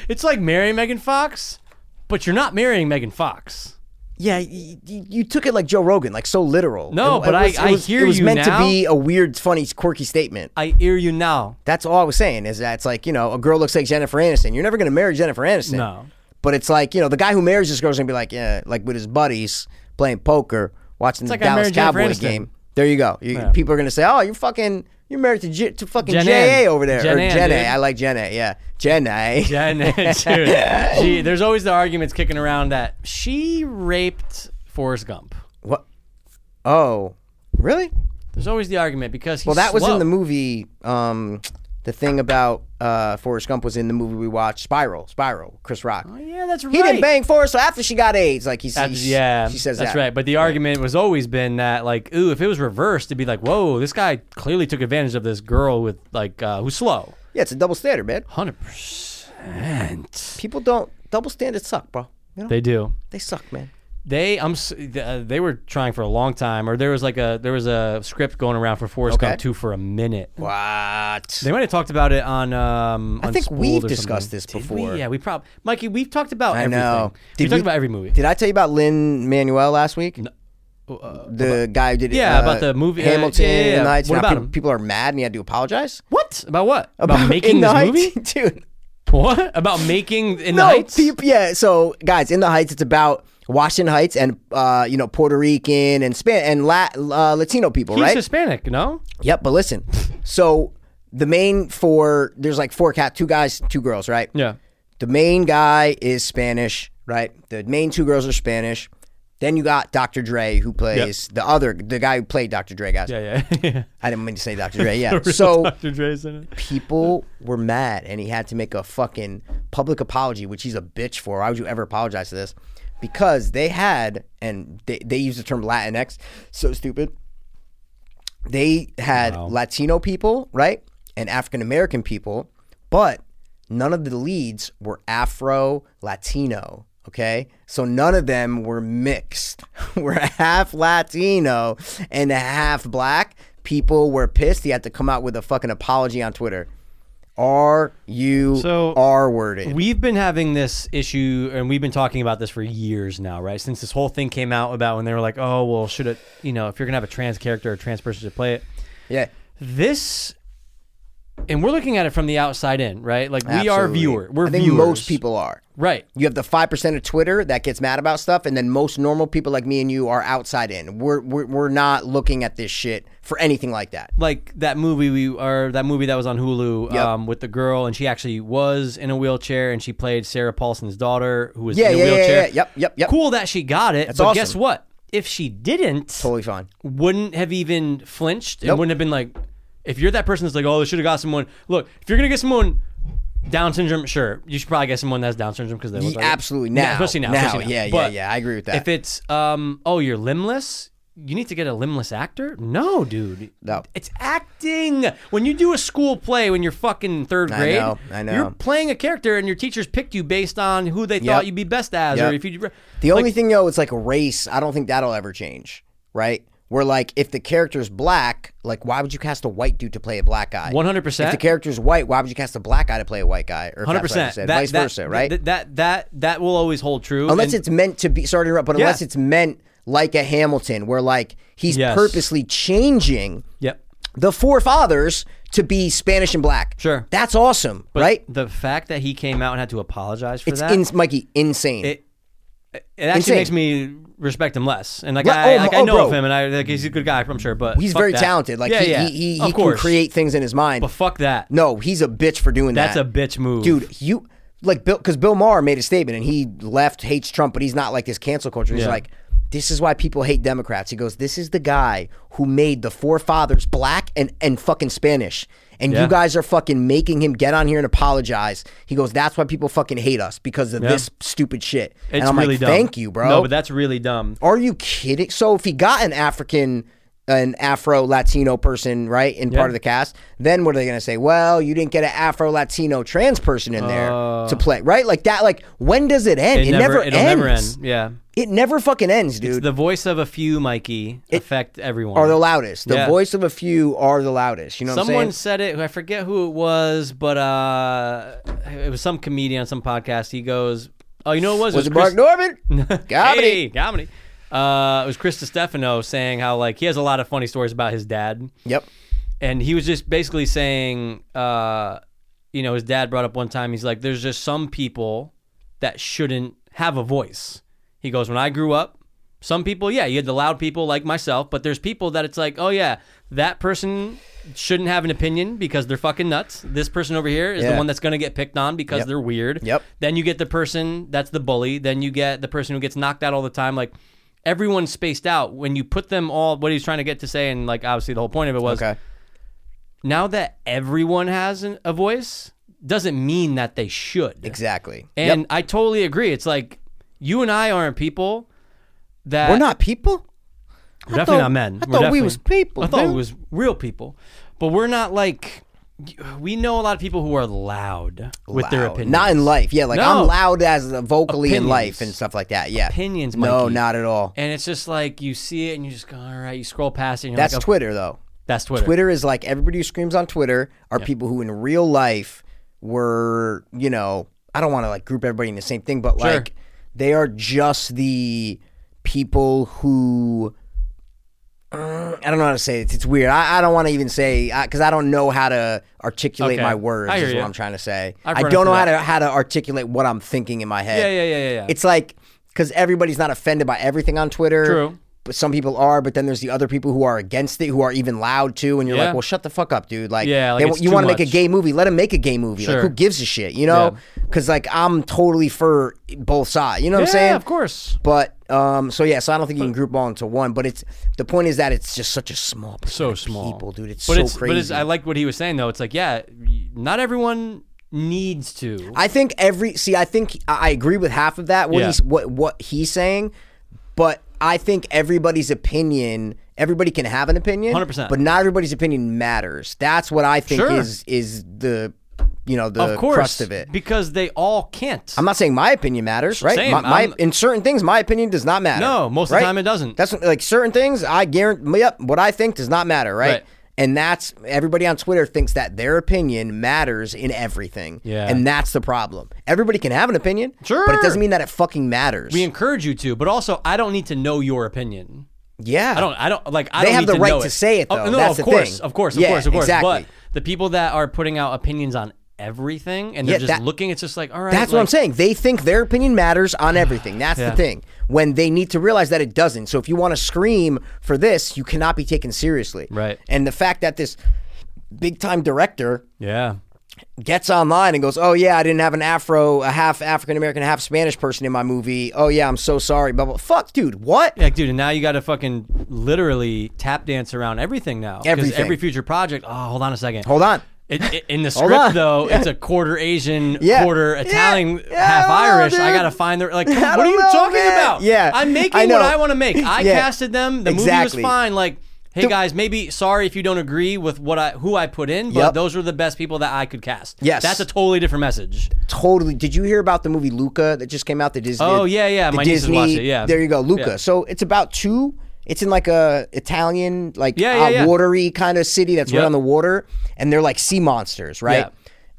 Speaker 2: It's like marrying Megan Fox, but you're not marrying Megan Fox.
Speaker 1: Yeah, you, you took it like Joe Rogan, like so literal.
Speaker 2: No,
Speaker 1: It-
Speaker 2: but
Speaker 1: it
Speaker 2: I-
Speaker 1: was,
Speaker 2: I
Speaker 1: it was,
Speaker 2: hear
Speaker 1: It was
Speaker 2: you
Speaker 1: meant
Speaker 2: now.
Speaker 1: to be a weird, funny, quirky statement.
Speaker 2: I hear you now.
Speaker 1: That's all I was saying is that it's like you know a girl looks like Jennifer Aniston. You're never gonna marry Jennifer Aniston.
Speaker 2: No.
Speaker 1: But it's like you know the guy who marries this girl's gonna be like yeah, like with his buddies playing poker, watching the
Speaker 2: like I
Speaker 1: Dallas
Speaker 2: married Jennifer
Speaker 1: Cowboys
Speaker 2: Aniston.
Speaker 1: game. There you go. You, People are gonna say, oh, you're fucking, you're married to J- to fucking
Speaker 2: Jen
Speaker 1: J A
Speaker 2: Ann.
Speaker 1: over there
Speaker 2: Jen
Speaker 1: or
Speaker 2: Ann,
Speaker 1: Jen A.
Speaker 2: dude.
Speaker 1: I like Jen A. Yeah, Jen A.
Speaker 2: Yeah, and dude, she, there's always the arguments kicking around that she raped Forrest Gump.
Speaker 1: What? Oh, really?
Speaker 2: There's always the argument because he's
Speaker 1: Well, that was
Speaker 2: slow.
Speaker 1: in the movie. Um, the thing about uh, Forrest Gump was in the movie we watched, Spiral. Spiral, Chris Rock.
Speaker 2: Yeah, that's Oh, right.
Speaker 1: He didn't bang Forrest, so after she got AIDS, like he's,
Speaker 2: That's,
Speaker 1: he's
Speaker 2: yeah,
Speaker 1: she says
Speaker 2: that's
Speaker 1: that.
Speaker 2: right. But the argument was always been that like, ooh, if it was reversed, it'd be like, whoa, this guy clearly took advantage of this girl with like uh, who's slow.
Speaker 1: Yeah, it's a double standard, man.
Speaker 2: Hundred percent.
Speaker 1: People don't double standards suck, bro. You know
Speaker 2: They do.
Speaker 1: they suck, man.
Speaker 2: They I'm s- uh, they were trying for a long time, or there was like a there was a script going around for Forrest
Speaker 1: Okay.
Speaker 2: Gump two for a minute.
Speaker 1: What?
Speaker 2: They might have talked about it on. Um,
Speaker 1: I think
Speaker 2: Unspooled
Speaker 1: we've
Speaker 2: or
Speaker 1: discussed
Speaker 2: something.
Speaker 1: this
Speaker 2: Did
Speaker 1: before.
Speaker 2: We? Yeah, we probably. Mikey, we've talked about.
Speaker 1: I
Speaker 2: everything.
Speaker 1: know.
Speaker 2: We
Speaker 1: Did
Speaker 2: talked
Speaker 1: we-
Speaker 2: about every movie.
Speaker 1: Did I tell you about Lin Manuel last week? the guy who did
Speaker 2: Yeah,
Speaker 1: uh,
Speaker 2: Uh, about the movie- uh,
Speaker 1: Hamilton.
Speaker 2: yeah, yeah, yeah.
Speaker 1: and Lights.
Speaker 2: What
Speaker 1: Now,
Speaker 2: about
Speaker 1: pe-
Speaker 2: him?
Speaker 1: people are mad and he had to apologize
Speaker 2: what about what about,
Speaker 1: In
Speaker 2: making
Speaker 1: the
Speaker 2: this
Speaker 1: Heights?
Speaker 2: movie?
Speaker 1: dude.
Speaker 2: What about making in the
Speaker 1: No,
Speaker 2: Heights?
Speaker 1: peop- yeah. So, guys, in the Heights, it's about Washington Heights and uh, you know Puerto Rican and Span and La- uh, Latino people,
Speaker 2: He's
Speaker 1: right?
Speaker 2: Hispanic, no?
Speaker 1: Yep, but listen. So the main four there's like four cat two guys, two girls, right?
Speaker 2: Yeah.
Speaker 1: The main guy is Spanish, right? The main two girls are Spanish. Then you got Dr. Dre who plays the other the guy who played Dr. Dre, guys.
Speaker 2: Yeah, yeah.
Speaker 1: I didn't mean to say Dr. Dre, yeah. so
Speaker 2: Dr. Dre's in it.
Speaker 1: people were mad and he had to make a fucking public apology, which he's a bitch for. Why would you ever apologize to this? Because they had, and they, they used the term Latinx, so stupid. They had Latino people, right? And African American people, but none of the leads were Afro Latino, okay? So none of them were mixed. were half Latino and half black. People were pissed. He had to come out with a fucking apology on Twitter. Are you
Speaker 2: So-
Speaker 1: R worded?
Speaker 2: We've been having this issue, and we've been talking about this for years now, right? Since this whole thing came out about when they were like, "Oh, well, should it? You know, if you're gonna have a trans character or trans person to play it,
Speaker 1: yeah.
Speaker 2: this." And we're looking at it from the outside in, right? Like we are
Speaker 1: absolutely.
Speaker 2: viewer. We're
Speaker 1: I think
Speaker 2: viewers.
Speaker 1: most people are.
Speaker 2: right?
Speaker 1: You have the five percent of Twitter that gets mad about stuff, and then most normal people like me and you are outside in. We're we're, we're not looking at this shit for anything like that.
Speaker 2: like that movie we or that movie that was on Hulu
Speaker 1: Yep.
Speaker 2: um, with the girl and she actually was in a wheelchair and she played Sarah Paulson's daughter who was
Speaker 1: Yeah,
Speaker 2: in a
Speaker 1: yeah, yeah,
Speaker 2: wheelchair.
Speaker 1: yeah, yep, yep, yep.
Speaker 2: Cool that she got it. but guess
Speaker 1: awesome.
Speaker 2: what? If she didn't,
Speaker 1: Totally fine.
Speaker 2: wouldn't have even flinched and
Speaker 1: Nope.
Speaker 2: wouldn't have been like, if you're that person that's like, oh, they should have got someone. Look, if you're gonna get someone Down syndrome, sure, you should probably get someone that's Down syndrome because they look
Speaker 1: Ye-
Speaker 2: like it.
Speaker 1: absolutely.
Speaker 2: Yeah,
Speaker 1: Now.
Speaker 2: especially now,
Speaker 1: Now,
Speaker 2: especially
Speaker 1: yeah, yeah,
Speaker 2: But
Speaker 1: yeah, I agree with that.
Speaker 2: If it's um, oh, you're limbless. You need to get a limbless actor? No, dude.
Speaker 1: No.
Speaker 2: It's acting. When you do a school play when you're fucking in third
Speaker 1: I
Speaker 2: grade,
Speaker 1: know, I know.
Speaker 2: you're playing a character and your teachers picked you based on who they
Speaker 1: Yep.
Speaker 2: thought you'd be best as
Speaker 1: Yep.
Speaker 2: or if you
Speaker 1: The only thing though, it's like race. I don't think that'll ever change, right? Where like if the character's black, like why would you cast a white dude to play a black guy?
Speaker 2: 100%.
Speaker 1: If the character's white, why would you cast a black guy to play a white guy? Or if that's what I
Speaker 2: Hundred percent.
Speaker 1: said, Vice versa, right?
Speaker 2: That that that that will always hold true.
Speaker 1: unless
Speaker 2: and-
Speaker 1: it's meant to be. Sorry to interrupt, but unless
Speaker 2: Yeah.
Speaker 1: it's meant like a Hamilton, where like he's
Speaker 2: Yes.
Speaker 1: purposely changing
Speaker 2: yep.
Speaker 1: the forefathers to be Spanish and black.
Speaker 2: Sure.
Speaker 1: that's awesome, right?
Speaker 2: The fact that he came out and had to apologize for
Speaker 1: It's
Speaker 2: that,
Speaker 1: in, Mikey insane.
Speaker 2: It- it
Speaker 1: insane.
Speaker 2: actually makes me respect him less. And like
Speaker 1: Right,
Speaker 2: I,
Speaker 1: oh,
Speaker 2: like
Speaker 1: oh,
Speaker 2: I know
Speaker 1: bro.
Speaker 2: of him, and I like he's a good guy, I'm sure. But
Speaker 1: he's
Speaker 2: fuck
Speaker 1: very
Speaker 2: that.
Speaker 1: talented. Like
Speaker 2: yeah,
Speaker 1: he,
Speaker 2: yeah.
Speaker 1: he, he,
Speaker 2: of
Speaker 1: he can
Speaker 2: course.
Speaker 1: create things in his mind.
Speaker 2: But fuck that.
Speaker 1: No, he's a bitch for doing
Speaker 2: That's a
Speaker 1: that.
Speaker 2: bitch move,
Speaker 1: dude. You like Bill because Bill Maher made a statement and he left hates Trump, but he's not like this cancel culture. He's
Speaker 2: Yeah.
Speaker 1: like, this is why people hate Democrats. He goes, this is the guy who made the forefathers black and and fucking Spanish. And
Speaker 2: Yeah.
Speaker 1: you guys are fucking making him get on here and apologize. He goes, "That's why people fucking hate us because of this stupid shit."
Speaker 2: It's
Speaker 1: and I'm
Speaker 2: really
Speaker 1: like,
Speaker 2: dumb.
Speaker 1: "Thank you, bro."
Speaker 2: No, but that's really dumb.
Speaker 1: Are you kidding? So if he got an African, an Afro Latino person, right, in part of the cast, then what are they going to say? Well, you didn't get an Afro Latino trans person in there to play, right? Like that. Like when does it end? It, never,
Speaker 2: it'll
Speaker 1: ends.
Speaker 2: Oh. never end. Yeah.
Speaker 1: It never fucking ends, dude.
Speaker 2: The voice of a few, Mikey, affect everyone.
Speaker 1: are the loudest. The
Speaker 2: Yeah.
Speaker 1: voice of a few are the loudest. You know what
Speaker 2: Someone
Speaker 1: I'm saying?
Speaker 2: said it. I forget who it was, but uh, it was some comedian on some podcast. He goes, Oh, you know what it was?
Speaker 1: Was it
Speaker 2: Chris-
Speaker 1: Mark Norman? Comedy.
Speaker 2: Hey, comedy. Uh, it was Chris Stefano saying how like he has a lot of funny stories about his dad,
Speaker 1: Yep.
Speaker 2: and he was just basically saying, uh, you know, his dad brought up one time. He's like, "There's just some people that shouldn't have a voice." He goes, "When I grew up, some people, yeah, you had the loud people like myself, but there's people that it's like, oh yeah, that person." Shouldn't have an opinion because they're fucking nuts. This person over here is the
Speaker 1: Yeah.
Speaker 2: one that's going to get picked on because they're weird.
Speaker 1: Yep.
Speaker 2: Then you get the person that's the bully. Then you get the person who gets knocked out all the time. Like everyone's spaced out. When you put them all, what he's trying to get to say, and like obviously the whole point of it was
Speaker 1: Okay.
Speaker 2: now that everyone has an, a voice, doesn't mean that they should.
Speaker 1: Exactly.
Speaker 2: And
Speaker 1: Yep.
Speaker 2: I totally agree. It's like you and I aren't people that
Speaker 1: we're not people.
Speaker 2: we're definitely
Speaker 1: thought-
Speaker 2: not men.
Speaker 1: I
Speaker 2: We're
Speaker 1: thought we
Speaker 2: definitely-
Speaker 1: was people,
Speaker 2: I thought we
Speaker 1: man.
Speaker 2: was real people, but we're not like. We know a lot of people who are loud with their
Speaker 1: Loud.
Speaker 2: opinions.
Speaker 1: Not in life. Yeah, like
Speaker 2: No.
Speaker 1: I'm loud as a vocally in
Speaker 2: Opinions.
Speaker 1: life and stuff like that. Yeah.
Speaker 2: Opinions,
Speaker 1: No,
Speaker 2: Mikey.
Speaker 1: not at all.
Speaker 2: And it's just like you see it and you just go, all right, you scroll past it and you're
Speaker 1: That's
Speaker 2: like, oh,
Speaker 1: Twitter though.
Speaker 2: that's Twitter.
Speaker 1: Twitter is like everybody who screams on Twitter are people who in real life were, you know, I don't want to like group everybody in the same thing, but like they are just the people who Uh, I don't know how to say it. It's weird. I, I don't want to even say because I, don't know how to articulate
Speaker 2: Okay.
Speaker 1: my words.
Speaker 2: I hear
Speaker 1: is
Speaker 2: you.
Speaker 1: what I'm trying to say.
Speaker 2: I've
Speaker 1: I
Speaker 2: run
Speaker 1: don't
Speaker 2: into
Speaker 1: know how
Speaker 2: that.
Speaker 1: to how to articulate what I'm thinking in my head.
Speaker 2: Yeah, yeah, yeah, yeah, yeah.
Speaker 1: It's like because everybody's not offended by everything on Twitter.
Speaker 2: True.
Speaker 1: But some people are, but then there's the other people who are against it, who are even loud too, and you're
Speaker 2: Yeah.
Speaker 1: like, well, shut the fuck up, dude. Like,
Speaker 2: Yeah, like,
Speaker 1: they-
Speaker 2: it's
Speaker 1: you
Speaker 2: too
Speaker 1: wanna make a
Speaker 2: much.
Speaker 1: gay movie, let them make a gay movie.
Speaker 2: Sure.
Speaker 1: Like, who gives a shit, you know? Because like I'm totally for both sides. You know what
Speaker 2: yeah,
Speaker 1: I'm saying?
Speaker 2: of course.
Speaker 1: But um, so yeah, so I don't think you can group all into one. But it's the point is that it's just such a small, percentage
Speaker 2: So
Speaker 1: of
Speaker 2: small,
Speaker 1: people, dude. It's
Speaker 2: but
Speaker 1: so
Speaker 2: it's,
Speaker 1: crazy.
Speaker 2: But it's, I like what he was saying though. It's like, yeah, y- not everyone needs to.
Speaker 1: I think every see, I think I I agree with half of that. What
Speaker 2: Yeah.
Speaker 1: he's what what he's saying, but I think everybody's opinion. Everybody can have an opinion,
Speaker 2: 100%.
Speaker 1: but not everybody's opinion matters. That's what I think
Speaker 2: Sure.
Speaker 1: is is the you know the
Speaker 2: of course,
Speaker 1: crust of it.
Speaker 2: because they all can't.
Speaker 1: I'm not saying my opinion matters, right?
Speaker 2: Same,
Speaker 1: my, my-
Speaker 2: I'm-
Speaker 1: in certain things, my opinion does not matter.
Speaker 2: No, most of the
Speaker 1: right?
Speaker 2: time it doesn't.
Speaker 1: That's like certain things. I guarantee. Yep, what I think does not matter, right?
Speaker 2: Right.
Speaker 1: And that's everybody on Twitter thinks that their opinion matters in everything.
Speaker 2: Yeah.
Speaker 1: and that's the problem. Everybody can have an opinion, sure, but it doesn't mean that it fucking matters.
Speaker 2: we encourage you to, but also I don't need to know your opinion.
Speaker 1: yeah,
Speaker 2: I don't. I don't like. I
Speaker 1: They
Speaker 2: don't
Speaker 1: have
Speaker 2: need
Speaker 1: the
Speaker 2: to
Speaker 1: right
Speaker 2: know
Speaker 1: to say it,
Speaker 2: Oh,
Speaker 1: though.
Speaker 2: no,
Speaker 1: That's
Speaker 2: of
Speaker 1: the
Speaker 2: course,
Speaker 1: thing.
Speaker 2: of course, of
Speaker 1: Yeah,
Speaker 2: course, of course.
Speaker 1: exactly.
Speaker 2: But the people that are putting out opinions on everything and they're
Speaker 1: Yeah,
Speaker 2: just
Speaker 1: that-
Speaker 2: looking, it's just like, all right,
Speaker 1: That's what I'm
Speaker 2: like-
Speaker 1: saying. They think their opinion matters on everything. That's
Speaker 2: Yeah.
Speaker 1: the thing. When they need to realize that it doesn't. So if you want to scream for this, you cannot be taken seriously.
Speaker 2: Right.
Speaker 1: And the fact that this big time director
Speaker 2: Yeah,
Speaker 1: gets online and goes, "Oh yeah, I didn't have an Afro, a half African American, half Spanish person in my movie. Oh yeah, I'm so sorry." Blah blah. Fuck, dude. What?
Speaker 2: Like, dude, and now you got to fucking literally tap dance around everything now. 'Cause
Speaker 1: Everything.
Speaker 2: Every future project. Oh, hold on a second.
Speaker 1: Hold on.
Speaker 2: It, it- in the
Speaker 1: Hold on.
Speaker 2: script, though, it's a quarter Asian,
Speaker 1: Yeah.
Speaker 2: quarter
Speaker 1: Yeah.
Speaker 2: Italian,
Speaker 1: Yeah,
Speaker 2: half
Speaker 1: I don't know,
Speaker 2: Irish. I
Speaker 1: dude.
Speaker 2: gotta find the like.
Speaker 1: I
Speaker 2: What
Speaker 1: don't
Speaker 2: are you
Speaker 1: know,
Speaker 2: talking
Speaker 1: man.
Speaker 2: about?
Speaker 1: Yeah.
Speaker 2: I'm making
Speaker 1: I
Speaker 2: what
Speaker 1: know.
Speaker 2: I want to make. I
Speaker 1: Yeah.
Speaker 2: casted them. The
Speaker 1: Exactly.
Speaker 2: movie was fine. Like, hey
Speaker 1: The-
Speaker 2: guys, maybe sorry if you don't agree with what I who I put in, but
Speaker 1: Yep.
Speaker 2: those were the best people that I could cast.
Speaker 1: Yes.
Speaker 2: that's a totally different message.
Speaker 1: Totally. Did you hear about the movie Luca that just came out? The Disney.
Speaker 2: Oh, yeah, yeah.
Speaker 1: The
Speaker 2: My niece has
Speaker 1: Disney.
Speaker 2: watched it, yeah.
Speaker 1: There you go, Luca.
Speaker 2: Yeah.
Speaker 1: So it's about two. It's in like a Italian, like
Speaker 2: Yeah, yeah,
Speaker 1: uh,
Speaker 2: yeah.
Speaker 1: watery kind of city that's right
Speaker 2: Yep.
Speaker 1: on the water, and they're like sea monsters, right?
Speaker 2: Yeah.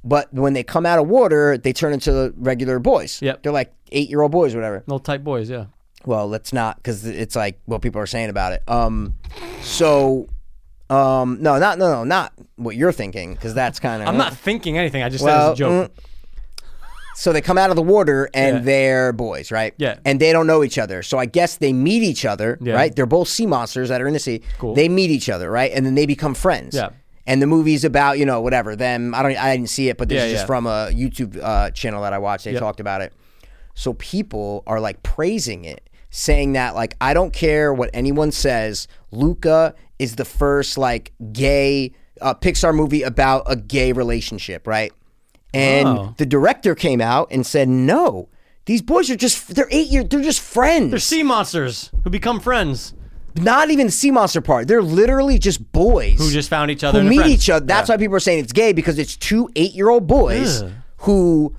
Speaker 1: But when they come out of water, they turn into regular boys.
Speaker 2: Yep.
Speaker 1: They're like eight year old boys, or whatever.
Speaker 2: Little tight boys, yeah.
Speaker 1: well let's not because it's like what people are saying about it um so um no not no no not what you're thinking because that's kind of
Speaker 2: I'm not thinking anything. I just said
Speaker 1: Well, mm.
Speaker 2: it's a joke.
Speaker 1: so they come out of the water and
Speaker 2: Yeah.
Speaker 1: they're boys right
Speaker 2: Yeah.
Speaker 1: and they don't know each other so i guess they meet each other
Speaker 2: Yeah.
Speaker 1: right they're both sea monsters that are in the sea cool. they meet each other right and then they become friends
Speaker 2: Yeah.
Speaker 1: and the movie's about you know whatever them i don't i didn't see it but this
Speaker 2: Yeah,
Speaker 1: is just
Speaker 2: yeah.
Speaker 1: from a youtube uh, channel that i watched they talked about it so people are like praising it, saying that like I don't care what anyone says. Luca is the first like gay uh, Pixar movie about a gay relationship, right? And
Speaker 2: Oh.
Speaker 1: the director came out and said, "No, these boys are just they're eight year they're just friends.
Speaker 2: They're sea monsters who become friends
Speaker 1: Not even the sea monster part. They're literally just boys
Speaker 2: who just found each other.
Speaker 1: who
Speaker 2: and are
Speaker 1: meet
Speaker 2: friends.
Speaker 1: each other. That's why people are saying it's gay because it's two eight year old boys
Speaker 2: Ugh.
Speaker 1: who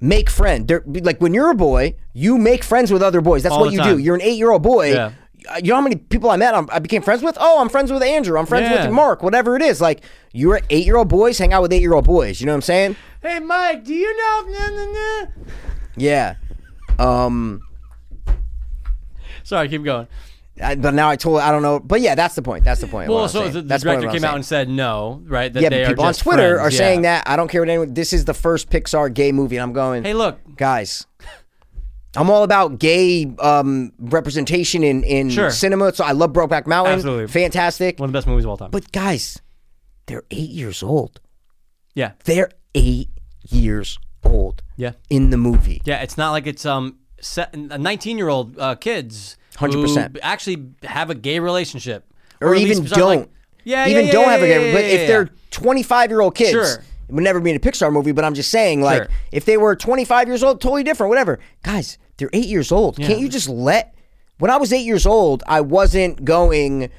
Speaker 1: make friend. They're, like when you're a boy, you make friends with other boys. That's
Speaker 2: All
Speaker 1: what
Speaker 2: the
Speaker 1: you do.
Speaker 2: time.
Speaker 1: You're an eight year old boy.
Speaker 2: Yeah.
Speaker 1: Uh, You know how many people I met? I'm, I became friends with. Oh, I'm friends with Andrew. I'm friends
Speaker 2: Yeah.
Speaker 1: with Mark. Whatever it is, like you're eight year old boys hang out with eight year old boys. You know what I'm saying?
Speaker 2: Hey, Mike, do you know? Nah, nah, nah.
Speaker 1: Yeah. Um,
Speaker 2: Sorry, keep going.
Speaker 1: I, but now I told I don't know. But yeah, that's the point. That's the point.
Speaker 2: Well,
Speaker 1: what I'm
Speaker 2: so
Speaker 1: saying.
Speaker 2: the, the
Speaker 1: That's point
Speaker 2: director
Speaker 1: what I'm
Speaker 2: came out
Speaker 1: saying.
Speaker 2: and said no, right? That
Speaker 1: yeah,
Speaker 2: they
Speaker 1: but
Speaker 2: are
Speaker 1: people on
Speaker 2: just
Speaker 1: Twitter
Speaker 2: friends,
Speaker 1: are
Speaker 2: yeah.
Speaker 1: saying that. I don't care what anyone. This is the first Pixar gay movie, and I'm going.
Speaker 2: Hey, look,
Speaker 1: guys. I'm all about gay um, representation in in
Speaker 2: Sure.
Speaker 1: cinema, so I love Brokeback Mountain.
Speaker 2: Absolutely.
Speaker 1: fantastic.
Speaker 2: one of the best movies of all time.
Speaker 1: But guys, they're eight years old.
Speaker 2: yeah,
Speaker 1: They're eight years old
Speaker 2: yeah,
Speaker 1: in the movie.
Speaker 2: yeah. It's not like it's um set, 19 year old uh, kids who
Speaker 1: 100%.
Speaker 2: actually have a gay relationship
Speaker 1: Or
Speaker 2: at
Speaker 1: even
Speaker 2: least start, like-
Speaker 1: don't.
Speaker 2: yeah,
Speaker 1: Even
Speaker 2: yeah,
Speaker 1: don't
Speaker 2: yeah,
Speaker 1: have a
Speaker 2: yeah,
Speaker 1: gay, but
Speaker 2: yeah,
Speaker 1: if
Speaker 2: yeah,
Speaker 1: they're
Speaker 2: yeah.
Speaker 1: 25 year old kids,
Speaker 2: Sure.
Speaker 1: it would never be in a Pixar movie. But I'm just saying, like,
Speaker 2: Sure.
Speaker 1: if they were 25 years old, totally different, whatever. Guys, they're eight years old. Can't you just let? When I was eight years old, I wasn't going.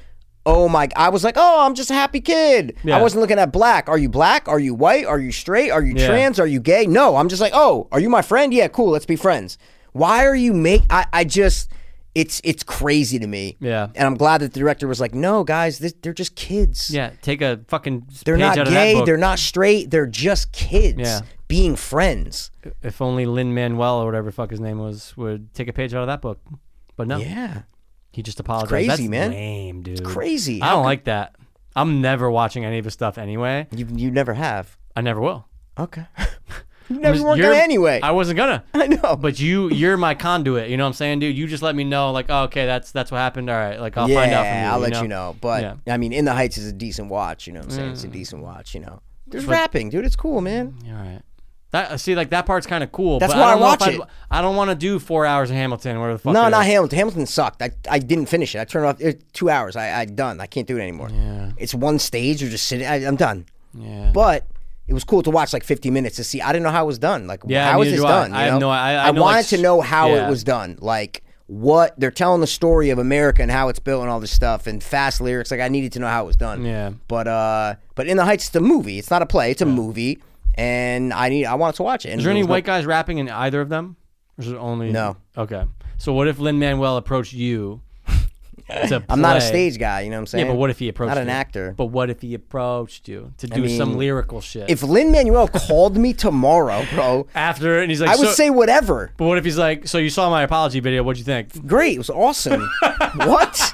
Speaker 1: Oh my! I was like, oh, I'm just a happy kid.
Speaker 2: Yeah.
Speaker 1: I wasn't looking at black. Are you black? Are you white? Are you straight? Are you
Speaker 2: Yeah.
Speaker 1: trans? Are you gay? No, I'm just like, oh, are you my friend? Yeah, cool. Let's be friends. Why are you make? I, I just, it's it's crazy to me.
Speaker 2: Yeah.
Speaker 1: And I'm glad that the director was like, no, guys, this, they're just kids.
Speaker 2: yeah, take a fucking
Speaker 1: They're
Speaker 2: page
Speaker 1: not
Speaker 2: out of that
Speaker 1: gay.
Speaker 2: book.
Speaker 1: They're not straight. They're just kids
Speaker 2: Yeah.
Speaker 1: being friends.
Speaker 2: if only Lin Manuel or whatever the fuck his name was would take a page out of that book. But no,
Speaker 1: Yeah.
Speaker 2: he just apologized.
Speaker 1: crazy,
Speaker 2: That's
Speaker 1: man.
Speaker 2: Lame, dude.
Speaker 1: Crazy.
Speaker 2: I don't like that. I'm never watching any of his stuff anyway.
Speaker 1: You, you never have.
Speaker 2: I never will.
Speaker 1: Okay. you never weren't
Speaker 2: You're-
Speaker 1: gonna anyway.
Speaker 2: I wasn't gonna.
Speaker 1: I know.
Speaker 2: But you, you're my conduit. You know what I'm saying, dude? You just let me know, like, oh, okay, that's that's what happened. All right, like I'll
Speaker 1: yeah,
Speaker 2: find out from you.
Speaker 1: I'll
Speaker 2: you
Speaker 1: let
Speaker 2: know?
Speaker 1: you know. But
Speaker 2: Yeah. Mm.
Speaker 1: I mean, In the Heights is a decent watch. You know what I'm saying? It's a decent watch. You know. There's rapping, dude. It's cool, man.
Speaker 2: All right. That see, like that part's kind of cool.
Speaker 1: That's
Speaker 2: but
Speaker 1: why I
Speaker 2: I, don't know if
Speaker 1: watch
Speaker 2: I'd-
Speaker 1: it.
Speaker 2: I don't want to do four hours of Hamilton, whatever the fuck.
Speaker 1: No,
Speaker 2: it
Speaker 1: not
Speaker 2: is.
Speaker 1: Hamilton. Hamilton sucked. I, I didn't finish it. I turned it off it, two hours. I, I done. I can't do it anymore.
Speaker 2: Yeah.
Speaker 1: It's one stage. You're just sitting. I, I'm done.
Speaker 2: Yeah.
Speaker 1: But it was cool to watch like 50 minutes to see. I didn't know how it was done. Like,
Speaker 2: Yeah,
Speaker 1: how is
Speaker 2: neither
Speaker 1: this
Speaker 2: do I.
Speaker 1: done? you
Speaker 2: I have
Speaker 1: know?
Speaker 2: no- I- I know, like,
Speaker 1: wanted to know how
Speaker 2: yeah.
Speaker 1: it was done. Like, what they're telling the story of America and how it's built and all this stuff and fast lyrics. Like, I needed to know how it was done.
Speaker 2: Yeah.
Speaker 1: But uh, but in the Heights, it's a movie. It's not a play. It's a movie, and I need. I wanted to watch it. And
Speaker 2: Is there any
Speaker 1: was no-
Speaker 2: white guys rapping in either of them? Or is it only
Speaker 1: No.
Speaker 2: Okay. So what if Lin Manuel approached you? To
Speaker 1: I'm not a
Speaker 2: play-
Speaker 1: stage guy. You know what I'm
Speaker 2: Yeah,
Speaker 1: saying?
Speaker 2: but what if he approached?
Speaker 1: Not an
Speaker 2: you?
Speaker 1: actor.
Speaker 2: But what if he approached you to do some
Speaker 1: mean,
Speaker 2: lyrical shit?
Speaker 1: if Lin Manuel called me tomorrow, bro,
Speaker 2: after and he's like,
Speaker 1: I would
Speaker 2: so-
Speaker 1: say whatever.
Speaker 2: But what if he's like, so you saw my apology video? What'd you think?
Speaker 1: great. It was awesome. what?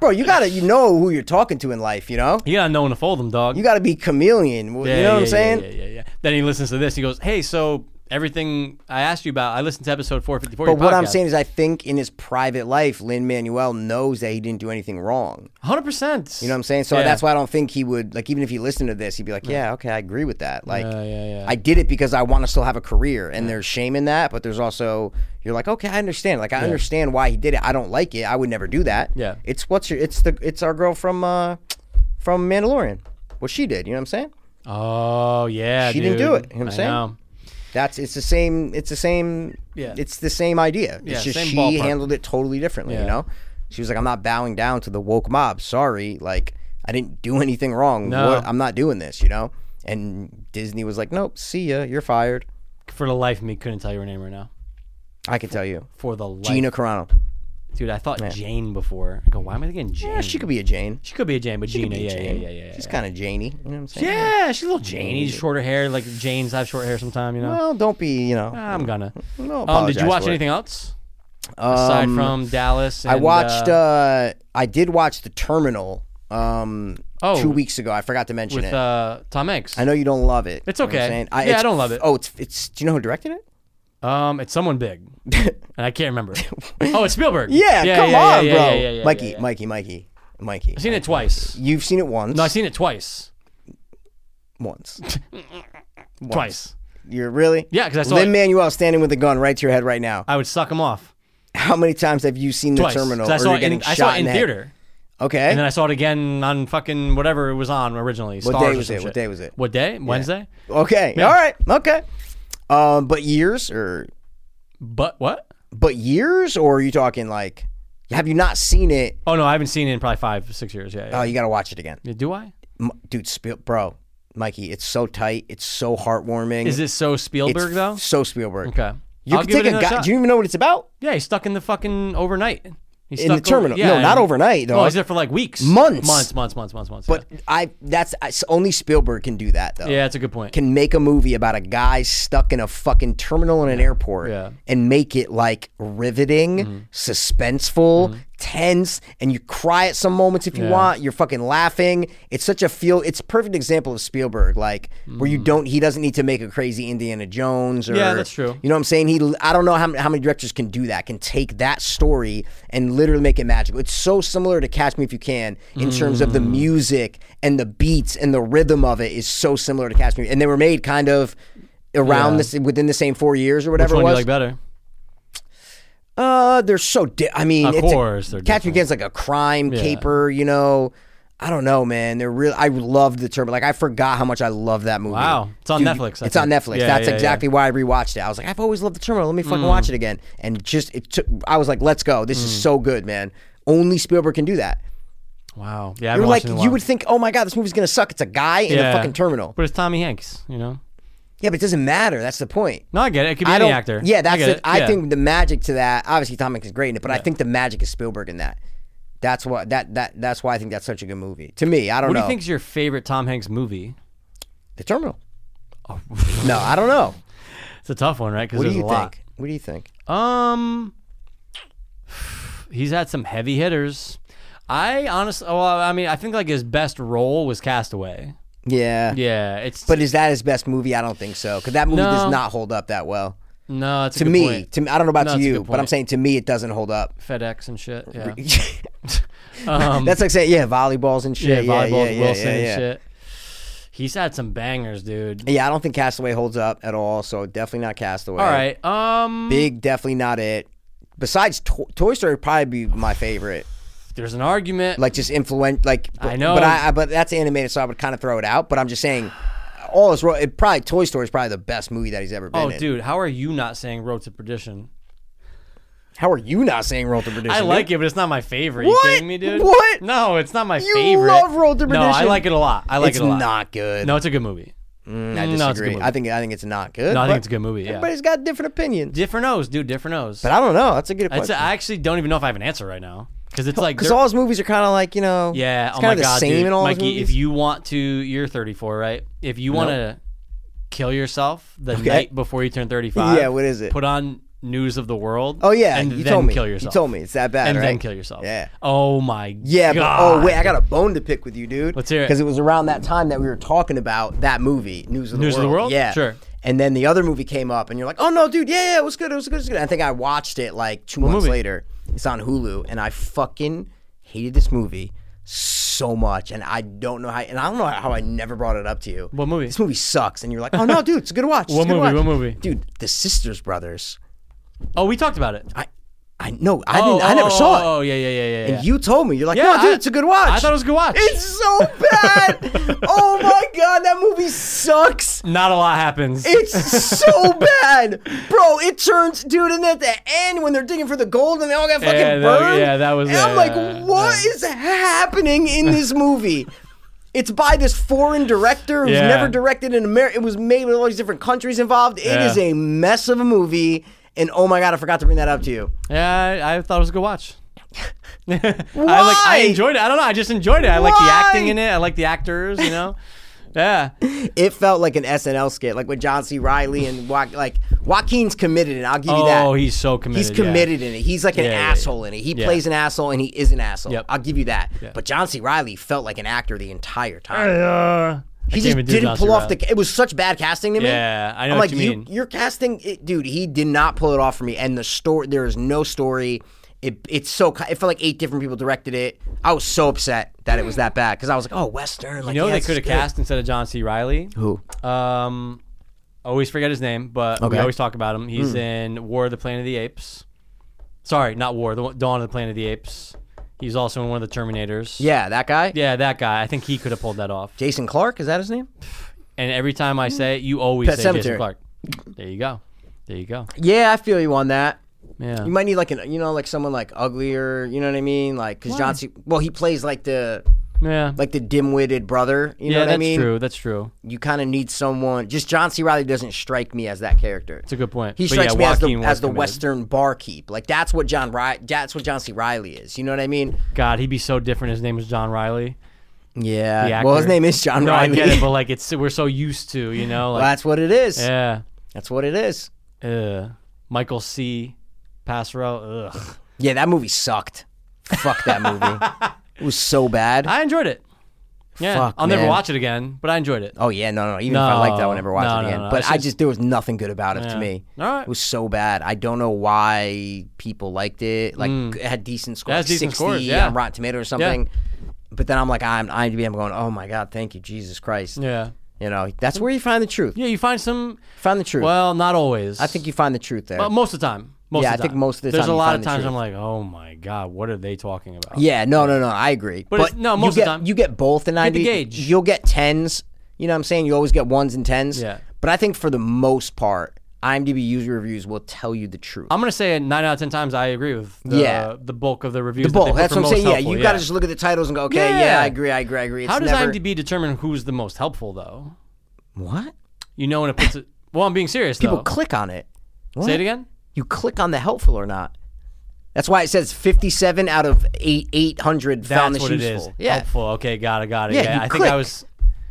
Speaker 1: Bro, you gotta you know who you're talking to in life, you know?
Speaker 2: You gotta know when to fold them, dog.
Speaker 1: You gotta be chameleon. w- you know what I'm saying?
Speaker 2: Yeah, yeah, yeah, yeah. Then he listens to this. He goes, hey, so everything I asked you about, I listened to episode 454.
Speaker 1: But what I'm saying is I think in his private life, Lynn Manuel knows that he didn't do anything wrong.
Speaker 2: 100. percent
Speaker 1: You know what I'm saying? So
Speaker 2: Yeah.
Speaker 1: that's why I don't think he would like even if he listened to this, he'd be like, Yeah, okay, I agree with that. Like
Speaker 2: Yeah, yeah, yeah.
Speaker 1: I did it because I want to still have a career, and there's shame in that. But there's also you're like, okay, I understand. Like I understand why he did it. I don't like it. I would never do that.
Speaker 2: Yeah.
Speaker 1: It's what's your? It's the it's our girl from uh from Mandalorian. What she did. You know what I'm saying?
Speaker 2: Oh yeah,
Speaker 1: She didn't
Speaker 2: dude.
Speaker 1: do it. You know what I'm
Speaker 2: I
Speaker 1: saying?
Speaker 2: know.
Speaker 1: That's it's the same. It's the same.
Speaker 2: Yeah.
Speaker 1: It's the same idea.
Speaker 2: Yeah,
Speaker 1: It's just
Speaker 2: same
Speaker 1: she
Speaker 2: ballpark.
Speaker 1: handled it totally differently.
Speaker 2: Yeah.
Speaker 1: You know, she was like, I'm not bowing down to the woke mob. Sorry, like I didn't do anything wrong.
Speaker 2: No.
Speaker 1: What, I'm not doing this. You know. And Disney was like, Nope. See ya. You're fired.
Speaker 2: For the life of me, couldn't tell you her name right now.
Speaker 1: I can tell you.
Speaker 2: For the life,
Speaker 1: Gina Carano.
Speaker 2: dude. I thought Jane before. I go, why am I thinking Jane?
Speaker 1: Yeah, she could be a Jane.
Speaker 2: She could be a Jane, but Gina,
Speaker 1: be
Speaker 2: yeah,
Speaker 1: Jane.
Speaker 2: yeah, yeah, yeah,
Speaker 1: She's
Speaker 2: yeah.
Speaker 1: kind of Janey. You know what I'm saying?
Speaker 2: Yeah, she's a little Janey, shorter hair. Like Janes have short hair sometime, you know.
Speaker 1: Well, don't be, you know.
Speaker 2: I'm gonna.
Speaker 1: no,
Speaker 2: Um, did
Speaker 1: apologize
Speaker 2: you watch
Speaker 1: for it.
Speaker 2: anything else aside
Speaker 1: Um,
Speaker 2: from Dallas? And,
Speaker 1: I watched.
Speaker 2: uh,
Speaker 1: Uh, I did watch The Terminal. Um,
Speaker 2: Oh.
Speaker 1: two weeks ago. I forgot to mention
Speaker 2: with
Speaker 1: it.
Speaker 2: uh, Tom Hanks.
Speaker 1: I know you don't love it.
Speaker 2: It's
Speaker 1: you know what I'm
Speaker 2: okay.
Speaker 1: saying?
Speaker 2: Yeah,
Speaker 1: it's-
Speaker 2: I don't love it.
Speaker 1: Oh, it's it's. Do you know who directed it?
Speaker 2: Um, it's someone big, and I can't remember. oh, it's Spielberg.
Speaker 1: Yeah, come
Speaker 2: yeah,
Speaker 1: on,
Speaker 2: yeah,
Speaker 1: bro.
Speaker 2: yeah, yeah, yeah,
Speaker 1: Mikey,
Speaker 2: yeah, yeah.
Speaker 1: Mikey, Mikey, Mikey.
Speaker 2: I've seen it twice.
Speaker 1: You've seen it once.
Speaker 2: No, I've seen it twice.
Speaker 1: once.
Speaker 2: Twice.
Speaker 1: You're really.
Speaker 2: Yeah, 'cause I saw it-
Speaker 1: Lin Manuel standing with a gun right to your head right now.
Speaker 2: I would suck him off
Speaker 1: How many times have you seen
Speaker 2: twice.
Speaker 1: the terminal?
Speaker 2: 'Cause I
Speaker 1: or
Speaker 2: saw
Speaker 1: you're
Speaker 2: it in,
Speaker 1: getting
Speaker 2: I saw
Speaker 1: shot
Speaker 2: it
Speaker 1: in
Speaker 2: in
Speaker 1: the head?
Speaker 2: theater.
Speaker 1: Okay.
Speaker 2: And then I saw it again on fucking whatever it was on originally.
Speaker 1: What
Speaker 2: Stars
Speaker 1: day
Speaker 2: or
Speaker 1: was
Speaker 2: some
Speaker 1: it? What
Speaker 2: shit.
Speaker 1: day was it?
Speaker 2: What day? Wednesday.
Speaker 1: Okay. All right. Okay. Um, but years or
Speaker 2: But what?
Speaker 1: but years or are you talking like have you not seen it?
Speaker 2: Oh no, I haven't seen it in probably five, six years. Yeah. yeah.
Speaker 1: Oh, you got to watch it again,
Speaker 2: Yeah, Do I?
Speaker 1: M- dude. Spiel, bro, Mikey, it's so tight. It's so heartwarming.
Speaker 2: Is it so
Speaker 1: it's
Speaker 2: Spielberg though?
Speaker 1: So Spielberg.
Speaker 2: Okay.
Speaker 1: You
Speaker 2: I'll
Speaker 1: could
Speaker 2: give
Speaker 1: take
Speaker 2: it
Speaker 1: a
Speaker 2: another
Speaker 1: guy.
Speaker 2: shot.
Speaker 1: Do you even know what it's about?
Speaker 2: Yeah, he's stuck in the fucking overnight. He's
Speaker 1: in the
Speaker 2: stuck over-
Speaker 1: terminal. no,
Speaker 2: yeah,
Speaker 1: not
Speaker 2: and-
Speaker 1: overnight though.
Speaker 2: Oh, he's there for like weeks,
Speaker 1: Months.
Speaker 2: months, months, months, months, months.
Speaker 1: but I that's I- only Spielberg can do that though.
Speaker 2: yeah, yeah that's a good point.
Speaker 1: Can make a movie about a guy stuck in a fucking terminal in an airport
Speaker 2: Yeah. Mm-hmm.
Speaker 1: and make it like riveting, suspenseful, tense, and you cry at some moments if you
Speaker 2: Yeah.
Speaker 1: want. You're fucking laughing. It's such a feel. It's a perfect example of Spielberg, like where you don't. He doesn't need to make a crazy Indiana Jones or
Speaker 2: Mm. Yeah, that's true.
Speaker 1: You know what I'm saying? He. I don't know how many, how many directors can do that. Can take that story and literally make it magical. It's so similar to Catch Me If You Can in terms of the
Speaker 2: Mm.
Speaker 1: music and the beats and the rhythm of it is so similar to Catch Me. And they were made kind of around
Speaker 2: Yeah.
Speaker 1: this within the same four years or
Speaker 2: Which
Speaker 1: whatever it
Speaker 2: one do you
Speaker 1: was.
Speaker 2: like better?
Speaker 1: Uh, they're so. Di- I mean,
Speaker 2: Of
Speaker 1: it's a-
Speaker 2: course they're
Speaker 1: Catch Me If
Speaker 2: different.
Speaker 1: You Can's like a crime caper. You know, I don't know, man. They're real. I loved the term. Like I forgot how much I love that movie.
Speaker 2: Wow. It's on
Speaker 1: Dude,
Speaker 2: Netflix, I
Speaker 1: it's on
Speaker 2: think.
Speaker 1: Netflix.
Speaker 2: Yeah,
Speaker 1: That's
Speaker 2: yeah, Mm. yeah.
Speaker 1: exactly why I rewatched it. I was like, I've always loved the terminal. Let me fucking watch it again. And just it took. I was like, let's go. This
Speaker 2: Mm.
Speaker 1: is so good, man. Only Spielberg can do that.
Speaker 2: Wow. Yeah, I
Speaker 1: You're
Speaker 2: haven't
Speaker 1: like,
Speaker 2: watched it in a
Speaker 1: you
Speaker 2: while.
Speaker 1: would think, oh my god, this movie's gonna suck. It's a guy in a
Speaker 2: Yeah.
Speaker 1: fucking terminal.
Speaker 2: But it's Tommy Hanks, you know.
Speaker 1: Yeah, but it doesn't matter. That's the point.
Speaker 2: No, I get it. It could be
Speaker 1: I
Speaker 2: any
Speaker 1: don't.
Speaker 2: actor.
Speaker 1: Yeah, that's
Speaker 2: I get
Speaker 1: it.
Speaker 2: it.
Speaker 1: I
Speaker 2: Yeah.
Speaker 1: think the magic to that. Obviously, Tom Hanks is great in it, but I think the magic is Spielberg in that. That's why that that that's why I think that's such a good movie. To me, I don't
Speaker 2: What do
Speaker 1: know.
Speaker 2: you think's your favorite Tom Hanks movie?
Speaker 1: The Terminal. no, I don't know.
Speaker 2: It's a tough one, right? Because
Speaker 1: What do
Speaker 2: Oh. there's
Speaker 1: you
Speaker 2: a
Speaker 1: think?
Speaker 2: lot.
Speaker 1: What do you think?
Speaker 2: Um, he's had some heavy hitters. I honestly, well, I mean, I think like his best role was Castaway.
Speaker 1: Yeah.
Speaker 2: Yeah, it's
Speaker 1: But is that his best movie? I don't think so. Because that movie does
Speaker 2: No.
Speaker 1: not hold up that well.
Speaker 2: no, it's
Speaker 1: To me, to me, I don't know about
Speaker 2: No,
Speaker 1: to
Speaker 2: that's a
Speaker 1: you,
Speaker 2: good
Speaker 1: but I'm
Speaker 2: point.
Speaker 1: saying to me, it doesn't hold up.
Speaker 2: FedEx and shit. Yeah, um,
Speaker 1: that's like saying, yeah, volleyballs and
Speaker 2: yeah,
Speaker 1: shit. Yeah,
Speaker 2: volleyball,
Speaker 1: yeah, yeah,
Speaker 2: Wilson
Speaker 1: yeah, yeah.
Speaker 2: and shit. He's had some bangers, dude.
Speaker 1: Yeah, I don't think Castaway holds up at all. So definitely not Castaway.
Speaker 2: All right, um,
Speaker 1: Big, definitely not it. Besides, to- Toy Story would probably be my favorite.
Speaker 2: there's an argument.
Speaker 1: Like just influent, like but,
Speaker 2: I know.
Speaker 1: but I, I but that's animated, so I would kind of throw it out. But I'm just saying, all is ro- it probably Toy Story is probably the best movie that he's ever been
Speaker 2: oh,
Speaker 1: in.
Speaker 2: dude, how are you not saying Road to Perdition?
Speaker 1: How are you not saying Roll to Perdition?
Speaker 2: I
Speaker 1: dude?
Speaker 2: like it, but it's not my favorite.
Speaker 1: What?
Speaker 2: You kidding me, dude?
Speaker 1: What?
Speaker 2: No, it's not my
Speaker 1: You
Speaker 2: favorite.
Speaker 1: love Road to
Speaker 2: No, I
Speaker 1: Perdition.
Speaker 2: like it a lot. I like
Speaker 1: It's
Speaker 2: it a lot.
Speaker 1: not good.
Speaker 2: No, it's a good movie.
Speaker 1: I
Speaker 2: no, it's a
Speaker 1: disagree.
Speaker 2: good movie.
Speaker 1: I think I think it's not good.
Speaker 2: No, I
Speaker 1: but
Speaker 2: think it's a good movie. Yeah.
Speaker 1: Everybody's got different opinions,
Speaker 2: Different O's, dude. Different O's.
Speaker 1: but I don't know. That's a good
Speaker 2: It's-
Speaker 1: question.
Speaker 2: I actually don't even know if I have an answer right now because it's like
Speaker 1: Because
Speaker 2: they're-
Speaker 1: all his movies are kind of like you know,
Speaker 2: yeah.
Speaker 1: it's
Speaker 2: Oh
Speaker 1: kinda
Speaker 2: my
Speaker 1: the
Speaker 2: god,
Speaker 1: same
Speaker 2: dude.
Speaker 1: in all his
Speaker 2: Mikey, if
Speaker 1: movies.
Speaker 2: you want to, you're 34, right? If you want to kill yourself the night before you turn 35,
Speaker 1: Yeah, what is it?
Speaker 2: Put on News of the World.
Speaker 1: Oh yeah,
Speaker 2: and
Speaker 1: you
Speaker 2: then
Speaker 1: told me.
Speaker 2: kill yourself.
Speaker 1: You told me it's that bad.
Speaker 2: and then
Speaker 1: right?
Speaker 2: kill yourself.
Speaker 1: Yeah.
Speaker 2: Oh my.
Speaker 1: Yeah,
Speaker 2: god.
Speaker 1: but oh wait, I got a bone to pick with you, dude.
Speaker 2: Let's hear it.
Speaker 1: Because it was around that time that we were talking about that movie, News of the
Speaker 2: News of
Speaker 1: World.
Speaker 2: the World?
Speaker 1: Yeah,
Speaker 2: Sure.
Speaker 1: And then the other movie came up, and you're like, "Oh no, dude, yeah, yeah, it was good, it was good, it was good." I think I watched it like two months
Speaker 2: movie?
Speaker 1: later. It's on Hulu, and I fucking hated this movie so much, and I don't know how, and I don't know how I never brought it up to you.
Speaker 2: What movie?
Speaker 1: This movie sucks, and you're like, "Oh no, dude, it's a good watch." it's a
Speaker 2: What
Speaker 1: good
Speaker 2: movie?
Speaker 1: watch."
Speaker 2: What movie?
Speaker 1: Dude, The Sisters Brothers.
Speaker 2: Oh, we talked about it.
Speaker 1: I, I no, I
Speaker 2: oh,
Speaker 1: didn't. I
Speaker 2: oh,
Speaker 1: never
Speaker 2: oh,
Speaker 1: saw it.
Speaker 2: Oh yeah, yeah, yeah, yeah. yeah.
Speaker 1: And you told me you're like,
Speaker 2: Yeah,
Speaker 1: no, dude,
Speaker 2: I-
Speaker 1: it's a good watch.
Speaker 2: I thought it was a good watch.
Speaker 1: It's so bad. oh my god, that movie sucks.
Speaker 2: Not a lot happens.
Speaker 1: It's so bad, bro. It turns, dude, and at the end when they're digging for the gold and they all got fucking
Speaker 2: Yeah, that-
Speaker 1: burned.
Speaker 2: yeah, that was-
Speaker 1: And
Speaker 2: yeah,
Speaker 1: I'm like,
Speaker 2: yeah,
Speaker 1: what
Speaker 2: yeah.
Speaker 1: is happening in this movie? It's by this foreign director who's
Speaker 2: Yeah.
Speaker 1: never directed in America. It was made with all these different countries involved. It is
Speaker 2: Yeah.
Speaker 1: a mess of a movie. And oh my god, I forgot to bring that up to you.
Speaker 2: Yeah, I, I thought it was a good watch. Why? I, like, I
Speaker 1: Why?
Speaker 2: enjoyed it. I don't know. I just enjoyed it. I like the acting
Speaker 1: Why?
Speaker 2: in it. I like the actors. You know. Yeah.
Speaker 1: It felt like an SNL skit, like with John C. Riley and jo- like Joaquin's committed, and I'll give you that.
Speaker 2: Oh, he's so committed.
Speaker 1: He's
Speaker 2: yeah.
Speaker 1: committed in it. He's like an
Speaker 2: Yeah, yeah, yeah.
Speaker 1: asshole in it. He
Speaker 2: Yeah.
Speaker 1: plays an asshole and he is an asshole.
Speaker 2: Yep.
Speaker 1: I'll give you that. But John C. Riley felt like an actor the entire time.
Speaker 2: Uh, I
Speaker 1: He
Speaker 2: can't
Speaker 1: just
Speaker 2: even do
Speaker 1: didn't
Speaker 2: John
Speaker 1: pull
Speaker 2: C.
Speaker 1: off
Speaker 2: Reilly.
Speaker 1: the. It was such bad casting to me.
Speaker 2: Yeah, I know
Speaker 1: I'm
Speaker 2: what
Speaker 1: like
Speaker 2: you mean.
Speaker 1: you're casting, it, dude. He did not pull it off for me. And the story, there is no story. It, it's so co- it felt like eight different people directed it. I was so upset that it was that bad because I was like, oh, Western. Like,
Speaker 2: You know
Speaker 1: yeah,
Speaker 2: they
Speaker 1: this
Speaker 2: could
Speaker 1: is
Speaker 2: have
Speaker 1: good.
Speaker 2: cast instead of John C. Riley.
Speaker 1: who?
Speaker 2: Um, always forget his name, but
Speaker 1: Okay. Hmm.
Speaker 2: we always talk about him. He's in War of the Planet of the Apes. Sorry, not War. The one- Dawn of the Planet of the Apes. He's also in one of the Terminators.
Speaker 1: Yeah, that guy.
Speaker 2: Yeah, that guy. I think he could have pulled that off.
Speaker 1: Jason Clark, is that his name?
Speaker 2: And every time I say it, you always
Speaker 1: Pet
Speaker 2: say
Speaker 1: Sematary.
Speaker 2: Jason Clark. There you go. There you go.
Speaker 1: Yeah, I feel you on that.
Speaker 2: Yeah.
Speaker 1: You might need like an, you know, like someone like uglier. You know what I mean? Like because John C. Well, he plays like the
Speaker 2: Yeah.
Speaker 1: like the dim-witted brother. You know
Speaker 2: yeah,
Speaker 1: what
Speaker 2: that's
Speaker 1: I mean?
Speaker 2: true. That's true.
Speaker 1: You kind of need someone. Just John C. Riley doesn't strike me as that character.
Speaker 2: It's a good point.
Speaker 1: He
Speaker 2: But
Speaker 1: strikes
Speaker 2: yeah,
Speaker 1: me as the,
Speaker 2: Joaquin was
Speaker 1: as the
Speaker 2: committed.
Speaker 1: Western barkeep. Like that's what John Ri- that's what John C. Riley is. You know what I mean?
Speaker 2: God, he'd be so different. His name was John Riley. The
Speaker 1: Yeah. Well, his
Speaker 2: actor.
Speaker 1: name is John
Speaker 2: No,
Speaker 1: Riley.
Speaker 2: I get it, but like it's we're so used to, you know,
Speaker 1: Well,
Speaker 2: like
Speaker 1: that's what it is.
Speaker 2: yeah,
Speaker 1: That's what it is.
Speaker 2: Ugh. Michael C. Passero. Ugh.
Speaker 1: Yeah, that movie sucked. Fuck that movie. It was so bad.
Speaker 2: I enjoyed it. Yeah,
Speaker 1: Fuck,
Speaker 2: I'll never
Speaker 1: man.
Speaker 2: watch it again, but I enjoyed it.
Speaker 1: oh yeah, no, no. Even if I like that, I
Speaker 2: No,
Speaker 1: would never watch
Speaker 2: no,
Speaker 1: it
Speaker 2: no,
Speaker 1: again.
Speaker 2: no,
Speaker 1: but
Speaker 2: it's
Speaker 1: I
Speaker 2: just-
Speaker 1: just there was nothing good about it to me.
Speaker 2: All right.
Speaker 1: It was so bad. I don't know why people liked it. Like it had decent scores,
Speaker 2: Mm. has decent
Speaker 1: 60
Speaker 2: scores, yeah.
Speaker 1: on Rotten Tomato or something. But then I'm like, I'm IMDb. I'm going, oh my god, thank you, Jesus Christ.
Speaker 2: Yeah,
Speaker 1: You know, that's where you find the truth.
Speaker 2: yeah. You find some.
Speaker 1: Find the truth.
Speaker 2: Well, not always.
Speaker 1: I think you find the truth there.
Speaker 2: But most of the time. Most
Speaker 1: Yeah,
Speaker 2: of the
Speaker 1: I think
Speaker 2: time.
Speaker 1: most of the
Speaker 2: There's
Speaker 1: time
Speaker 2: a
Speaker 1: you
Speaker 2: lot
Speaker 1: find
Speaker 2: of
Speaker 1: the
Speaker 2: times
Speaker 1: truth.
Speaker 2: I'm like, oh my god, what are they talking about?
Speaker 1: yeah, no, no, no. I agree. But,
Speaker 2: it's- no, most of
Speaker 1: you
Speaker 2: the
Speaker 1: get,
Speaker 2: time.
Speaker 1: you get both in IMDb.
Speaker 2: the gauge.
Speaker 1: You'll get tens. You know what I'm saying? You always get ones and tens.
Speaker 2: Yeah.
Speaker 1: But I think for the most part, IMDb user reviews will tell you the truth.
Speaker 2: I'm gonna say nine out of ten times I agree with the,
Speaker 1: Yeah.
Speaker 2: the bulk of the reviews.
Speaker 1: the
Speaker 2: that they
Speaker 1: bulk.
Speaker 2: put
Speaker 1: That's what
Speaker 2: for
Speaker 1: I'm
Speaker 2: most
Speaker 1: saying.
Speaker 2: helpful,
Speaker 1: yeah, you got to just look at the titles and go, okay, yeah,
Speaker 2: Yeah.
Speaker 1: I agree, I agree, I agree. It's
Speaker 2: How does
Speaker 1: never,
Speaker 2: IMDb determine who's the most helpful though?
Speaker 1: What?
Speaker 2: You know when it puts it. Well, I'm being serious.
Speaker 1: People
Speaker 2: though.
Speaker 1: click on it.
Speaker 2: Say it again.
Speaker 1: You click on the helpful or not. That's why it says 57 out of 8 800 found
Speaker 2: That's
Speaker 1: this
Speaker 2: what
Speaker 1: useful.
Speaker 2: it is. Oh,
Speaker 1: Yeah.
Speaker 2: Helpful. Okay, got it, got it.
Speaker 1: Yeah,
Speaker 2: Yeah,
Speaker 1: you
Speaker 2: I think
Speaker 1: click.
Speaker 2: I was.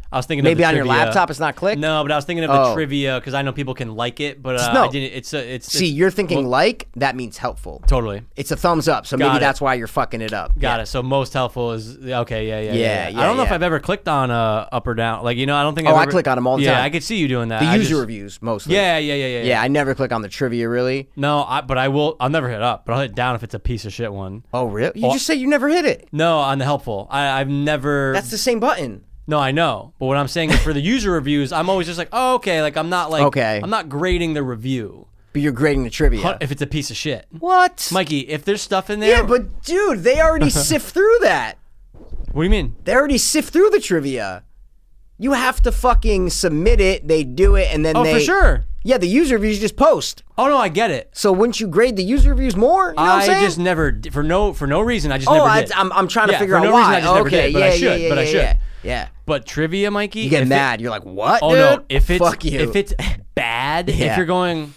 Speaker 2: I was thinking
Speaker 1: Maybe
Speaker 2: of
Speaker 1: on
Speaker 2: the
Speaker 1: your
Speaker 2: trivia.
Speaker 1: laptop it's not clicked?
Speaker 2: No, but I was thinking of the
Speaker 1: Oh.
Speaker 2: trivia because I know people can like it, but uh,
Speaker 1: no.
Speaker 2: I didn't. It's a, it's
Speaker 1: See,
Speaker 2: it's-
Speaker 1: you're thinking like, that means helpful.
Speaker 2: totally
Speaker 1: It's a thumbs up, so maybe
Speaker 2: Got it.
Speaker 1: that's why you're fucking it up.
Speaker 2: got it. So most helpful is okay. Yeah, yeah,
Speaker 1: Yeah,
Speaker 2: yeah.
Speaker 1: yeah,
Speaker 2: I don't know if
Speaker 1: yeah.
Speaker 2: I've ever clicked on uh, up or down. Like you know, I don't think.
Speaker 1: Oh,
Speaker 2: I've
Speaker 1: I
Speaker 2: ever-
Speaker 1: click on 'em all the
Speaker 2: yeah,
Speaker 1: time.
Speaker 2: I could see you doing that.
Speaker 1: The
Speaker 2: I
Speaker 1: user
Speaker 2: just-
Speaker 1: reviews mostly.
Speaker 2: Yeah, yeah, yeah, yeah,
Speaker 1: Yeah, I never click on the trivia really.
Speaker 2: No, I, but I will. I'll never hit up, but I'll hit down if it's a piece of shit one.
Speaker 1: Oh, really? You just say you never hit it.
Speaker 2: No, on the helpful. I, I've never.
Speaker 1: That's the same button.
Speaker 2: No, I know. But what I'm saying is for the user reviews, I'm always just like, oh, okay. Like, I'm not like,
Speaker 1: Okay.
Speaker 2: I'm not grading the review
Speaker 1: But you're grading the trivia.
Speaker 2: But if it's a piece of shit.
Speaker 1: what?
Speaker 2: Mikey, if there's stuff in there.
Speaker 1: yeah, but dude, they already sift through that.
Speaker 2: What do you mean?
Speaker 1: They already sift through the trivia. You have to fucking submit it. They do it, and then
Speaker 2: Oh,
Speaker 1: they.
Speaker 2: for sure.
Speaker 1: Yeah, the user reviews you just post.
Speaker 2: Oh, no, I get it.
Speaker 1: So wouldn't you grade the user reviews more? You know what I'm
Speaker 2: I
Speaker 1: saying?
Speaker 2: just never d- for no for no reason. I just
Speaker 1: oh,
Speaker 2: never
Speaker 1: I,
Speaker 2: did.
Speaker 1: I'm, I'm trying to
Speaker 2: Yeah,
Speaker 1: figure
Speaker 2: for
Speaker 1: out
Speaker 2: no
Speaker 1: why.
Speaker 2: reason I just never
Speaker 1: okay,
Speaker 2: did, but
Speaker 1: yeah,
Speaker 2: I should,
Speaker 1: yeah,
Speaker 2: but I
Speaker 1: yeah,
Speaker 2: should.
Speaker 1: yeah, yeah.
Speaker 2: but trivia, Mikey.
Speaker 1: You get
Speaker 2: if it-
Speaker 1: mad. you're like, what?
Speaker 2: oh no,
Speaker 1: dude?
Speaker 2: if it's
Speaker 1: fuck you,
Speaker 2: if it's bad,
Speaker 1: Yeah.
Speaker 2: if you're going,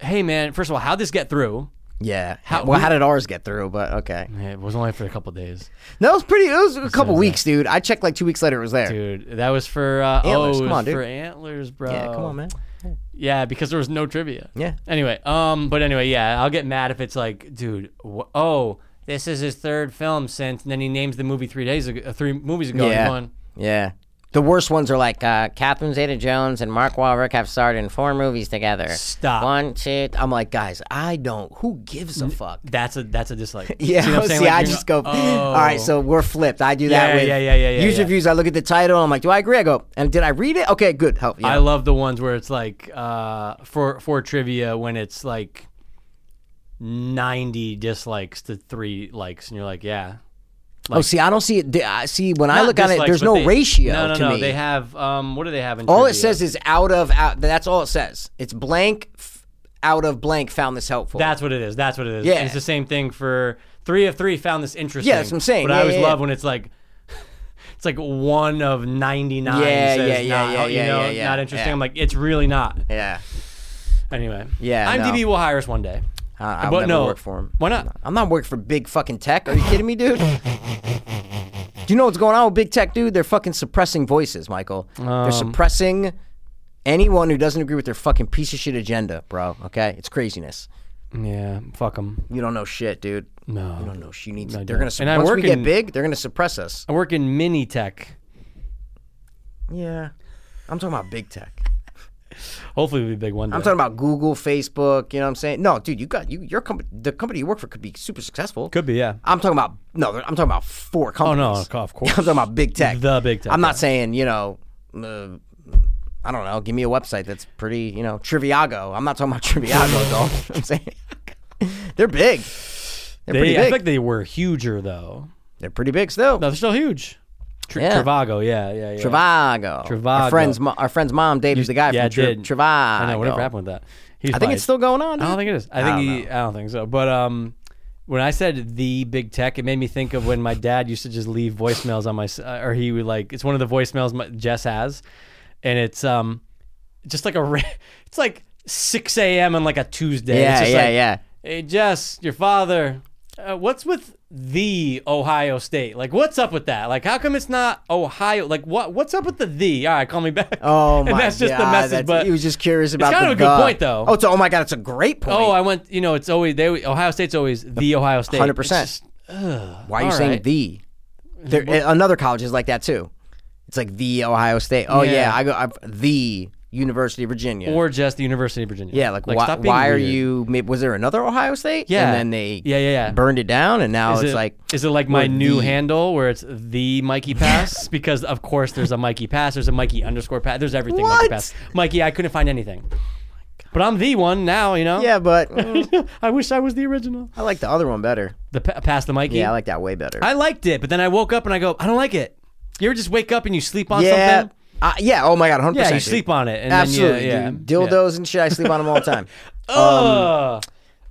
Speaker 2: hey man, first of all, how'd this get through?
Speaker 1: yeah. How, well, how did ours get through? But okay,
Speaker 2: It was only for a couple days,
Speaker 1: no, it was pretty. It was a couple weeks, dude. I checked like two weeks later. It was there.
Speaker 2: dude. That was for uh, oh,
Speaker 1: Antlers,
Speaker 2: it
Speaker 1: come
Speaker 2: was
Speaker 1: on, dude.
Speaker 2: for antlers, bro.
Speaker 1: Yeah, come on, man.
Speaker 2: Yeah, because there was no trivia.
Speaker 1: Yeah.
Speaker 2: Anyway, um, but anyway, yeah, I'll get mad if it's like, dude, wh- oh, this is his third film since, and then he names the movie three days ago, uh, three movies ago. and
Speaker 1: Yeah.
Speaker 2: going,
Speaker 1: Yeah. The worst ones are like uh, Catherine Zeta Jones and Mark Wahlberg have starred in four movies together.
Speaker 2: Stop.
Speaker 1: One, two. th- I'm like, guys, I don't. Who gives a fuck?
Speaker 2: That's a that's a dislike.
Speaker 1: Yeah,
Speaker 2: what I'm
Speaker 1: see,
Speaker 2: saying? Like,
Speaker 1: I
Speaker 2: you're
Speaker 1: just go.
Speaker 2: not-
Speaker 1: All right,
Speaker 2: Oh.
Speaker 1: so we're flipped. I do that
Speaker 2: Yeah,
Speaker 1: with
Speaker 2: yeah, yeah, yeah, yeah,
Speaker 1: user
Speaker 2: yeah.
Speaker 1: reviews. I look at the title. I'm like, do I agree? I go, and did I read it? Okay, good. Help. Yeah.
Speaker 2: I love the ones where it's like uh, for for trivia when it's like ninety dislikes to three likes, and you're like, yeah.
Speaker 1: oh, see, I don't see it. di- I see when I
Speaker 2: Not
Speaker 1: look on it.
Speaker 2: dislikes,
Speaker 1: There's
Speaker 2: but
Speaker 1: no
Speaker 2: they-
Speaker 1: ratio
Speaker 2: No, no,
Speaker 1: to
Speaker 2: no.
Speaker 1: me.
Speaker 2: They have um, what do they have in
Speaker 1: all it
Speaker 2: trivia?
Speaker 1: says is out of out. That's all it says. It's blank. F- out of blank found this helpful.
Speaker 2: That's what it is. That's what it is.
Speaker 1: Yeah.
Speaker 2: And it's the same thing for three of three found this interesting.
Speaker 1: Yeah, that's what I'm saying.
Speaker 2: But I
Speaker 1: Yeah,
Speaker 2: always
Speaker 1: yeah,
Speaker 2: love
Speaker 1: yeah.
Speaker 2: when it's like it's like one of ninety nine
Speaker 1: Yeah,
Speaker 2: says
Speaker 1: yeah, yeah,
Speaker 2: not,
Speaker 1: yeah,
Speaker 2: you
Speaker 1: yeah,
Speaker 2: know,
Speaker 1: yeah, yeah,
Speaker 2: not interesting.
Speaker 1: yeah.
Speaker 2: I'm like, it's really not.
Speaker 1: yeah.
Speaker 2: Anyway.
Speaker 1: Yeah,
Speaker 2: IMDb
Speaker 1: no.
Speaker 2: will hire us one day.
Speaker 1: I, I'll
Speaker 2: but
Speaker 1: never
Speaker 2: no.
Speaker 1: work for him.
Speaker 2: Why not?
Speaker 1: I'm not working for big fucking tech. Are you kidding me, dude? Do you know what's going on with big tech, dude? They're fucking suppressing voices, Michael.
Speaker 2: Um.
Speaker 1: They're suppressing anyone who doesn't agree with their fucking piece of shit agenda, bro. Okay, it's craziness.
Speaker 2: Yeah. Fuck them.
Speaker 1: You don't know shit, dude.
Speaker 2: No.
Speaker 1: You don't know shit. You need.
Speaker 2: I
Speaker 1: they're gonna.
Speaker 2: don't.
Speaker 1: Su-
Speaker 2: And I
Speaker 1: once we
Speaker 2: work
Speaker 1: get
Speaker 2: in-
Speaker 1: big, they're gonna suppress us.
Speaker 2: I work in mini tech.
Speaker 1: Yeah, I'm talking about big tech.
Speaker 2: Hopefully, we'll be big one day.
Speaker 1: I'm talking about Google, Facebook. You know what I'm saying? No, dude, you got you. Your company, the company you work for, could be super successful.
Speaker 2: Could be, yeah.
Speaker 1: I'm talking about no. I'm talking about four
Speaker 2: Oh
Speaker 1: companies.
Speaker 2: no, of course.
Speaker 1: I'm talking about big tech.
Speaker 2: The big tech,
Speaker 1: I'm not
Speaker 2: yeah.
Speaker 1: saying you know. Uh, I don't know. Give me a website that's pretty. You know, Triviago. I'm not talking about Triviago though. I'm saying they're big. They're pretty
Speaker 2: They,
Speaker 1: big.
Speaker 2: I think they were huger though.
Speaker 1: they're pretty big still.
Speaker 2: No, they're still huge. Tr-
Speaker 1: Yeah.
Speaker 2: Trivago, yeah, yeah, yeah.
Speaker 1: Trivago.
Speaker 2: Trivago.
Speaker 1: Our friend's mo- our friend's mom dated the guy
Speaker 2: yeah, I
Speaker 1: from Tri-
Speaker 2: did.
Speaker 1: Trivago.
Speaker 2: I know whatever happened with that. He's
Speaker 1: I think it's still going on.
Speaker 2: I
Speaker 1: dude.
Speaker 2: don't think it is. I think
Speaker 1: don't
Speaker 2: he. I don't think so. But um, When I said the big tech, it made me think of when my dad used to just leave voicemails on my, s- uh, or he would like, it's one of the voicemails my, Jess has, and it's um, just like a, ra- it's like 6 a.m. on like a Tuesday. It's
Speaker 4: Yeah,
Speaker 2: just
Speaker 4: yeah,
Speaker 2: like,
Speaker 4: yeah.
Speaker 2: Hey Jess, your father, uh, what's with the Ohio State? Like, what's up with that? Like, how come it's not Ohio? Like, what what's up with the the? All right, call me back.
Speaker 1: Oh my
Speaker 2: and that's just the
Speaker 1: God,
Speaker 2: message.
Speaker 1: that's-
Speaker 2: But
Speaker 1: he was just curious about.
Speaker 2: kind
Speaker 1: the
Speaker 2: of a good
Speaker 1: duh.
Speaker 2: point, though.
Speaker 1: Oh, it's, oh my god, it's a great point.
Speaker 2: oh, I went. You know, it's always they. Ohio State's always the Ohio State.
Speaker 1: 100%.
Speaker 2: It's just, ugh,
Speaker 1: Why are you
Speaker 2: all
Speaker 1: saying
Speaker 2: right.
Speaker 1: the? There, eh, another college is like that too. It's like the Ohio State. Oh yeah,
Speaker 2: Yeah.
Speaker 1: I go I've, the University of Virginia.
Speaker 2: Or just the University of Virginia.
Speaker 1: yeah, like, why,
Speaker 2: stop being
Speaker 1: why are
Speaker 2: weird.
Speaker 1: you? maybe- Was there another Ohio State?
Speaker 2: Yeah.
Speaker 1: and then they
Speaker 2: Yeah, yeah, yeah.
Speaker 1: burned it down, and now
Speaker 2: Is
Speaker 1: it's
Speaker 2: it,
Speaker 1: like
Speaker 2: is it like my new
Speaker 1: the-
Speaker 2: handle where it's the Mikey Pass? Because of course there's a Mikey Pass, there's a Mikey underscore Pass, there's everything Mikey
Speaker 1: What?
Speaker 2: Pass. Mikey, I couldn't find anything. But I'm the one now, you know.
Speaker 1: yeah, but mm,
Speaker 2: I wish I was the original.
Speaker 1: I like the other one better.
Speaker 2: The pa- pass the Mikey.
Speaker 1: Yeah, I like that way better.
Speaker 2: I liked it, but then I woke up and I go, I don't like it. You ever just wake up and you sleep on
Speaker 1: yeah,
Speaker 2: something?
Speaker 1: uh, yeah. Oh my god, hundred
Speaker 2: Yeah,
Speaker 1: percent.
Speaker 2: you sleep on it. And
Speaker 1: Absolutely,
Speaker 2: Then you, yeah,
Speaker 1: dude.
Speaker 2: yeah.
Speaker 1: Dildos and shit. I sleep on them all the time.
Speaker 2: Ugh.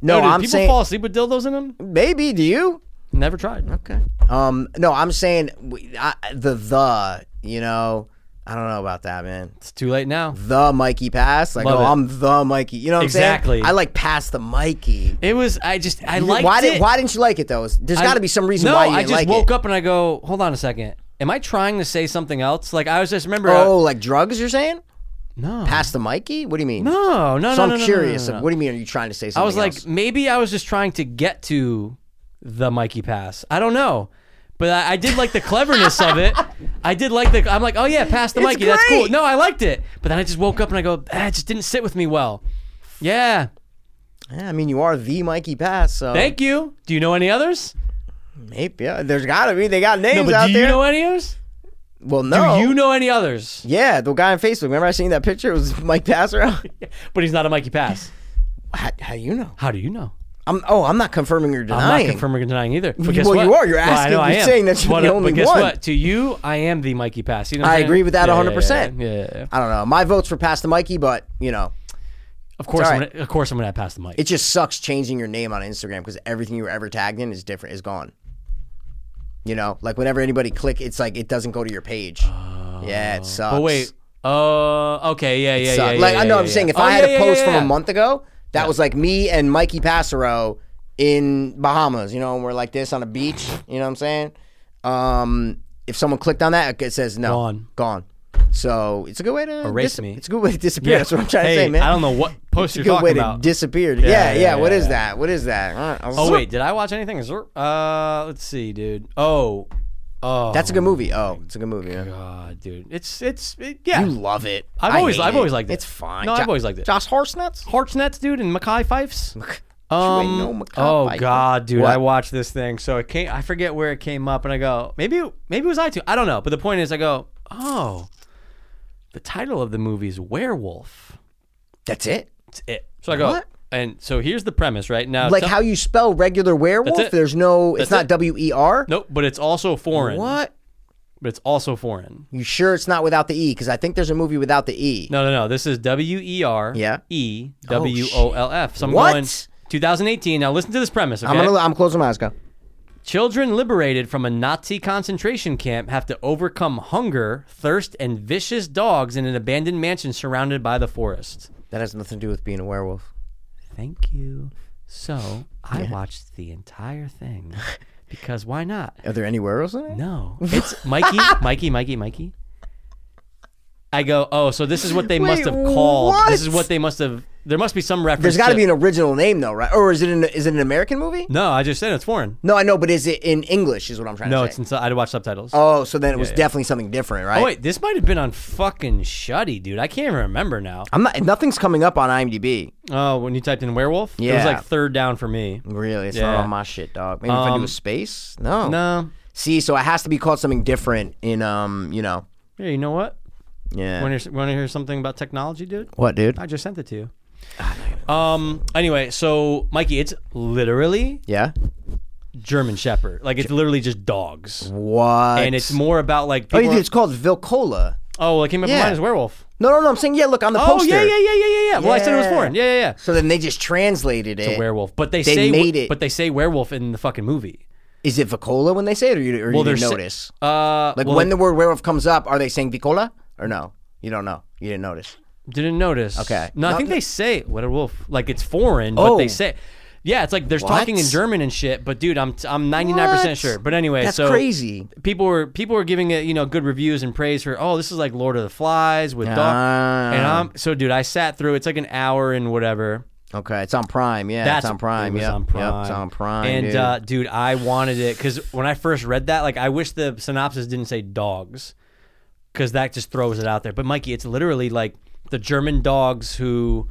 Speaker 1: No,
Speaker 2: Dude,
Speaker 1: I'm
Speaker 2: people
Speaker 1: saying
Speaker 2: fall asleep with dildos in them.
Speaker 1: maybe. Do you?
Speaker 2: Never tried.
Speaker 1: Okay. Um. No, I'm saying we- I, the the. You know, I don't know about that, man.
Speaker 2: It's too late now.
Speaker 1: The Mikey pass. Like,
Speaker 2: Love
Speaker 1: oh,
Speaker 2: it.
Speaker 1: I'm the Mikey. You know what I'm
Speaker 2: Exactly.
Speaker 1: saying? I like pass the Mikey.
Speaker 2: It was. I just. I liked
Speaker 1: why
Speaker 2: it.
Speaker 1: did Why didn't you like it though? There's
Speaker 2: I-
Speaker 1: got to be some reason
Speaker 2: no,
Speaker 1: why you
Speaker 2: I
Speaker 1: didn't
Speaker 2: just
Speaker 1: like
Speaker 2: woke
Speaker 1: it.
Speaker 2: up and I go, hold on a second. Am I trying to say something else? Like I was just remember. uh,
Speaker 1: Oh, like drugs? You're saying
Speaker 2: no,
Speaker 1: pass the Mikey? What do you mean?
Speaker 2: no, no, no.
Speaker 1: So I'm
Speaker 2: no, no,
Speaker 1: curious.
Speaker 2: no, no, no.
Speaker 1: What do you mean? Are you trying to say something?
Speaker 2: I was like,
Speaker 1: else?
Speaker 2: maybe I was just trying to get to the Mikey pass. I don't know. But I, I did like the cleverness of it. I did like the. I'm like, oh yeah, pass the Mikey. That's cool.
Speaker 1: great.
Speaker 2: No, I liked it. But then I just woke up and I go, ah, it just didn't sit with me well. Yeah.
Speaker 1: yeah, I mean, you are the Mikey pass. So
Speaker 2: Thank you. Do you know any others?
Speaker 1: maybe yeah, there's got to be. They got names
Speaker 2: No, but
Speaker 1: out
Speaker 2: do you
Speaker 1: there. Oh.
Speaker 2: know any others?
Speaker 1: well,
Speaker 2: Do
Speaker 1: no,
Speaker 2: you know any others?
Speaker 1: Yeah, the guy on Facebook. Remember I seen that picture? It was Mike Passero.
Speaker 2: But he's not a Mikey pass.
Speaker 1: how, how do you know?
Speaker 2: How do you know?
Speaker 1: I'm. Oh, I'm not confirming or
Speaker 2: I'm
Speaker 1: denying.
Speaker 2: not confirming or denying either. But guess
Speaker 1: Well,
Speaker 2: what?
Speaker 1: you are. You're
Speaker 2: Well, I
Speaker 1: asking-
Speaker 2: know I
Speaker 1: you're
Speaker 2: am.
Speaker 1: saying that you're
Speaker 2: But- uh,
Speaker 1: the only
Speaker 2: But guess
Speaker 1: one.
Speaker 2: what? To you, I am the Mikey Pass. You know what
Speaker 1: I
Speaker 2: I'm saying?
Speaker 1: agree with that
Speaker 2: Yeah, yeah,
Speaker 1: 100%.
Speaker 2: Yeah, yeah, yeah.
Speaker 1: I don't know. My vote's for pass the Mikey, but you know,
Speaker 2: Of course,
Speaker 1: all
Speaker 2: I'm
Speaker 1: right.
Speaker 2: gonna, of course, I'm gonna pass the mic.
Speaker 1: it just sucks changing your name on Instagram because everything you were ever tagged in is different. Is gone. You know, like whenever anybody click, it's like it doesn't go to your page. yeah, it sucks.
Speaker 2: oh wait. Uh, okay. Yeah, yeah, yeah,
Speaker 1: Suck.
Speaker 2: yeah.
Speaker 1: like
Speaker 2: yeah,
Speaker 1: I know
Speaker 2: yeah,
Speaker 1: I'm saying if
Speaker 2: yeah.
Speaker 1: I
Speaker 2: Oh,
Speaker 1: had
Speaker 2: yeah,
Speaker 1: a
Speaker 2: yeah,
Speaker 1: post
Speaker 2: yeah,
Speaker 1: from
Speaker 2: yeah.
Speaker 1: a month ago, that was like me and Mikey Passero in Bahamas, you know, and we're like this on a beach, you know what I'm saying? Um, if someone clicked on that, it says no,
Speaker 2: Gone.
Speaker 1: gone. So it's a good way to
Speaker 2: Erase
Speaker 1: dis-
Speaker 2: me.
Speaker 1: It's a good way to disappear. That's what I'm trying
Speaker 2: hey,
Speaker 1: to say, man.
Speaker 2: I don't know what post
Speaker 1: It's a
Speaker 2: you're
Speaker 1: good
Speaker 2: talking
Speaker 1: way
Speaker 2: about.
Speaker 1: to disappear. Yeah, yeah.
Speaker 2: yeah,
Speaker 1: what
Speaker 2: yeah,
Speaker 1: is
Speaker 2: yeah.
Speaker 1: that? What is that? Uh,
Speaker 2: oh wait, did I watch anything? Is there- Uh, let's see, dude. Oh, oh.
Speaker 1: that's a good movie. Oh, it's a good movie. Yeah.
Speaker 2: God, dude. It's it's it, yeah.
Speaker 1: You love it.
Speaker 2: I've
Speaker 1: I
Speaker 2: always-
Speaker 1: hate
Speaker 2: I've always liked it.
Speaker 1: It's fine.
Speaker 2: No, I've always liked it.
Speaker 1: Josh Horsenets.
Speaker 2: Hartsnets, dude, and Mackay Fifes.
Speaker 1: ain't no Mackay
Speaker 2: oh
Speaker 1: Fifes.
Speaker 2: god, dude,
Speaker 1: What?
Speaker 2: I watched this thing. So it came. I forget where it came up, and I go, maybe, maybe it was iTunes. I don't know. But the point is, I go, oh, the title of the movie is Werewolf.
Speaker 1: That's it.
Speaker 2: That's it. So I go,
Speaker 1: What?
Speaker 2: and so here's the premise, right now.
Speaker 1: like how you spell regular werewolf.
Speaker 2: That's it.
Speaker 1: There's no. It's
Speaker 2: That's
Speaker 1: not
Speaker 2: it.
Speaker 1: W E R.
Speaker 2: Nope, but it's also foreign.
Speaker 1: What?
Speaker 2: But it's also foreign.
Speaker 1: You sure it's not without the E? Because I think there's a movie without the E.
Speaker 2: No, no, no. This is W E R
Speaker 1: Yeah.
Speaker 2: E W O L F. So I'm
Speaker 1: What?
Speaker 2: going 2018. Now listen to this premise. Okay?
Speaker 1: I'm gonna. I'm closing my eyes. Go.
Speaker 2: Children liberated from a Nazi concentration camp have to overcome hunger, thirst, and vicious dogs in an abandoned mansion surrounded by the forest.
Speaker 1: That has nothing to do with being a werewolf.
Speaker 2: Thank you. So I watched the entire thing because why not?
Speaker 1: Are there any werewolves in it?
Speaker 2: No, it's Mikey, Mikey, Mikey, Mikey. I go, oh, so this is what they must
Speaker 1: Wait,
Speaker 2: have called. This is
Speaker 1: what?
Speaker 2: what they must have. There must be some reference.
Speaker 1: There's got to
Speaker 2: to
Speaker 1: be an original name though, right? Or is it an is it an American movie?
Speaker 2: No, I just said it's foreign.
Speaker 1: No, I know, but is it in English? Is what I'm trying
Speaker 2: No,
Speaker 1: to
Speaker 2: it's
Speaker 1: say.
Speaker 2: inside. I had to watch subtitles.
Speaker 1: Oh, so then it was definitely something different, right?
Speaker 2: Oh wait, this might have been on fucking Shuddy, dude. I can't even remember now.
Speaker 1: I'm not. Nothing's coming up on IMDb.
Speaker 2: Oh, when you typed in werewolf, it was
Speaker 1: Yeah.
Speaker 2: like third down for me.
Speaker 1: Really, it's
Speaker 2: Yeah.
Speaker 1: not on my shit, dog. Maybe if I do
Speaker 2: Um,
Speaker 1: a space. No.
Speaker 2: No,
Speaker 1: See, so it has to be called something different in um, you know.
Speaker 2: yeah, you know what?
Speaker 1: Yeah.
Speaker 2: Want to hear something about technology, dude?
Speaker 1: what, dude?
Speaker 2: I just sent it to
Speaker 1: Ah,
Speaker 2: you. Um. Anyway, so Mikey, it's literally
Speaker 1: Yeah.
Speaker 2: German Shepherd. Like it's literally just dogs,
Speaker 1: What?
Speaker 2: and it's more about like.
Speaker 1: Oh,
Speaker 2: People
Speaker 1: it's called Vilcola.
Speaker 2: Oh, well, it came up
Speaker 4: Yeah.
Speaker 2: in mine as werewolf.
Speaker 1: No, no, no. I'm saying, yeah, look on the
Speaker 2: Oh
Speaker 1: poster.
Speaker 2: yeah, yeah, yeah, yeah, yeah, yeah. Well, I said it was
Speaker 1: Yeah.
Speaker 2: foreign. Yeah, yeah, yeah.
Speaker 1: So then they just translated it.
Speaker 2: Werewolf, but they,
Speaker 1: They
Speaker 2: say
Speaker 1: made it.
Speaker 2: But they say werewolf in the fucking movie.
Speaker 1: Is it Vicola when they say it, or you, or you
Speaker 2: there's
Speaker 1: didn't notice?
Speaker 2: Uh,
Speaker 1: like
Speaker 2: well,
Speaker 1: when the word werewolf comes up, are they saying Vicola or no? You don't know. You didn't notice.
Speaker 2: Didn't notice.
Speaker 1: Okay.
Speaker 2: No, I
Speaker 1: Not
Speaker 2: think
Speaker 1: the-
Speaker 2: they say werewolf. Like it's foreign, but they
Speaker 1: Oh.
Speaker 2: say. Yeah, it's like there's talking in
Speaker 1: What?
Speaker 2: German and shit. But dude, I'm I'm 99 percent
Speaker 1: What?
Speaker 2: sure. But anyway,
Speaker 1: That's
Speaker 2: so
Speaker 1: crazy.
Speaker 2: People were people were giving it you know good reviews and praise for oh this is like Lord of the Flies with dog.
Speaker 1: Ah.
Speaker 2: And I'm so dude, I sat through it's like an hour and whatever.
Speaker 1: Okay, it's on Prime. Yeah,
Speaker 2: That's
Speaker 1: it's on Prime.
Speaker 2: It was
Speaker 1: Yeah,
Speaker 2: on Prime.
Speaker 1: Yep, it's on Prime.
Speaker 2: And
Speaker 1: dude.
Speaker 2: Uh, dude, I wanted it because when I first read that, like, I wish the synopsis didn't say dogs, because that just throws it out there. But Mikey, it's literally like the German dogs who,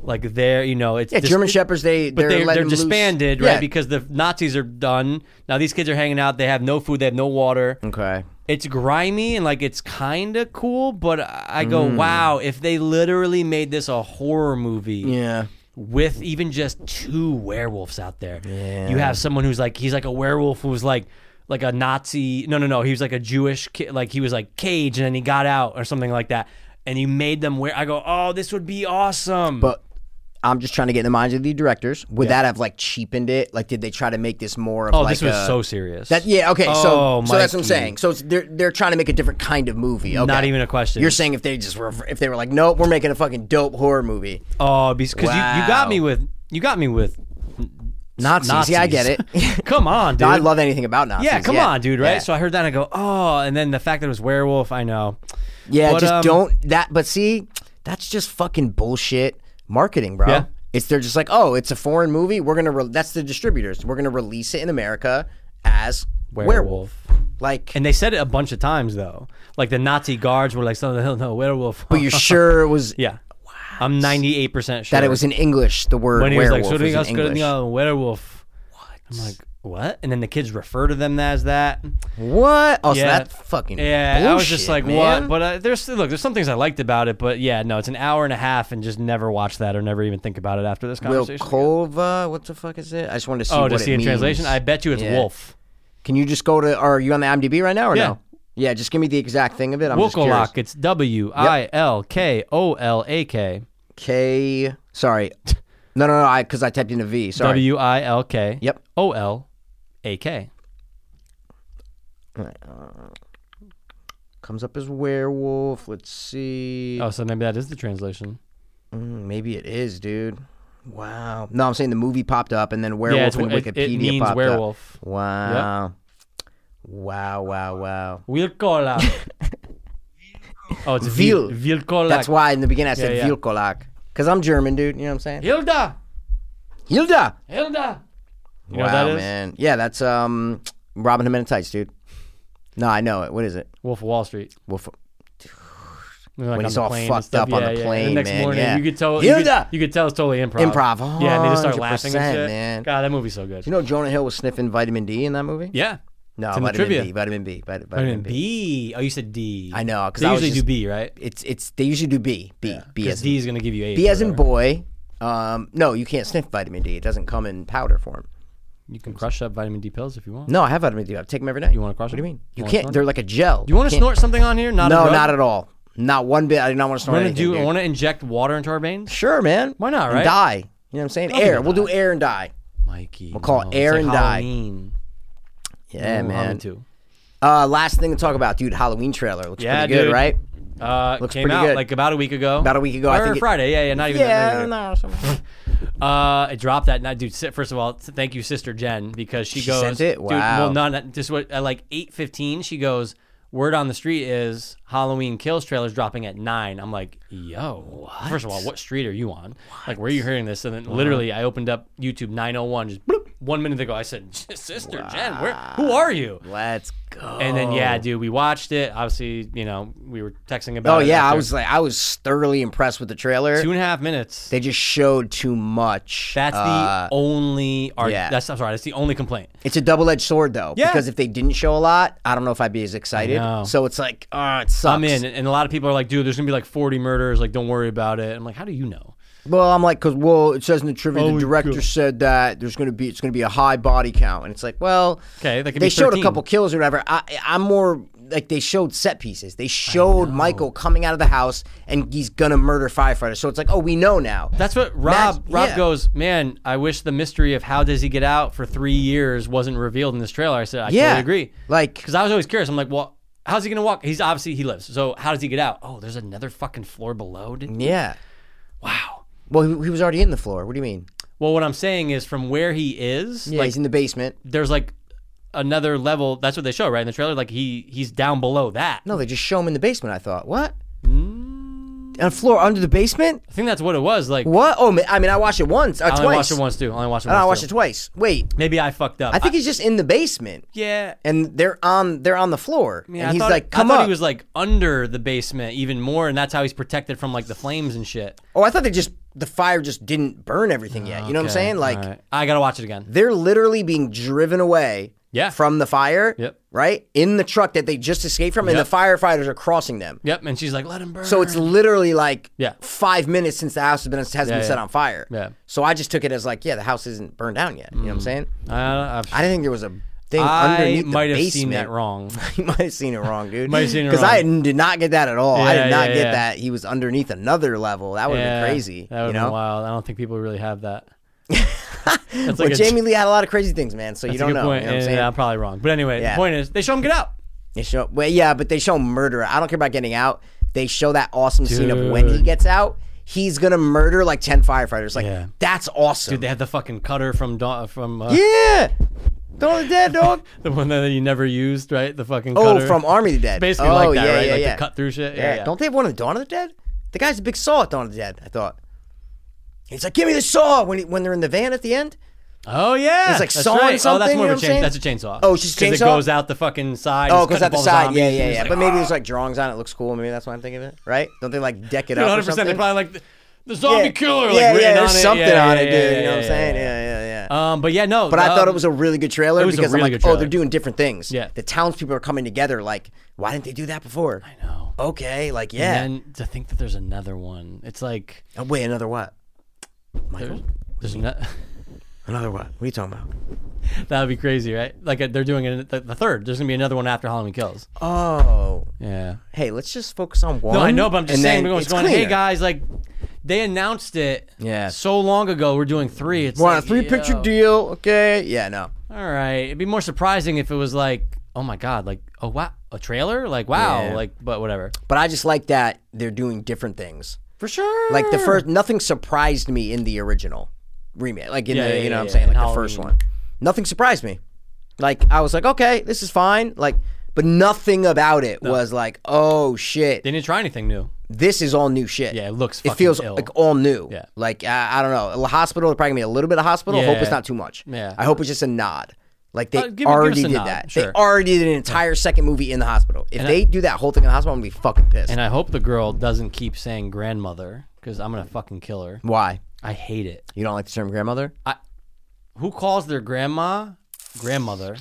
Speaker 2: like, they're you know, it's
Speaker 1: yeah,
Speaker 2: dis-
Speaker 1: German shepherds. They
Speaker 2: but
Speaker 1: they're,
Speaker 2: they're,
Speaker 1: letting
Speaker 2: they're
Speaker 1: them loose.
Speaker 2: disbanded,
Speaker 1: Yeah.
Speaker 2: right? Because the Nazis are done. Now these kids are hanging out. They have no food. They have no water.
Speaker 1: okay.
Speaker 2: It's grimy and like it's kind of cool, but I I go,
Speaker 1: Mm.
Speaker 2: wow! If they literally made this a horror movie,
Speaker 1: Yeah.
Speaker 2: with even just two werewolves out there. You have someone who's like he's like a werewolf who was like like a Nazi. No, no, no. He was like a Jewish kid. Like he was like caged and then he got out or something like that. And you made them wear. I go, oh, this would be awesome.
Speaker 1: But I'm just trying to get in the minds of the directors. Would that have like cheapened it? Like, did they try to make this more of
Speaker 2: oh,
Speaker 1: like
Speaker 2: this was
Speaker 1: a-
Speaker 2: so serious.
Speaker 1: That, Uh, yeah, okay,
Speaker 2: Oh,
Speaker 1: so so that's what I'm
Speaker 2: Mikey.
Speaker 1: saying. So it's, they're they're trying to make a different kind of movie. Okay.
Speaker 2: Not even a question.
Speaker 1: You're saying if they just were if they were like, nope, we're making a fucking dope horror movie.
Speaker 2: oh, because you, you got
Speaker 1: Wow.
Speaker 2: me with you got me with
Speaker 1: Nazis. Yeah, I get it.
Speaker 2: Come on, dude.
Speaker 1: I love anything about Nazis.
Speaker 2: yeah, come on, dude. Right.
Speaker 1: Yeah,
Speaker 2: So I heard that and I go, oh, and then the fact that it was werewolf. I know.
Speaker 1: Yeah,
Speaker 2: But,
Speaker 1: just
Speaker 2: um,
Speaker 1: don't that. But see, that's just fucking bullshit marketing, bro.
Speaker 2: Yeah.
Speaker 1: It's they're just like, oh, it's a foreign movie. We're gonna re- that's the distributors. We're gonna release it in America as werewolf. Like,
Speaker 2: And they said it a bunch of times though. Like the Nazi guards were like, "Something, no, no, werewolf."
Speaker 1: but you're sure it was
Speaker 2: yeah. I'm 98 percent sure
Speaker 1: that it was in English. The word
Speaker 2: when he was like,
Speaker 1: werewolf was,
Speaker 2: "Shooting us,
Speaker 1: in
Speaker 2: good
Speaker 1: English.
Speaker 2: uh, werewolf." What? I'm like, what? And then the kids refer to them as that.
Speaker 1: What? Oh, so
Speaker 2: Yeah.
Speaker 1: that fucking
Speaker 2: Yeah, I was just
Speaker 1: bullshit,
Speaker 2: like,
Speaker 1: man.
Speaker 2: what? But uh, there's look, there's some things I liked about it, but yeah, no, it's an hour and a half, and just never watch that or never even think about it after this
Speaker 1: Will
Speaker 2: conversation.
Speaker 1: Kova, what the fuck is it? I just wanted to see
Speaker 2: oh,
Speaker 1: what
Speaker 2: to
Speaker 1: it
Speaker 2: see in
Speaker 1: means.
Speaker 2: translation, I bet you it's
Speaker 1: Yeah.
Speaker 2: wolf.
Speaker 1: Can you just go to? Are you on the IMDb right now or
Speaker 2: Yeah.
Speaker 1: no? Yeah, just give me the exact thing of it. I'm just curious.
Speaker 2: Wilkolak. It's W I L K O L A K
Speaker 1: K. Sorry. No, no, no. I because I typed in a V. Sorry.
Speaker 2: W I L K
Speaker 1: Yep.
Speaker 2: O L A K.
Speaker 1: uh, Comes up as werewolf. Let's see.
Speaker 2: Oh, so maybe that is the translation.
Speaker 1: Mm, maybe it is, dude. Wow. No, I'm saying the movie popped up and then werewolf
Speaker 2: yeah, it's,
Speaker 1: and
Speaker 2: it,
Speaker 1: Wikipedia
Speaker 2: it means
Speaker 1: popped
Speaker 2: werewolf.
Speaker 1: up. Wow. Wow. Wow. Wow.
Speaker 2: Wilkola. oh, it's
Speaker 1: Vil.
Speaker 2: Vil. Vilkola.
Speaker 1: That's why in the beginning I said
Speaker 2: yeah.
Speaker 1: Vilkolak. Because I'm German, dude. You know what I'm saying?
Speaker 2: Hilda.
Speaker 1: Hilda.
Speaker 2: Hilda. You
Speaker 1: wow,
Speaker 2: know what that is?
Speaker 1: man. Yeah, that's um Robin Hood Men in Tights, dude. No, I know it. What is it?
Speaker 2: Wolf of Wall Street.
Speaker 1: Wolf.
Speaker 2: Uh, Like on
Speaker 1: he's
Speaker 2: the
Speaker 1: all
Speaker 2: plane and
Speaker 1: fucked
Speaker 2: stuff.
Speaker 1: up on
Speaker 2: Yeah,
Speaker 1: the
Speaker 2: yeah.
Speaker 1: plane,
Speaker 2: the next
Speaker 1: man,
Speaker 2: morning,
Speaker 1: yeah.
Speaker 2: you could tell. you could-
Speaker 1: Hilda!
Speaker 2: You could, tell it's totally improv.
Speaker 1: Improv,
Speaker 2: Yeah, and they just start laughing and
Speaker 1: 100%,
Speaker 2: shit.
Speaker 1: man.
Speaker 2: God, that movie's so good.
Speaker 1: You know Jonah Hill was sniffing vitamin D in that movie?
Speaker 2: yeah.
Speaker 1: No,
Speaker 2: It's in the
Speaker 1: vitamin
Speaker 2: trivia.
Speaker 1: B, vitamin B, vit- vitamin,
Speaker 2: Vitamin
Speaker 1: B.
Speaker 2: B. Oh, you said D.
Speaker 1: I know, 'cause
Speaker 2: they
Speaker 1: I was
Speaker 2: usually do
Speaker 1: just-
Speaker 2: B, right?
Speaker 1: It's it's they usually do B, B, B
Speaker 2: Because
Speaker 1: as
Speaker 2: D
Speaker 1: in,
Speaker 2: is gonna give you A.
Speaker 1: B as in
Speaker 2: forever.
Speaker 1: boy. Um, no, you can't sniff vitamin D. It doesn't come in powder form.
Speaker 2: You can crush up vitamin D pills if you want.
Speaker 1: No, I have vitamin D. I take them every night.
Speaker 2: You want to crush?
Speaker 1: What do you mean? You
Speaker 2: wanna
Speaker 1: can't.
Speaker 2: snort?
Speaker 1: They're like a gel.
Speaker 2: You want to
Speaker 1: can't-
Speaker 2: snort something on here? Not a
Speaker 1: No,
Speaker 2: drug?
Speaker 1: not at all. Not one bit. I do not want to
Speaker 2: I
Speaker 1: snort
Speaker 2: want to
Speaker 1: anything.
Speaker 2: do.
Speaker 1: dude.
Speaker 2: I want to inject water into our veins,
Speaker 1: Sure, man.
Speaker 2: Why not,
Speaker 1: And
Speaker 2: right?
Speaker 1: die. You know what I'm saying? air. We'll do air and die.
Speaker 2: Mikey. We'll
Speaker 1: call it air and die. Yeah, man.
Speaker 2: Too.
Speaker 1: Uh, last thing to talk about, dude. Halloween trailer looks
Speaker 2: Yeah,
Speaker 1: pretty good,
Speaker 2: dude.
Speaker 1: right?
Speaker 2: Uh,
Speaker 1: Looks
Speaker 2: came
Speaker 1: pretty
Speaker 2: out
Speaker 1: good.
Speaker 2: like about a week ago.
Speaker 1: About a week ago,
Speaker 2: Or
Speaker 1: I think it-
Speaker 2: Friday. yeah, yeah, not even. that
Speaker 1: Yeah,
Speaker 2: long ago.
Speaker 1: no, something-
Speaker 2: Uh, it dropped that night, dude. si- First of all, th- thank you, Sister Jen, because she, goes.
Speaker 1: sent it?
Speaker 2: dude,
Speaker 1: Wow.
Speaker 2: well, no, not just what at like eight fifteen. She goes. Word on the street is Halloween Kills trailers dropping at nine. I'm like, yo. First of all, what street are you on? Like, where are you hearing this? And then literally, I opened up YouTube 901 just bloop, one minute ago. I said, Sister Jen, where? Who are you?
Speaker 1: Let's go.
Speaker 2: And then yeah, dude, we watched it. Obviously, you know, we were texting about.
Speaker 1: Oh
Speaker 2: it
Speaker 1: yeah, I
Speaker 2: after.
Speaker 1: was like, I was thoroughly impressed with the trailer.
Speaker 2: two and a half minutes.
Speaker 1: They just showed too much.
Speaker 2: that's the
Speaker 1: Uh,
Speaker 2: only. Or,
Speaker 1: yeah.
Speaker 2: that's I'm sorry. That's the only complaint.
Speaker 1: It's a double edged sword though,
Speaker 2: Yeah.
Speaker 1: because if they didn't show a lot, I don't know if I'd be as excited.
Speaker 2: know.
Speaker 1: So it's like, ah, it sucks.
Speaker 2: I'm in, and a lot of people are like, dude, there's gonna be like 40 murders. Like, don't worry about it. I'm like, how do you know?
Speaker 1: Well, I'm like, because well, it says in the trivia,
Speaker 2: Oh,
Speaker 1: the director
Speaker 2: God.
Speaker 1: said that there's gonna be it's gonna be a high body count, and it's like, well,
Speaker 2: Okay, that could
Speaker 1: they
Speaker 2: be
Speaker 1: showed a
Speaker 2: 13.
Speaker 1: couple kills or whatever. I, I'm more like they showed set pieces. They showed Michael coming out of the house and he's gonna murder firefighters. So it's like, oh, we know now.
Speaker 2: That's what Rob
Speaker 1: Max-
Speaker 2: Rob
Speaker 1: yeah.
Speaker 2: goes, man. I wish the mystery of how does he get out for three years wasn't revealed in this trailer. I said, I
Speaker 1: yeah,
Speaker 2: totally agree.
Speaker 1: Like,
Speaker 2: because I was always curious. I'm like, well, how's he gonna walk? He's obviously he lives. So how does he get out? Oh, there's another fucking floor below. Dude.
Speaker 1: yeah.
Speaker 2: Wow.
Speaker 1: Well, he, he was already in the floor. What do you mean?
Speaker 2: Well, what I'm saying is from where he is,
Speaker 1: Yeah,
Speaker 2: like
Speaker 1: he's in the basement.
Speaker 2: there's like another level. That's what they show right in the trailer. Like he he's down below that.
Speaker 1: No, they just show him in the basement. I thought, what?
Speaker 2: Mm.
Speaker 1: On a floor under the basement?
Speaker 2: I think that's what it was. Like
Speaker 1: What? Oh, ma- I mean, I watched it once, uh,
Speaker 2: I only
Speaker 1: twice.
Speaker 2: watched it once too. I only watched it.
Speaker 1: I
Speaker 2: once,
Speaker 1: don't- I watched
Speaker 2: too.
Speaker 1: it twice. Wait,
Speaker 2: Maybe I fucked up.
Speaker 1: I think he's just in the basement,
Speaker 2: yeah.
Speaker 1: and they're on they're on the floor,
Speaker 2: Yeah,
Speaker 1: and
Speaker 2: I
Speaker 1: he's
Speaker 2: thought,
Speaker 1: like,
Speaker 2: I
Speaker 1: "Come
Speaker 2: thought
Speaker 1: up."
Speaker 2: he was like under the basement even more, and that's how he's protected from like the flames and shit.
Speaker 1: oh, I thought they just the fire just didn't burn everything yet. You know what I'm
Speaker 2: Okay,
Speaker 1: saying? Like,
Speaker 2: all right. I gotta watch it again.
Speaker 1: they're literally being driven away
Speaker 2: Yeah.
Speaker 1: from the fire,
Speaker 2: Yep.
Speaker 1: right? In the truck that they just escaped from, and
Speaker 2: Yep.
Speaker 1: the firefighters are crossing them.
Speaker 2: Yep, and she's like, "Let him burn."
Speaker 1: So it's literally like
Speaker 2: Yeah.
Speaker 1: five minutes since the house has been, has been
Speaker 2: yeah.
Speaker 1: set on fire.
Speaker 2: Yeah.
Speaker 1: So I just took it as like, yeah, the house isn't burned down yet. You know what I'm saying?
Speaker 2: Uh, I've-
Speaker 1: I didn't think there was a thing
Speaker 2: I
Speaker 1: underneath the
Speaker 2: might have
Speaker 1: basement.
Speaker 2: seen that wrong.
Speaker 1: you might have seen it wrong, dude.
Speaker 2: Might have seen it
Speaker 1: Because I
Speaker 2: wrong.
Speaker 1: had- did not get that at all. I
Speaker 2: Yeah,
Speaker 1: did not
Speaker 2: yeah,
Speaker 1: get
Speaker 2: yeah.
Speaker 1: that. He was underneath another level. That would have
Speaker 2: Yeah,
Speaker 1: been crazy.
Speaker 2: That would
Speaker 1: you
Speaker 2: have been
Speaker 1: know?
Speaker 2: wild. I don't think people really have that. That's
Speaker 1: But
Speaker 2: a-
Speaker 1: Jamie Lee had a lot of crazy things, man. So you
Speaker 2: that's a
Speaker 1: don't
Speaker 2: good
Speaker 1: know.
Speaker 2: Point.
Speaker 1: You know what I'm
Speaker 2: Yeah,
Speaker 1: saying?
Speaker 2: yeah, I'm probably wrong. But anyway,
Speaker 1: Yeah.
Speaker 2: the point is, they show him get out.
Speaker 1: They show well, yeah, but they show murder. I don't care about getting out. They show that awesome scene of when he
Speaker 2: Dude.
Speaker 1: gets out. He's gonna murder like ten firefighters. Like
Speaker 2: Yeah.
Speaker 1: that's awesome.
Speaker 2: Dude, they had the fucking cutter from Dawn- from uh,
Speaker 1: yeah, Dawn of the Dead dog.
Speaker 2: the one that you never used, right? The fucking
Speaker 1: oh,
Speaker 2: cutter.
Speaker 1: from Army of the Dead.
Speaker 2: basically
Speaker 1: oh,
Speaker 2: like that,
Speaker 1: yeah,
Speaker 2: right?
Speaker 1: Yeah,
Speaker 2: like
Speaker 1: yeah.
Speaker 2: the cut through shit. Yeah,
Speaker 1: yeah.
Speaker 2: yeah.
Speaker 1: Don't they have one in Dawn of the Dead? The guy's a big saw at Dawn of the Dead. I thought. He's like, give me the saw when he, when they're in the van at the end.
Speaker 2: Oh yeah,
Speaker 1: It's like
Speaker 2: that's
Speaker 1: sawing
Speaker 2: right. Oh,
Speaker 1: something,
Speaker 2: that's
Speaker 1: you
Speaker 2: more
Speaker 1: know
Speaker 2: of a
Speaker 1: what I'm
Speaker 2: chain. That's a
Speaker 1: saying?
Speaker 2: chainsaw.
Speaker 1: Oh, it's just
Speaker 2: 'Cause
Speaker 1: chainsaw?
Speaker 2: It goes out the fucking side.
Speaker 1: Oh,
Speaker 2: it's
Speaker 1: because
Speaker 2: cutting
Speaker 1: at the
Speaker 2: up all
Speaker 1: side,
Speaker 2: zombies,
Speaker 1: yeah,
Speaker 2: and
Speaker 1: yeah,
Speaker 2: it's
Speaker 1: yeah.
Speaker 2: like, "Ah."
Speaker 1: but maybe there's like drawings on it. Looks cool. Maybe that's why I'm thinking of it, right? Don't they like deck it
Speaker 2: One
Speaker 1: up?
Speaker 2: hundred
Speaker 1: or
Speaker 2: percent. They
Speaker 1: something?
Speaker 2: probably like the, the zombie killer. Like,
Speaker 1: yeah,
Speaker 2: written
Speaker 1: yeah,
Speaker 2: on
Speaker 1: there's
Speaker 2: it.
Speaker 1: something
Speaker 2: yeah,
Speaker 1: on
Speaker 2: yeah,
Speaker 1: it, dude.
Speaker 2: yeah,
Speaker 1: you know what I'm
Speaker 2: yeah,
Speaker 1: saying?
Speaker 2: yeah, yeah.
Speaker 1: Yeah, yeah, yeah.
Speaker 2: Um, but yeah, no.
Speaker 1: but I thought it
Speaker 2: um,
Speaker 1: was a really good trailer
Speaker 2: it was a
Speaker 1: because
Speaker 2: really
Speaker 1: I'm like,
Speaker 2: good
Speaker 1: oh,
Speaker 2: trailer.
Speaker 1: they're doing different things.
Speaker 2: Yeah.
Speaker 1: the townspeople are coming together. Like, why didn't they do that before? I
Speaker 2: know.
Speaker 1: Okay, like yeah.
Speaker 2: And then to think that there's another one, it's like
Speaker 1: oh, wait, another what?
Speaker 2: there's, there's no,
Speaker 1: Another what? What are you talking about?
Speaker 2: that would be crazy, right? Like uh, they're doing it, the, the third. There's gonna be another one after Halloween Kills.
Speaker 1: Oh,
Speaker 2: Yeah.
Speaker 1: hey, let's just focus on one.
Speaker 2: No, I know, but I'm just
Speaker 1: and
Speaker 2: saying.
Speaker 1: then
Speaker 2: We're
Speaker 1: it's
Speaker 2: going, hey
Speaker 1: cleaner.
Speaker 2: guys, like they announced it.
Speaker 1: Yeah.
Speaker 2: So long ago, we're doing three. It's
Speaker 1: We're on a
Speaker 2: like,
Speaker 1: three-picture
Speaker 2: yo.
Speaker 1: deal, okay? Yeah, no.
Speaker 2: All right. It'd be more surprising if it was like, oh my god, like oh wow, a trailer, like wow,
Speaker 1: Yeah.
Speaker 2: like but whatever.
Speaker 1: But I just like that they're doing different things.
Speaker 2: For sure.
Speaker 1: Like the first, nothing surprised me in the original remake. Like in
Speaker 2: Yeah,
Speaker 1: the,
Speaker 2: yeah,
Speaker 1: you know,
Speaker 2: yeah,
Speaker 1: what I'm
Speaker 2: yeah,
Speaker 1: saying
Speaker 2: in
Speaker 1: like the first
Speaker 2: Halloween.
Speaker 1: one, nothing surprised me. Like I was like, okay, this is fine. Like, but nothing about it was like, oh shit,
Speaker 2: They didn't try anything new.
Speaker 1: this is all new shit.
Speaker 2: Yeah, it looks.
Speaker 1: It
Speaker 2: fucking
Speaker 1: feels
Speaker 2: ill.
Speaker 1: like all new.
Speaker 2: Yeah.
Speaker 1: Like I, I don't know, a hospital. Probably gonna be a little bit of hospital. Hope it's
Speaker 2: Yeah.
Speaker 1: not too much.
Speaker 2: Yeah.
Speaker 1: I hope it's just a nod. Like they
Speaker 2: Uh, give- give us
Speaker 1: already
Speaker 2: a
Speaker 1: did
Speaker 2: nod,
Speaker 1: that. They
Speaker 2: sure.
Speaker 1: already did an entire second movie in the hospital. If they do that whole thing in the hospital, I'm gonna be fucking pissed.
Speaker 2: and I hope the girl doesn't keep saying grandmother because I'm gonna fucking kill her.
Speaker 1: Why?
Speaker 2: I hate it.
Speaker 1: You don't like the term grandmother?
Speaker 2: Who calls their grandma grandmother?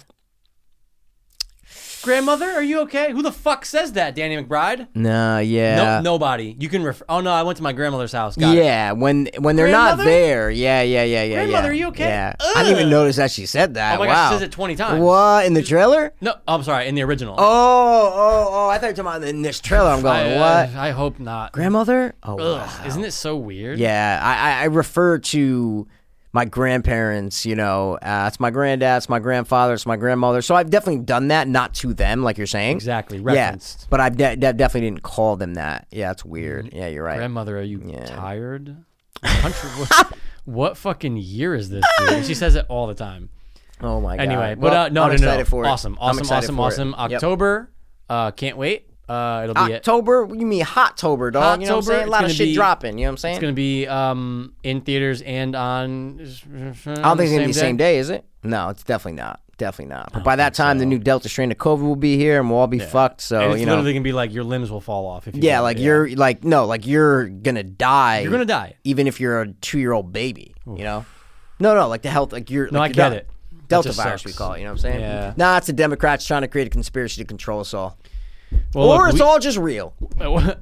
Speaker 2: Grandmother, are you okay? Who the fuck says that, Danny McBride?
Speaker 1: No,
Speaker 2: No,
Speaker 1: yeah.
Speaker 2: nobody. You can refer. Oh no, I went to my grandmother's house. Got it.
Speaker 1: yeah, when when they're not
Speaker 2: Grandmother?
Speaker 1: there. Yeah, yeah, yeah, yeah.
Speaker 2: Grandmother,
Speaker 1: yeah.
Speaker 2: are you okay?
Speaker 1: Yeah. I didn't even
Speaker 2: Ugh.
Speaker 1: notice that she said that.
Speaker 2: Oh my
Speaker 1: wow.
Speaker 2: gosh, she says it 20 times.
Speaker 1: What in the trailer?
Speaker 2: No, I'm sorry. In the original.
Speaker 1: Oh, oh, oh! I thought you were talking about in this trailer. I'm going,
Speaker 2: I,
Speaker 1: what?
Speaker 2: I, I hope not.
Speaker 1: Grandmother? Oh, wow.
Speaker 2: Ugh, isn't it so weird?
Speaker 1: yeah. I, I I refer to my grandparents. You know, uh, it's my granddad, it's my grandfather, it's my grandmother. So I've definitely done that, not to them, like you're saying.
Speaker 2: Exactly.
Speaker 1: Yeah,
Speaker 2: Referenced. Mm-hmm.
Speaker 1: but I de- de- definitely didn't call them that. Yeah, it's weird. Yeah, you're right.
Speaker 2: Grandmother, are you tired? Country, what, what fucking year is this? Dude? And She says it all the time.
Speaker 1: Oh my god.
Speaker 2: Anyway, but
Speaker 1: Well,
Speaker 2: uh, no,
Speaker 1: I'm
Speaker 2: no, no,
Speaker 1: excited for it.
Speaker 2: Awesome,
Speaker 1: I'm
Speaker 2: awesome,
Speaker 1: excited
Speaker 2: awesome,
Speaker 1: for it.
Speaker 2: awesome.
Speaker 1: Yep.
Speaker 2: October. Uh, can't wait. Uh, it'll be it.
Speaker 1: October, you mean Hottober, dog? You know what I'm
Speaker 2: Hottober,
Speaker 1: saying? A
Speaker 2: it's
Speaker 1: lot of
Speaker 2: gonna
Speaker 1: shit
Speaker 2: be-
Speaker 1: dropping. You know what I'm saying?
Speaker 2: It's gonna be um in theaters and
Speaker 1: I
Speaker 2: on.
Speaker 1: don't think it's gonna be the same day, is it? No, it's definitely not. Definitely not. But by that time, the new Delta strain of COVID will be here, and we'll all be fucked.
Speaker 2: And
Speaker 1: So
Speaker 2: it's
Speaker 1: you know,
Speaker 2: literally gonna be like your limbs will fall off if you.
Speaker 1: yeah,
Speaker 2: do it,
Speaker 1: like you're like no, like you're gonna die.
Speaker 2: You're gonna die.
Speaker 1: even if you're a two year old baby. You know, no, no, like the health, like you're.
Speaker 2: No,
Speaker 1: like
Speaker 2: I
Speaker 1: you're
Speaker 2: get
Speaker 1: done.
Speaker 2: it. That
Speaker 1: Delta
Speaker 2: just
Speaker 1: virus,
Speaker 2: sucks.
Speaker 1: we call it. You know what I'm saying?
Speaker 2: Yeah.
Speaker 1: Nah, it's the Democrats trying to create a conspiracy to control us all.
Speaker 2: Well,
Speaker 1: or
Speaker 2: look,
Speaker 1: it's
Speaker 2: we-
Speaker 1: all just real.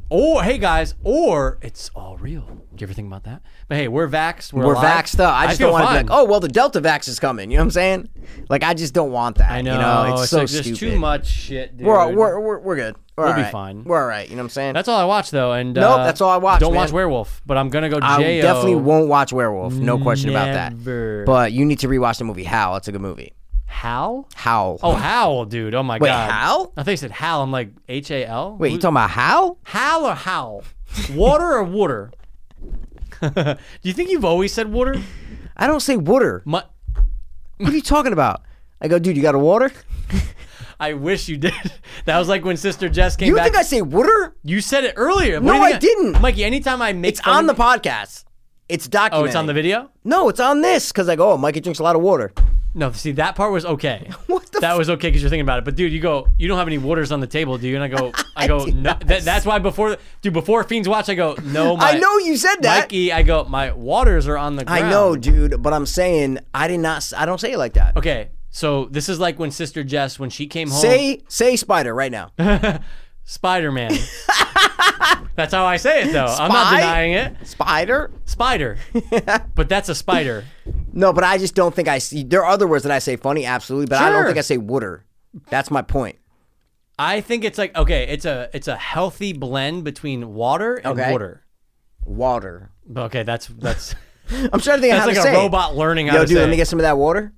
Speaker 2: or hey guys, or it's all real. Do you ever think about that? But hey, we're vaxxed. We're,
Speaker 1: We're
Speaker 2: alive.
Speaker 1: vaxxed up. I just
Speaker 2: feel
Speaker 1: don't want to be
Speaker 2: fine.
Speaker 1: like, oh, well, the Delta vax is coming. You know what I'm saying? Like, I just don't want that.
Speaker 2: I know.
Speaker 1: You know, it's, so
Speaker 2: like, there's
Speaker 1: stupid.
Speaker 2: too much shit. Dude.
Speaker 1: We're, we're, we're, we're good. we
Speaker 2: We'll be fine.
Speaker 1: We're all right. You know what I'm saying?
Speaker 2: that's all I watch though. And
Speaker 1: Nope,
Speaker 2: uh,
Speaker 1: that's all I watch,
Speaker 2: Don't
Speaker 1: man.
Speaker 2: watch Werewolf, but I'm gonna go.
Speaker 1: I
Speaker 2: J-O.
Speaker 1: definitely won't watch Werewolf. No question about that.
Speaker 2: Never.
Speaker 1: But you need to rewatch the movie How. It's a good movie.
Speaker 2: How?
Speaker 1: How?
Speaker 2: Oh, Howl, dude. Oh my
Speaker 1: Wait,
Speaker 2: god.
Speaker 1: Howl?
Speaker 2: I think they said Howl. I'm like H A L.
Speaker 1: Wait, you talking about How?
Speaker 2: Howl or Howl? Water or water? Do you think you've always said water?
Speaker 1: I don't say water.
Speaker 2: My,
Speaker 1: What are you talking about? I go, dude, you got a water?
Speaker 2: I wish you did. That was like when Sister Jess came
Speaker 1: You
Speaker 2: back.
Speaker 1: think I say water?
Speaker 2: you said it earlier. What
Speaker 1: No,
Speaker 2: do you
Speaker 1: I
Speaker 2: think
Speaker 1: didn't.
Speaker 2: Mikey, anytime I make
Speaker 1: It's
Speaker 2: fun
Speaker 1: on
Speaker 2: of-
Speaker 1: the podcast. It's documented.
Speaker 2: Oh, it's on the video?
Speaker 1: No, it's on this because I go, oh, Mikey drinks a lot of water.
Speaker 2: No, see, that part was okay.
Speaker 1: What the
Speaker 2: that was okay because you're thinking about it. But dude, you go, you don't have any waters on the table, do you? And I go, I go,
Speaker 1: did
Speaker 2: no.
Speaker 1: not
Speaker 2: That, that's why before, dude, before Fiends Watch, I go, no, my,
Speaker 1: I know you said that.
Speaker 2: Mikey, I go, my waters are on the ground.
Speaker 1: I know, dude, but I'm saying I did not. s- I don't say it like that.
Speaker 2: Okay, Oh. so this is like when Sister Jess, when she came home,
Speaker 1: Say say spider right now.
Speaker 2: Spider Man. that's how I say it though. I'm not
Speaker 1: Spy?
Speaker 2: denying it.
Speaker 1: spider?
Speaker 2: Spider. but that's a spider.
Speaker 1: No, but I just don't think I see. There are other words that I say funny, absolutely, but I don't
Speaker 2: Sure.
Speaker 1: think I say water. That's my point.
Speaker 2: I think it's like okay, it's a it's a healthy blend between water and
Speaker 1: Okay.
Speaker 2: water.
Speaker 1: Water.
Speaker 2: Okay, that's that's
Speaker 1: I'm trying to think of
Speaker 2: that's
Speaker 1: how
Speaker 2: like
Speaker 1: to
Speaker 2: a
Speaker 1: say it.
Speaker 2: robot learning how
Speaker 1: Yo,
Speaker 2: to
Speaker 1: dude,
Speaker 2: say.
Speaker 1: let me
Speaker 2: it.
Speaker 1: get some of that water.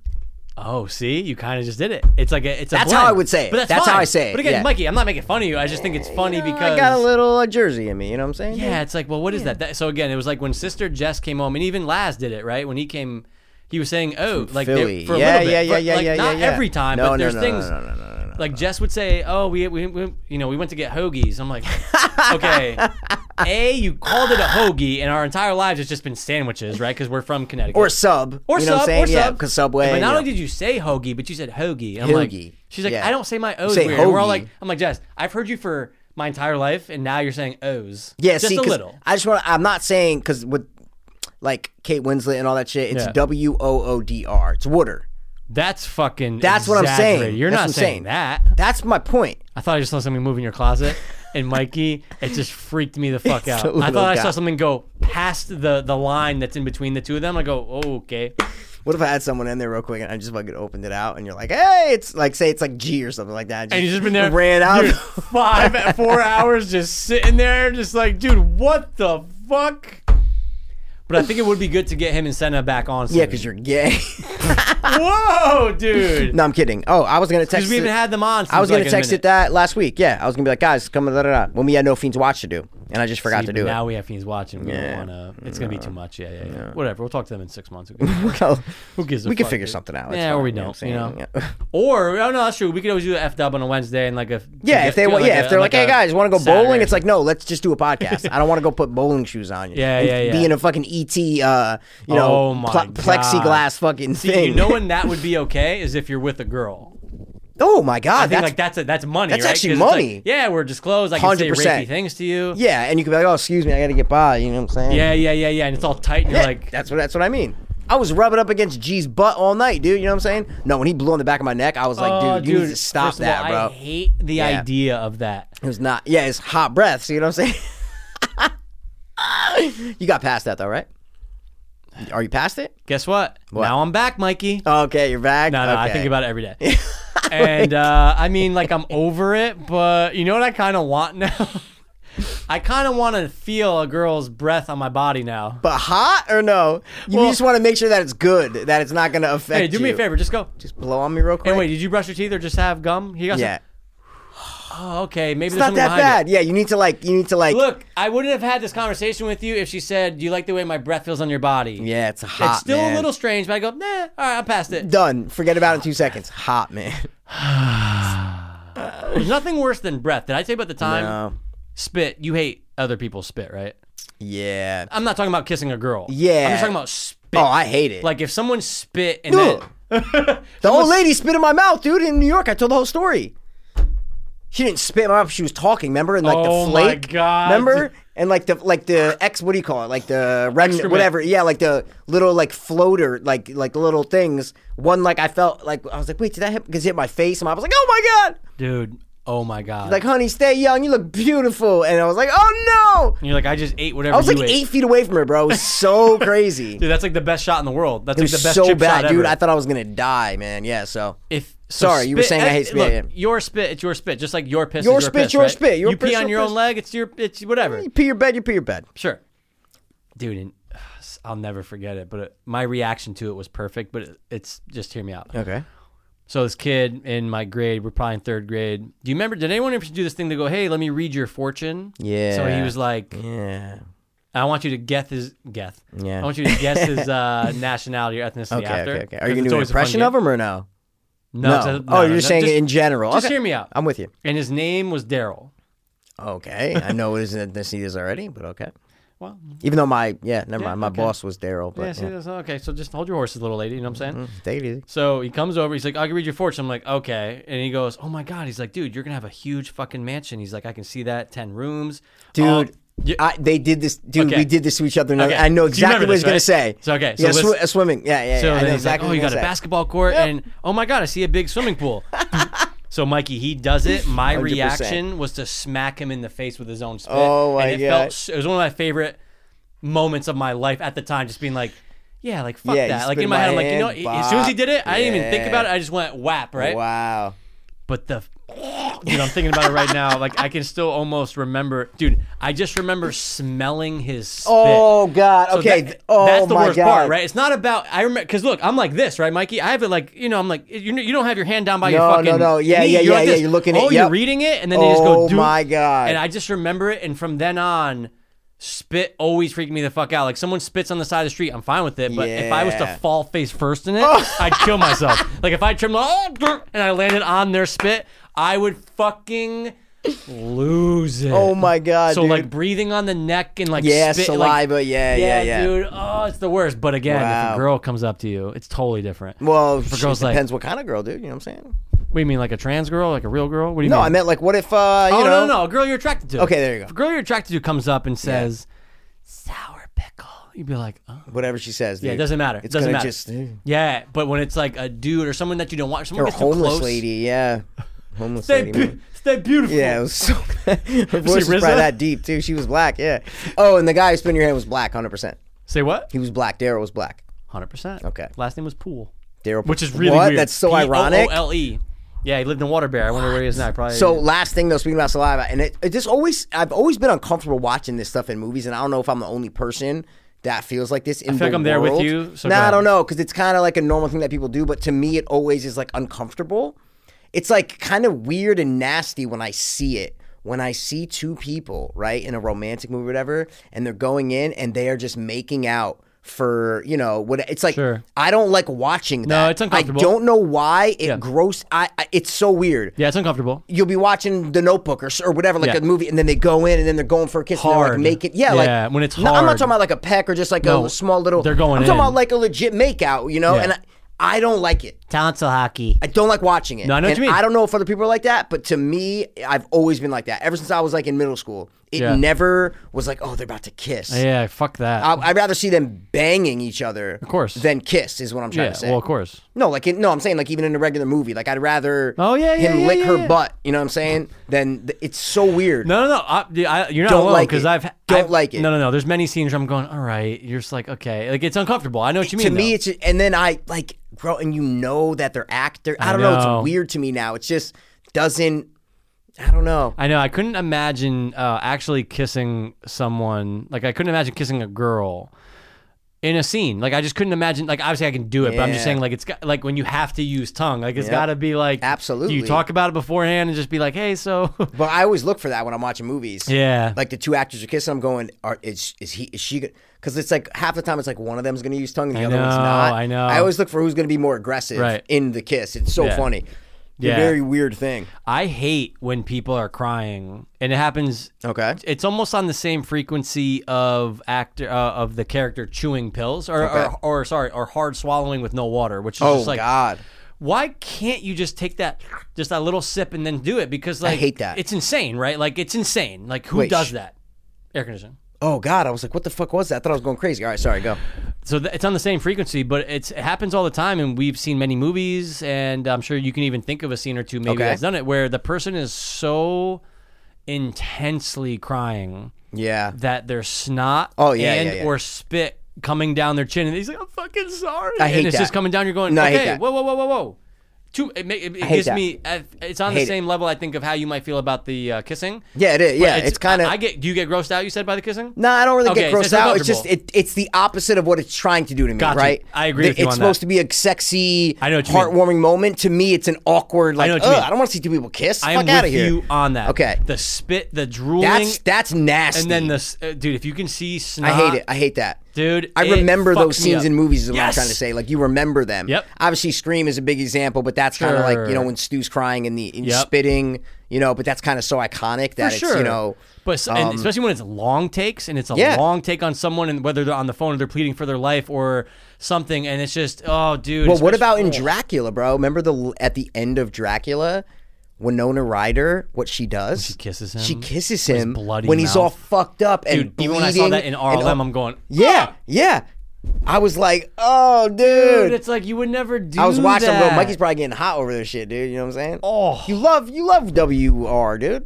Speaker 2: oh, see, you kind of just did it. It's like a it's a
Speaker 1: That's how
Speaker 2: blend.
Speaker 1: I would say it.
Speaker 2: But that's,
Speaker 1: That's how
Speaker 2: fine.
Speaker 1: I say it,
Speaker 2: But again,
Speaker 1: yeah.
Speaker 2: Mikey, I'm not making fun of you. I just think it's funny because
Speaker 1: I got a little uh, Jersey in me. You know what I'm saying?
Speaker 2: Yeah, it's like, well, what is that? that? So again, it was like when Sister Jess came home, and even Laz did it, right? When he came, he was saying, "Oh, like they-
Speaker 1: Philly.
Speaker 2: for a
Speaker 1: yeah,
Speaker 2: little bit,
Speaker 1: yeah, yeah,
Speaker 2: but,
Speaker 1: yeah,
Speaker 2: like,
Speaker 1: yeah,
Speaker 2: not
Speaker 1: yeah.
Speaker 2: every time,
Speaker 1: No, no,
Speaker 2: but there's
Speaker 1: no,
Speaker 2: things."
Speaker 1: No, no, no, no, no.
Speaker 2: Like Jess would say, "Oh, we, we, we you know we went to get hoagies." I'm like, "Okay, a you called it a hoagie, and our entire lives it's just been sandwiches, right? Because we're from Connecticut
Speaker 1: Or sub.
Speaker 2: or
Speaker 1: you know
Speaker 2: sub
Speaker 1: what I'm saying?
Speaker 2: or
Speaker 1: Yeah,
Speaker 2: sub
Speaker 1: because Subway.
Speaker 2: But
Speaker 1: you
Speaker 2: not
Speaker 1: know.
Speaker 2: only did you say hoagie, but you said hoagie. And I'm
Speaker 1: Hoagie,
Speaker 2: like, she's like,
Speaker 1: yeah.
Speaker 2: I don't say my o's
Speaker 1: say
Speaker 2: weird. And We're all
Speaker 1: hoagie.
Speaker 2: like, I'm like Jess, I've heard you for my entire life, and now you're saying o's.
Speaker 1: Yeah,
Speaker 2: just
Speaker 1: see,
Speaker 2: a
Speaker 1: 'cause
Speaker 2: little.
Speaker 1: I just want. to I'm not saying because with like Kate Winslet and all that shit, it's
Speaker 2: Yeah.
Speaker 1: W O O D R. It's water.
Speaker 2: That's fucking.
Speaker 1: That's what I'm saying.
Speaker 2: exaggerated. You're
Speaker 1: That's
Speaker 2: not
Speaker 1: what I'm
Speaker 2: saying,
Speaker 1: saying.
Speaker 2: that.
Speaker 1: That's my point.
Speaker 2: I thought I just saw something move in your closet, and Mikey, it just freaked me the fuck out.
Speaker 1: a
Speaker 2: I
Speaker 1: little
Speaker 2: thought I
Speaker 1: guy.
Speaker 2: saw something go past the the line that's in between the two of them. I go, oh, okay.
Speaker 1: What if I had someone in there real quick and I just fucking opened it out and you're like, hey, it's like say it's like G or something like that.
Speaker 2: And he's just been there,
Speaker 1: ran out.
Speaker 2: dude, five, four hours, just sitting there, just like, dude, what the fuck? But I think it would be good to get him and Senna back on.
Speaker 1: yeah, because you're gay.
Speaker 2: whoa, dude.
Speaker 1: no, I'm kidding. Oh, I was gonna text.
Speaker 2: Because we
Speaker 1: it-
Speaker 2: haven't had them on. Since
Speaker 1: I was gonna
Speaker 2: like a
Speaker 1: text it
Speaker 2: minute.
Speaker 1: that last week. Yeah, I was gonna be like, guys, come da da da. When we had no fiends watch to do, and I just forgot to
Speaker 2: But
Speaker 1: do
Speaker 2: now we have fiends watching. We
Speaker 1: Yeah.
Speaker 2: don't wanna. It's gonna be too much. Yeah, yeah, yeah. Whatever. We'll talk to them in six months.
Speaker 1: it.
Speaker 2: Who gives a
Speaker 1: we can
Speaker 2: fuck,
Speaker 1: figure
Speaker 2: dude?
Speaker 1: something out. It's
Speaker 2: Yeah, or
Speaker 1: fine,
Speaker 2: we
Speaker 1: you know what
Speaker 2: don't.
Speaker 1: I'm
Speaker 2: You know.
Speaker 1: saying? Yeah.
Speaker 2: Or oh no, that's true. We could always do an F dub on a Wednesday and like a
Speaker 1: Yeah, if they want, yeah, if they're like, "Hey guys, want to go bowling?" It's
Speaker 2: like. a-
Speaker 1: like, no, let's just do a podcast. I don't want to go put bowling shoes on you.
Speaker 2: Yeah,
Speaker 1: and
Speaker 2: yeah, yeah.
Speaker 1: Be in a fucking ET, uh, you know,
Speaker 2: Oh my
Speaker 1: pla-
Speaker 2: God.
Speaker 1: plexiglass fucking
Speaker 2: See,
Speaker 1: thing.
Speaker 2: you know when that would be okay is if you're with a girl.
Speaker 1: oh my god,
Speaker 2: I think
Speaker 1: that's
Speaker 2: like that's a, that's money.
Speaker 1: that's
Speaker 2: right?
Speaker 1: actually
Speaker 2: 'Cause it's like,
Speaker 1: money.
Speaker 2: yeah, we're disclosed. I can say
Speaker 1: 100%.
Speaker 2: rapey things to you. Yeah.
Speaker 1: yeah, and you could be like, oh, excuse me, I got to get by. You know what I'm saying?
Speaker 2: yeah, yeah, yeah, And it's all tight. And you're
Speaker 1: Yeah,
Speaker 2: like,
Speaker 1: that's what that's what I mean. I was rubbing up against G's butt all night, dude. You know what I'm saying? No, when he blew on the back of my neck, I was like,
Speaker 2: oh,
Speaker 1: dude, you need to stop
Speaker 2: first of
Speaker 1: that,
Speaker 2: all,
Speaker 1: bro.
Speaker 2: I hate the
Speaker 1: Yeah.
Speaker 2: idea of that.
Speaker 1: It was not. Yeah, it's hot breaths. You know what I'm saying? you got past that though, right? Are you past it?
Speaker 2: Guess what? Now I'm back, Mikey.
Speaker 1: Okay, you're back.
Speaker 2: no, no, I
Speaker 1: Oh, Okay.
Speaker 2: think about it every day. and uh, I mean, like I'm over it, but you know what I kind of want now? I kind of want to feel a girl's breath on my body now.
Speaker 1: But hot or no? You
Speaker 2: Well-
Speaker 1: just want to make sure that it's good, that it's not going to affect
Speaker 2: Hey, do me a
Speaker 1: you.
Speaker 2: favor, just go.
Speaker 1: Just blow on me real quick.
Speaker 2: And wait, did you brush your teeth or just have gum? He got some-
Speaker 1: yeah,
Speaker 2: Oh, okay. Maybe
Speaker 1: it's
Speaker 2: there's
Speaker 1: not that
Speaker 2: something behind it.
Speaker 1: bad. Yeah, you need to like, you need to like.
Speaker 2: Look, I wouldn't have had this conversation with you if she said, "Do you like the way my breath feels on your body?"
Speaker 1: yeah, it's hot.
Speaker 2: it's still
Speaker 1: man.
Speaker 2: a little strange, but I go, "Nah, all right, I'm past it."
Speaker 1: done. Forget about it in two seconds. Hot man.
Speaker 2: There's nothing worse than breath. Did I tell you about the time
Speaker 1: No.
Speaker 2: spit? You hate other people's spit, right?
Speaker 1: Yeah.
Speaker 2: I'm not talking about kissing a girl.
Speaker 1: Yeah.
Speaker 2: I'm just talking about spit.
Speaker 1: Oh, I hate it. Like
Speaker 2: like if someone spit and
Speaker 1: Ugh.
Speaker 2: then
Speaker 1: the old lady spit in my mouth, dude. In New York, I told the whole story. She didn't spit in my mouth. She was talking. Remember? And like
Speaker 2: Oh,
Speaker 1: the
Speaker 2: my
Speaker 1: flake.
Speaker 2: God.
Speaker 1: Remember? And like the like the ex. What do you call it? Like the remnant,
Speaker 2: Excrement.
Speaker 1: whatever. Yeah, like the little like floater, like like little things. One like I felt like I was like, wait, did that hit? Because it hit my face, and I was like, oh my god.
Speaker 2: dude. Oh my god!
Speaker 1: Like, honey, stay young. You look beautiful. And I was like, oh no.
Speaker 2: And you're like, I just ate whatever.
Speaker 1: I was
Speaker 2: you
Speaker 1: like
Speaker 2: ate.
Speaker 1: eight feet away from her, bro. It was so crazy.
Speaker 2: Dude, that's like the best shot in the world. That's
Speaker 1: It
Speaker 2: like
Speaker 1: was
Speaker 2: the best
Speaker 1: so
Speaker 2: chip shot
Speaker 1: bad,
Speaker 2: ever.
Speaker 1: dude. I thought I was gonna die, man. Yeah. So
Speaker 2: if so
Speaker 1: Sorry, you were saying I hate
Speaker 2: eh,
Speaker 1: spit,
Speaker 2: Look,
Speaker 1: yeah.
Speaker 2: Your spit, it's your spit. Just like your piss,
Speaker 1: Your
Speaker 2: is your
Speaker 1: spit,
Speaker 2: piss,
Speaker 1: your
Speaker 2: right?
Speaker 1: spit, your
Speaker 2: you
Speaker 1: piss,
Speaker 2: pee on
Speaker 1: your
Speaker 2: your own
Speaker 1: piss.
Speaker 2: leg. It's your, it's whatever.
Speaker 1: you pee your bed. You pee your bed.
Speaker 2: Sure, dude. And, ugh, I'll never forget it. But it, my reaction to it was perfect. But it, it's just hear me out.
Speaker 1: Okay.
Speaker 2: So this kid in my grade, we're probably in third grade. Do you remember? Did anyone ever do this thing to go, "Hey, let me read your fortune"?
Speaker 1: Yeah.
Speaker 2: So he was like,
Speaker 1: Yeah.
Speaker 2: "I want you to guess his guess.
Speaker 1: Yeah.
Speaker 2: I want you to guess his uh, nationality or ethnicity
Speaker 1: Okay.
Speaker 2: after."
Speaker 1: Okay. Okay. Are
Speaker 2: 'cause
Speaker 1: you gonna
Speaker 2: it's
Speaker 1: do an
Speaker 2: always a fun
Speaker 1: impression
Speaker 2: game.
Speaker 1: of him or no?
Speaker 2: No. it's a-
Speaker 1: oh, you're
Speaker 2: no,
Speaker 1: saying
Speaker 2: just-
Speaker 1: in general.
Speaker 2: Just
Speaker 1: okay.
Speaker 2: hear me out.
Speaker 1: I'm with you.
Speaker 2: And his name was Daryl.
Speaker 1: Okay. I know it isn't this is already, but okay.
Speaker 2: Well,
Speaker 1: Even though my yeah, never
Speaker 2: Yeah,
Speaker 1: mind. My
Speaker 2: okay.
Speaker 1: boss was Daryl,
Speaker 2: yeah,
Speaker 1: but
Speaker 2: see,
Speaker 1: yeah. Mm-hmm.
Speaker 2: that's- okay. So just hold your horses, little lady. You know what I'm saying?
Speaker 1: take it easy.
Speaker 2: So he comes over. He's like, I can read your fortune. I'm like, okay. And he goes, Oh my God. He's like, Dude, you're going to have a huge fucking mansion. He's like, I can see that 10 rooms. Um, All-
Speaker 1: Dude,
Speaker 2: Yeah,
Speaker 1: I, they did this. Dude,
Speaker 2: Oh, Okay.
Speaker 1: we did this to each other. and
Speaker 2: Okay.
Speaker 1: I know
Speaker 2: So you
Speaker 1: exactly
Speaker 2: remember
Speaker 1: what he's
Speaker 2: this,
Speaker 1: gonna
Speaker 2: right?
Speaker 1: say.
Speaker 2: So, okay, so
Speaker 1: yeah,
Speaker 2: let's-
Speaker 1: swi- uh, swimming. Yeah, yeah.
Speaker 2: So
Speaker 1: yeah, I know
Speaker 2: then he's
Speaker 1: exactly
Speaker 2: like, "Oh, you
Speaker 1: what
Speaker 2: got
Speaker 1: he's
Speaker 2: a
Speaker 1: gonna say.
Speaker 2: basketball court, and oh my god, I see a big swimming pool." so Mikey, he does it. My
Speaker 1: 100%.
Speaker 2: reaction was to smack him in the face with his own spit.
Speaker 1: Oh, my
Speaker 2: and it
Speaker 1: God.
Speaker 2: Felt, s- it was one of my favorite moments of my life at the time, just being like. Yeah, like fuck
Speaker 1: Yeah, you
Speaker 2: that. Like
Speaker 1: spit
Speaker 2: in my
Speaker 1: in
Speaker 2: head, I'm
Speaker 1: my
Speaker 2: like, you know,
Speaker 1: hand,
Speaker 2: as soon as he did it, I didn't even think
Speaker 1: yeah.
Speaker 2: about it. I just went whap, right?
Speaker 1: Wow.
Speaker 2: But the, dude, I'm thinking about it right now. Like I can still almost remember, dude. I just remember smelling his spit.
Speaker 1: Oh God.
Speaker 2: So
Speaker 1: Okay.
Speaker 2: that-
Speaker 1: th- oh
Speaker 2: that's the
Speaker 1: my
Speaker 2: worst
Speaker 1: God.
Speaker 2: part, right? It's not about I remember because look, I'm like this, right, Mikey? I have it like you know, I'm like you, you don't have your hand down by your
Speaker 1: No, no,
Speaker 2: fucking
Speaker 1: no. Yeah,
Speaker 2: knee.
Speaker 1: yeah,
Speaker 2: You're
Speaker 1: yeah,
Speaker 2: like
Speaker 1: yeah.
Speaker 2: this.
Speaker 1: You're looking at-
Speaker 2: oh, you're
Speaker 1: yep.
Speaker 2: reading it, and then you just go.
Speaker 1: Oh,
Speaker 2: "Dude."
Speaker 1: my God.
Speaker 2: And I just remember it, and from then on, spit always freaked me the fuck out. Like someone spits on the side of the street, I'm fine with it, but if I was to
Speaker 1: Yeah. Oh.
Speaker 2: fall face first in it, I'd kill myself. Like if I trimmed oh, grr, and I landed on their spit, I would fucking. Lose it.
Speaker 1: Oh my God.
Speaker 2: So
Speaker 1: dude.
Speaker 2: like breathing on the neck and like
Speaker 1: yeah,
Speaker 2: spit, like,
Speaker 1: saliva. yeah, yeah, yeah.
Speaker 2: dude. Oh, it's the worst. But again, if
Speaker 1: Wow.
Speaker 2: a girl comes up to you, it's totally different.
Speaker 1: Well, shit,
Speaker 2: girls, like-
Speaker 1: depends what kind of girl, dude. You know what I'm saying?
Speaker 2: What do you mean, like a trans girl, like a real girl? What do you
Speaker 1: No,
Speaker 2: mean?
Speaker 1: I meant like, what if uh, you
Speaker 2: oh
Speaker 1: know?
Speaker 2: no, no, no, a girl you're attracted to.
Speaker 1: Okay, there you go.
Speaker 2: If a girl you're attracted to comes up and says, "Sour pickle," you'd be like, "Oh."
Speaker 1: Whatever she says, dude.
Speaker 2: Yeah, it doesn't matter.
Speaker 1: It's
Speaker 2: doesn't
Speaker 1: gonna
Speaker 2: matter.
Speaker 1: just eh,
Speaker 2: yeah, but when it's like a dude or someone that you don't want, someone
Speaker 1: or a
Speaker 2: gets too
Speaker 1: homeless
Speaker 2: close.
Speaker 1: lady. Yeah, homeless
Speaker 2: Stay,
Speaker 1: lady.
Speaker 2: be-
Speaker 1: man.
Speaker 2: stay beautiful.
Speaker 1: Yeah, it was so. Bad. Her voice was
Speaker 2: RZA?
Speaker 1: probably that deep too. She was black. Yeah. Oh, and the guy who spun your hand was black, hundred percent.
Speaker 2: Say what?
Speaker 1: He was black. Daryl was black.
Speaker 2: Hundred percent.
Speaker 1: Okay.
Speaker 2: Last name was Pool,
Speaker 1: Daryl,
Speaker 2: which is really
Speaker 1: what?
Speaker 2: weird.
Speaker 1: That's so ironic.
Speaker 2: P-O-O-L-E. E. Yeah, he lived in Water Bear. I wonder where he is now. Probably
Speaker 1: So last thing though, speaking about saliva, and it, it just always I've always been uncomfortable watching this stuff in movies, and I don't know if I'm the only person that feels like this. In I
Speaker 2: feel like I'm there with you, so go
Speaker 1: nah, I
Speaker 2: ahead.
Speaker 1: don't know because it's kind of like a normal thing that people do, but to me, it always is like uncomfortable. It's like kind of weird and nasty when I see it. When I see two people right in a romantic movie, or whatever, and they're going in and they are just making out for you know what it's like.
Speaker 2: Sure.
Speaker 1: I don't like watching that.
Speaker 2: it's uncomfortable.
Speaker 1: I don't know why it
Speaker 2: Yeah.
Speaker 1: gross. I, I it's so weird
Speaker 2: yeah, it's uncomfortable.
Speaker 1: you'll be watching The Notebook or, or whatever, like
Speaker 2: Yeah.
Speaker 1: a movie, and then they go in and then they're going for a kiss and they're
Speaker 2: Hard.
Speaker 1: like make it. Yeah,
Speaker 2: Yeah,
Speaker 1: like
Speaker 2: when it's
Speaker 1: No, I'm
Speaker 2: hard.
Speaker 1: not talking about like a peck or just like
Speaker 2: No,
Speaker 1: a small little.
Speaker 2: they're going
Speaker 1: I'm talking
Speaker 2: in.
Speaker 1: about like a legit make out, you know.
Speaker 2: Yeah.
Speaker 1: And I, I don't like it.
Speaker 2: Tonsil hockey.
Speaker 1: I don't like watching it.
Speaker 2: No, I know what
Speaker 1: And
Speaker 2: you mean.
Speaker 1: I don't know if other people are like that, but to me, I've always been like that ever since I was like in middle school. It
Speaker 2: Yeah.
Speaker 1: never was like, oh, they're about to kiss.
Speaker 2: Yeah, fuck that.
Speaker 1: I, I'd rather see them banging each other, of
Speaker 2: course.
Speaker 1: than kiss. Is what I'm trying
Speaker 2: yeah,
Speaker 1: to say.
Speaker 2: well, of course.
Speaker 1: No, like in, no, I'm saying like even in a regular movie, like I'd rather
Speaker 2: Oh, yeah, yeah,
Speaker 1: him
Speaker 2: yeah,
Speaker 1: lick
Speaker 2: yeah,
Speaker 1: her
Speaker 2: yeah.
Speaker 1: butt. You know what I'm saying? Than th- it's so weird.
Speaker 2: No, no, no. I, I, you're not
Speaker 1: Don't
Speaker 2: alone
Speaker 1: like
Speaker 2: because
Speaker 1: it.
Speaker 2: I've
Speaker 1: Don't
Speaker 2: I've-
Speaker 1: like it.
Speaker 2: No, no, no. There's many scenes where I'm going, all right. You're just like, okay, like it's uncomfortable. I know what you
Speaker 1: to
Speaker 2: mean.
Speaker 1: me,
Speaker 2: though.
Speaker 1: it's just, and then I like grow and you know that they're actor. I don't
Speaker 2: know.
Speaker 1: It's weird to me now. It's just doesn't. I don't know.
Speaker 2: I know. I couldn't imagine uh, actually kissing someone. Like I couldn't imagine kissing a girl in a scene. Like I just couldn't imagine. Like obviously I can do it, but I'm just
Speaker 1: Yeah.
Speaker 2: saying like it's got, like when you have to use tongue. Like it's got to be like Do you
Speaker 1: Absolutely.
Speaker 2: talk about it beforehand and just be like, hey, so
Speaker 1: But I always look for that when I'm watching movies.
Speaker 2: yeah,
Speaker 1: Like the two actors are kissing, I'm going, are, is is he is she? Because it's like half the time it's like one of them's going to use tongue, and the
Speaker 2: I
Speaker 1: other one's
Speaker 2: know,
Speaker 1: not.
Speaker 2: I know.
Speaker 1: I always look for who's going to be more aggressive
Speaker 2: Right.
Speaker 1: in the kiss. It's so
Speaker 2: Yeah.
Speaker 1: funny.
Speaker 2: Yeah.
Speaker 1: Yeah. very weird thing.
Speaker 2: I hate when people are crying, and it happens.
Speaker 1: Okay.
Speaker 2: it's almost on the same frequency of actor uh, of the character chewing pills or,
Speaker 1: Okay.
Speaker 2: or or sorry or hard swallowing with no water, which is
Speaker 1: Oh
Speaker 2: just like
Speaker 1: God.
Speaker 2: why can't you just take that just that little sip and then do it? Because like
Speaker 1: hate that.
Speaker 2: It's insane, right? Like it's insane. Like who
Speaker 1: Wait,
Speaker 2: does
Speaker 1: sh-
Speaker 2: that? Air conditioning.
Speaker 1: Oh God, I was like, what the fuck was that? I thought I was going crazy. All right, sorry, go.
Speaker 2: so th- it's on the same frequency, but it's, it happens all the time, and we've seen many movies, and I'm sure you can even think of a scene or two maybe
Speaker 1: Okay.
Speaker 2: that's done it where the person is so intensely crying
Speaker 1: Yeah.
Speaker 2: that their snot
Speaker 1: Oh, yeah,
Speaker 2: and
Speaker 1: yeah, yeah.
Speaker 2: or spit coming down their chin, and he's like, "I'm fucking sorry,"
Speaker 1: I hate
Speaker 2: and it's
Speaker 1: that.
Speaker 2: just coming down. You're going,
Speaker 1: No, I
Speaker 2: "Okay,
Speaker 1: hate that.
Speaker 2: whoa, whoa, whoa, whoa, whoa." Too, it ma- it, it
Speaker 1: hate
Speaker 2: gives
Speaker 1: that.
Speaker 2: me. I- It's on
Speaker 1: Hate
Speaker 2: the
Speaker 1: it.
Speaker 2: same level, I think, of how you might feel about the uh, kissing.
Speaker 1: Yeah, it is.
Speaker 2: But
Speaker 1: Yeah, it's kinda-
Speaker 2: I, I get. Do you get grossed out? You said by the kissing?
Speaker 1: No, I don't really
Speaker 2: Okay,
Speaker 1: get
Speaker 2: so
Speaker 1: grossed
Speaker 2: it's
Speaker 1: out. It's just
Speaker 2: uncomfortable.
Speaker 1: it, it's the opposite of what it's trying to do to me,
Speaker 2: Gotcha.
Speaker 1: right?
Speaker 2: I agree
Speaker 1: Th-
Speaker 2: with you
Speaker 1: It's
Speaker 2: on that.
Speaker 1: supposed to be a sexy,
Speaker 2: I know what you mean.
Speaker 1: heartwarming moment. To me, it's an awkward. Like,
Speaker 2: know
Speaker 1: I,
Speaker 2: what you mean.
Speaker 1: I don't want to see two people kiss.
Speaker 2: I am
Speaker 1: Fuck out of
Speaker 2: with
Speaker 1: here.
Speaker 2: you on that.
Speaker 1: Okay.
Speaker 2: The spit, the drooling,
Speaker 1: that's that's nasty.
Speaker 2: and then the s- uh, dude. If you can see snot,
Speaker 1: I hate it. I hate that.
Speaker 2: dude.
Speaker 1: I
Speaker 2: it
Speaker 1: remember
Speaker 2: fucks
Speaker 1: those
Speaker 2: me
Speaker 1: scenes
Speaker 2: up.
Speaker 1: in movies is what I'm
Speaker 2: Yes!
Speaker 1: trying to say. Like you remember them.
Speaker 2: Yep.
Speaker 1: Obviously Scream is a big example, but that's kind of like, you know,
Speaker 2: Sure.
Speaker 1: when Stu's crying and the and
Speaker 2: Yep.
Speaker 1: spitting, you know, but that's kind of so iconic that it's,
Speaker 2: For sure.
Speaker 1: you know,
Speaker 2: but s- and especially when it's long takes and it's a
Speaker 1: Um, Yeah.
Speaker 2: long take on someone and whether they're on the phone or they're pleading for their life or something and it's just oh dude.
Speaker 1: Well, what
Speaker 2: especially-
Speaker 1: about in
Speaker 2: oh.
Speaker 1: Dracula, bro? Remember the at the end of Dracula, Winona Ryder, what she does? She
Speaker 2: kisses
Speaker 1: She
Speaker 2: him
Speaker 1: kisses
Speaker 2: with his
Speaker 1: him
Speaker 2: bloody
Speaker 1: when he's all
Speaker 2: mouth.
Speaker 1: fucked up and
Speaker 2: dude? Even when I saw
Speaker 1: bleeding
Speaker 2: that in
Speaker 1: and
Speaker 2: RLM,
Speaker 1: all-
Speaker 2: I'm going.
Speaker 1: yeah, yeah. I was like, oh, dude.
Speaker 2: Dude, it's like you would never do.
Speaker 1: I was watching.
Speaker 2: that.
Speaker 1: I'm going, Mikey's probably getting hot over this shit, dude. You know what I'm saying?
Speaker 2: Oh.
Speaker 1: you love you love WR, dude.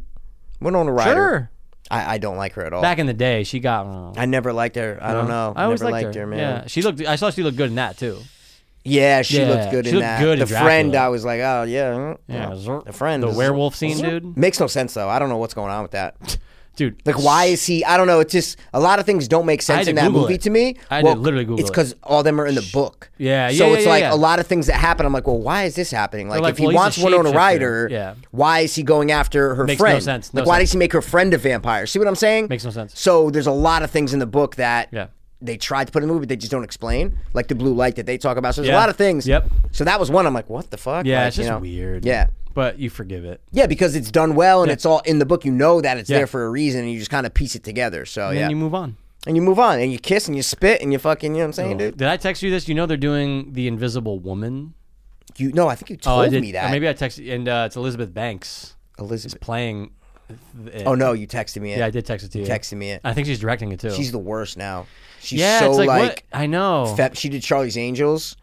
Speaker 1: Winona Ryder.
Speaker 2: Sure.
Speaker 1: I, I don't like her at all.
Speaker 2: Back in the day, she got. oh,
Speaker 1: I never liked her. I don't know.
Speaker 2: I always
Speaker 1: never
Speaker 2: liked, her.
Speaker 1: man.
Speaker 2: Yeah, she looked. I saw she looked good in that too.
Speaker 1: Yeah, she
Speaker 2: Yeah,
Speaker 1: looked good
Speaker 2: she
Speaker 1: in
Speaker 2: looked
Speaker 1: that.
Speaker 2: good in
Speaker 1: the
Speaker 2: Dracula.
Speaker 1: friend, I was like, oh yeah,
Speaker 2: Yeah,
Speaker 1: the friend,
Speaker 2: the
Speaker 1: is-
Speaker 2: werewolf scene, dude.
Speaker 1: Makes no sense though. I don't know what's going on with that.
Speaker 2: Dude,
Speaker 1: Like, why is he? I don't know. It's just a lot of things don't make sense
Speaker 2: had
Speaker 1: in
Speaker 2: to
Speaker 1: that
Speaker 2: Google
Speaker 1: movie
Speaker 2: it.
Speaker 1: to me.
Speaker 2: I had to literally Google
Speaker 1: It's
Speaker 2: it.
Speaker 1: because all them are in the book.
Speaker 2: Yeah,
Speaker 1: So
Speaker 2: yeah,
Speaker 1: it's
Speaker 2: yeah,
Speaker 1: like
Speaker 2: yeah.
Speaker 1: a lot of things that happen. I'm like, well, why is this happening? Like,
Speaker 2: like,
Speaker 1: if he
Speaker 2: well, he's a
Speaker 1: wants Winona
Speaker 2: shapeshifter.
Speaker 1: Ryder,
Speaker 2: Yeah.
Speaker 1: why is he going after her
Speaker 2: Makes no
Speaker 1: friend?
Speaker 2: sense,
Speaker 1: Like,
Speaker 2: no
Speaker 1: why
Speaker 2: sense.
Speaker 1: does he make her friend a vampire? See what I'm saying?
Speaker 2: Makes no sense.
Speaker 1: So there's a lot of things in the book that
Speaker 2: Yeah.
Speaker 1: they tried to put in the movie, but they just don't explain. Like the blue light that they talk about. So there's a
Speaker 2: Yeah.
Speaker 1: lot of things.
Speaker 2: Yep.
Speaker 1: So that was one. I'm like, what the fuck?
Speaker 2: Yeah,
Speaker 1: Like,
Speaker 2: it's
Speaker 1: you
Speaker 2: just
Speaker 1: know.
Speaker 2: weird.
Speaker 1: Yeah.
Speaker 2: but you forgive it.
Speaker 1: Yeah, because it's done well and it's all in the book. You know that it's
Speaker 2: Yeah.
Speaker 1: there for a reason, and you just kind of piece it together. So
Speaker 2: And
Speaker 1: yeah,
Speaker 2: then you move on.
Speaker 1: and you move on, and you kiss, and you spit, and you fucking, you know what I'm saying, dude?
Speaker 2: Did I text you this? You know they're doing the Invisible Woman.
Speaker 1: You no, I think you
Speaker 2: Oh,
Speaker 1: told
Speaker 2: I did.
Speaker 1: me
Speaker 2: or
Speaker 1: that.
Speaker 2: maybe I texted, and uh, it's Elizabeth Banks
Speaker 1: Elizabeth.
Speaker 2: playing. it.
Speaker 1: Oh no, you texted me. It.
Speaker 2: yeah, I did text it to you.
Speaker 1: texted me it.
Speaker 2: I think she's directing it too.
Speaker 1: She's the worst now. She's
Speaker 2: yeah,
Speaker 1: so
Speaker 2: it's like, what?
Speaker 1: like,
Speaker 2: I know.
Speaker 1: fep- she did Charlie's Angels,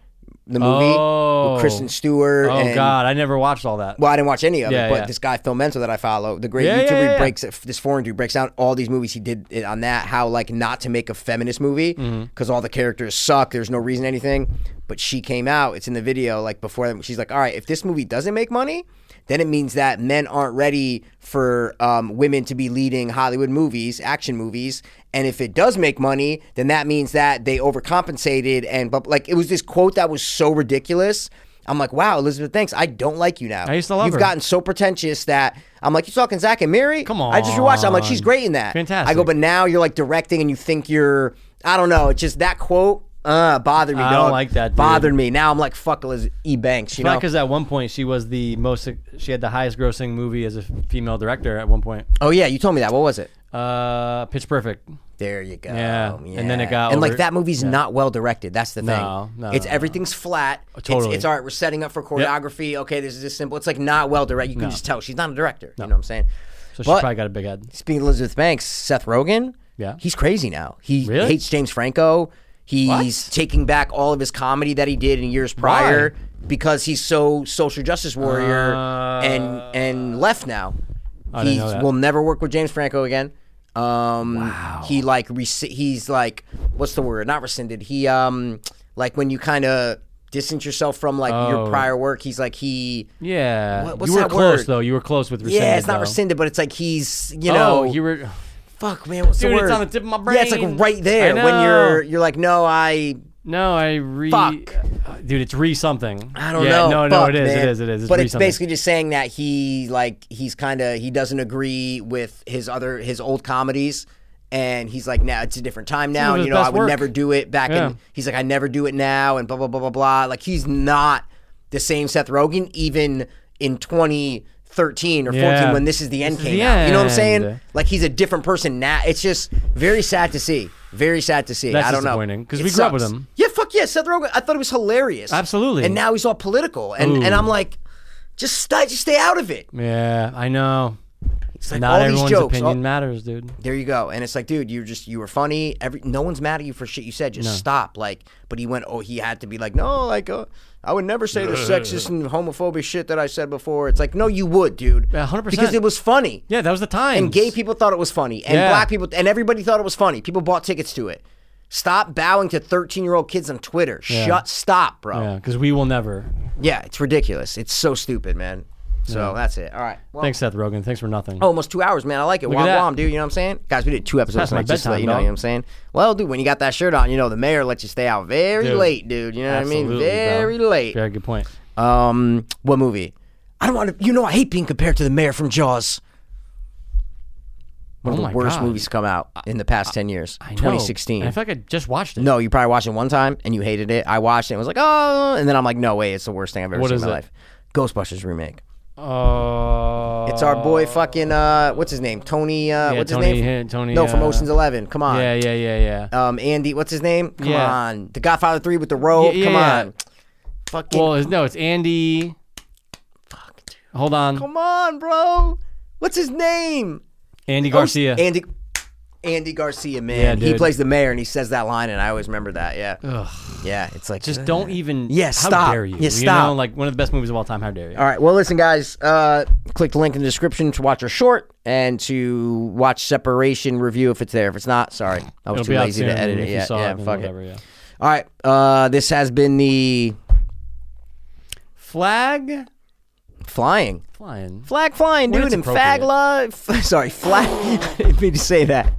Speaker 1: the movie
Speaker 2: Oh.
Speaker 1: with Kristen Stewart.
Speaker 2: oh
Speaker 1: and,
Speaker 2: God, I never watched all that.
Speaker 1: Well, I didn't watch any of
Speaker 2: Yeah,
Speaker 1: it, but
Speaker 2: yeah.
Speaker 1: this guy Phil Mento that I follow, the great
Speaker 2: Yeah,
Speaker 1: YouTuber,
Speaker 2: yeah,
Speaker 1: he
Speaker 2: yeah.
Speaker 1: breaks this foreign dude breaks down all these movies he did it on that how like not to make a feminist movie because
Speaker 2: Mm-hmm.
Speaker 1: all the characters suck. There's no reason anything, but she came out. It's in the video like before them. She's like, all right, if this movie doesn't make money. Then it means that men aren't ready for um, women to be leading Hollywood movies, action movies, and if it does make money, then that means that they overcompensated and but like it was this quote that was so ridiculous. I'm like, wow, Elizabeth, thanks. I don't like you now.
Speaker 2: I used to love
Speaker 1: You've
Speaker 2: her.
Speaker 1: gotten so pretentious that I'm like, you talking Zach and Mary?
Speaker 2: Come
Speaker 1: I just rewatched. it. I'm like, she's
Speaker 2: on.
Speaker 1: great in that. I go,
Speaker 2: Fantastic.
Speaker 1: but now you're like directing, and you think you're. I don't know. It's just that quote. Uh, bothered me.
Speaker 2: I don't
Speaker 1: dog.
Speaker 2: like that, dude.
Speaker 1: Bothered me. Now I'm like, fuck Elizabeth E. Banks. You know?
Speaker 2: because at one point she was the most. She had the highest grossing movie as a female director at one point.
Speaker 1: Oh yeah, you told me that. What was it?
Speaker 2: Uh, Pitch Perfect.
Speaker 1: There you go.
Speaker 2: Yeah. And then it got
Speaker 1: and like
Speaker 2: over-
Speaker 1: that movie's not well directed. That's the thing.
Speaker 2: No, no,
Speaker 1: it's
Speaker 2: no, no.
Speaker 1: everything's flat. It's-
Speaker 2: Totally.
Speaker 1: It's, all right. We're setting up for choreography. Okay, this is just simple. It's like not well directed. You can just tell she's not a director. You know what I'm saying?
Speaker 2: So she
Speaker 1: But-
Speaker 2: probably got a big head.
Speaker 1: Speaking of Elizabeth Banks, Seth Rogen,
Speaker 2: Yeah.
Speaker 1: he's crazy now. He
Speaker 2: Really?
Speaker 1: hates James Franco. He's
Speaker 2: What?
Speaker 1: taking back all of his comedy that he did in years prior because he's so social justice warrior and and left now.
Speaker 2: Uh, didn't
Speaker 1: He
Speaker 2: know that.
Speaker 1: will never work with James Franco again. Um, He like resci- he's like what's the word? Not rescinded. He um like when you kind of distance yourself from like your
Speaker 2: Oh.
Speaker 1: prior work. He's like he.
Speaker 2: Yeah,
Speaker 1: What- what's
Speaker 2: you were
Speaker 1: that
Speaker 2: close
Speaker 1: word?
Speaker 2: though. You were close with rescinded.
Speaker 1: Yeah, it's not
Speaker 2: though.
Speaker 1: rescinded, but it's like he's you know
Speaker 2: Oh, you were.
Speaker 1: fuck man what's
Speaker 2: Dude,
Speaker 1: the
Speaker 2: it's
Speaker 1: word?
Speaker 2: on the tip of my
Speaker 1: yeah it's like
Speaker 2: brain.
Speaker 1: right there
Speaker 2: I
Speaker 1: when you're
Speaker 2: know.
Speaker 1: you're like no i
Speaker 2: No, I re.
Speaker 1: Fuck.
Speaker 2: Dude, it's re something.
Speaker 1: i don't
Speaker 2: yeah,
Speaker 1: know
Speaker 2: No, no,
Speaker 1: Fuck,
Speaker 2: it is,
Speaker 1: man.
Speaker 2: it is, it is. It's
Speaker 1: but
Speaker 2: re
Speaker 1: it's
Speaker 2: something.
Speaker 1: basically just saying that he like he's kind of he doesn't agree with his other his old comedies and he's like now it's a different time now
Speaker 2: of
Speaker 1: and
Speaker 2: his
Speaker 1: you know i
Speaker 2: best
Speaker 1: would
Speaker 2: work.
Speaker 1: never do it back
Speaker 2: Yeah.
Speaker 1: in he's like i never do it now and blah blah blah blah blah like he's not the same seth rogen even in 2013 or 14
Speaker 2: Yeah.
Speaker 1: when this is the end
Speaker 2: This is
Speaker 1: came
Speaker 2: the
Speaker 1: out you know what i'm saying
Speaker 2: end.
Speaker 1: like he's a different person now it's just very sad to see very sad to see
Speaker 2: That's
Speaker 1: i don't know
Speaker 2: disappointing, 'cause
Speaker 1: It
Speaker 2: we grew up with
Speaker 1: sucks.
Speaker 2: him.
Speaker 1: Yeah, fuck yeah, Seth Rogen. I thought it was hilarious.
Speaker 2: Absolutely.
Speaker 1: And now he's all political, and and
Speaker 2: Ooh.
Speaker 1: I'm like, just stay, just stay out of it.
Speaker 2: Yeah, I know.
Speaker 1: It's like
Speaker 2: Not
Speaker 1: all these
Speaker 2: everyone's
Speaker 1: jokes.
Speaker 2: opinion
Speaker 1: all-
Speaker 2: matters, dude.
Speaker 1: there you go. And it's like, dude, you just you were funny. Every no one's mad at you for shit you said. Just stop. Like, but he went. Oh, he had to be like, no, like, uh, I would never say the sexist and homophobic shit that I said before. It's like, no, you would, dude.
Speaker 2: Yeah, 100%.
Speaker 1: Because it was funny.
Speaker 2: Yeah, that was the time.
Speaker 1: And gay people thought it was funny, and
Speaker 2: Yeah.
Speaker 1: black people, and everybody thought it was funny. People bought tickets to it. Stop bowing to thirteen-year-old kids on Twitter. Shut. Stop, bro.
Speaker 2: Yeah,
Speaker 1: Yeah.
Speaker 2: because we will never.
Speaker 1: it's ridiculous. It's so stupid, man. So that's it. All right. Well,
Speaker 2: Thanks, Seth Rogen. Thanks for nothing.
Speaker 1: Almost two hours, man. I like it.
Speaker 2: at
Speaker 1: Wom
Speaker 2: that.
Speaker 1: wom, dude. You know what I'm saying? Guys, we did two episodes
Speaker 2: past my
Speaker 1: tonight, just to let
Speaker 2: bedtime,
Speaker 1: you know,
Speaker 2: dog.
Speaker 1: you know what I'm saying? Well, dude, when you got that shirt on, you know, the mayor lets you stay out very
Speaker 2: Dude.
Speaker 1: late, dude. You know what I mean?
Speaker 2: Absolutely, bro.
Speaker 1: Very late.
Speaker 2: Very good point.
Speaker 1: Um, what movie? I don't want to, you know, I hate being compared to the mayor from Jaws. One of
Speaker 2: Oh my
Speaker 1: the worst
Speaker 2: God.
Speaker 1: movies to come out in the past 10 years.
Speaker 2: I know.
Speaker 1: 2016.
Speaker 2: And I feel like I just watched it.
Speaker 1: No, you probably watched it one time and you hated it. I watched it and was like, oh, and then I'm like, no way, it's the worst thing I've ever
Speaker 2: What
Speaker 1: seen
Speaker 2: is
Speaker 1: in my
Speaker 2: it?
Speaker 1: life. Ghostbusters remake.
Speaker 2: Uh,
Speaker 1: It's our boy fucking uh what's his name? Tony uh
Speaker 2: Yeah,
Speaker 1: what's
Speaker 2: Tony
Speaker 1: his name?
Speaker 2: Hin- Tony,
Speaker 1: No, from
Speaker 2: uh,
Speaker 1: Ocean's 11. Come on.
Speaker 2: Yeah, yeah, yeah, yeah.
Speaker 1: Um Andy, what's his name? Come
Speaker 2: Yeah.
Speaker 1: on. The Godfather 3 with the robe.
Speaker 2: Yeah,
Speaker 1: Come
Speaker 2: yeah.
Speaker 1: on. Fucking
Speaker 2: well, it's, no, it's Andy. Hold on,
Speaker 1: Come on, bro. What's his name? Oh,
Speaker 2: Andy Garcia.
Speaker 1: Andy Andy Garcia,
Speaker 2: Yeah,
Speaker 1: man. he
Speaker 2: dude.
Speaker 1: plays the mayor and he says that line and I always remember that. Yeah. Yeah, it's like
Speaker 2: just don't even.
Speaker 1: Yeah,
Speaker 2: how
Speaker 1: stop.
Speaker 2: dare you?
Speaker 1: Yeah,
Speaker 2: You
Speaker 1: stop.
Speaker 2: know, like one of the best movies of all time. How dare you?
Speaker 1: All right. Well, listen, guys. Uh, click the link in the description to watch our short and to watch Separation review if it's there. If it's not, sorry, I was
Speaker 2: It'll
Speaker 1: too
Speaker 2: be out
Speaker 1: lazy to
Speaker 2: soon,
Speaker 1: edit
Speaker 2: if
Speaker 1: it.
Speaker 2: you
Speaker 1: Yeah,
Speaker 2: saw
Speaker 1: yeah,
Speaker 2: then
Speaker 1: fuck
Speaker 2: whatever,
Speaker 1: it.
Speaker 2: yeah.
Speaker 1: All right. Uh, this has been the
Speaker 2: Flag
Speaker 1: flying
Speaker 2: flying.
Speaker 1: flag flying
Speaker 2: When
Speaker 1: dude
Speaker 2: it's
Speaker 1: and fag
Speaker 2: appropriate.
Speaker 1: love. Sorry, flag. I didn't mean to say that.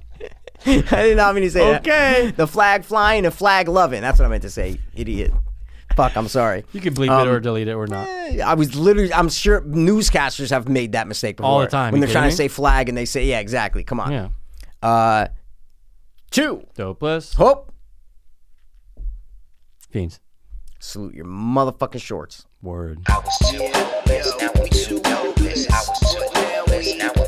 Speaker 1: I did not mean to say that.
Speaker 2: Okay.
Speaker 1: The flag flying and flag loving. That's what I meant to say, idiot. Fuck. I'm sorry.
Speaker 2: You can bleep
Speaker 1: Um,
Speaker 2: it or delete it or not.
Speaker 1: Eh, I was literally. I'm sure newscasters have made that mistake before.
Speaker 2: All the time,
Speaker 1: when
Speaker 2: you
Speaker 1: they're trying to say
Speaker 2: kidding
Speaker 1: flag and they say, "Yeah, exactly." Come on.
Speaker 2: Yeah.
Speaker 1: Uh, two.
Speaker 2: Dopeless.
Speaker 1: Hope.
Speaker 2: Fiends.
Speaker 1: Salute your motherfucking shorts.
Speaker 2: Word.
Speaker 3: I was too hopeless, now I'm too hopeless. I was too hopeless, now I'm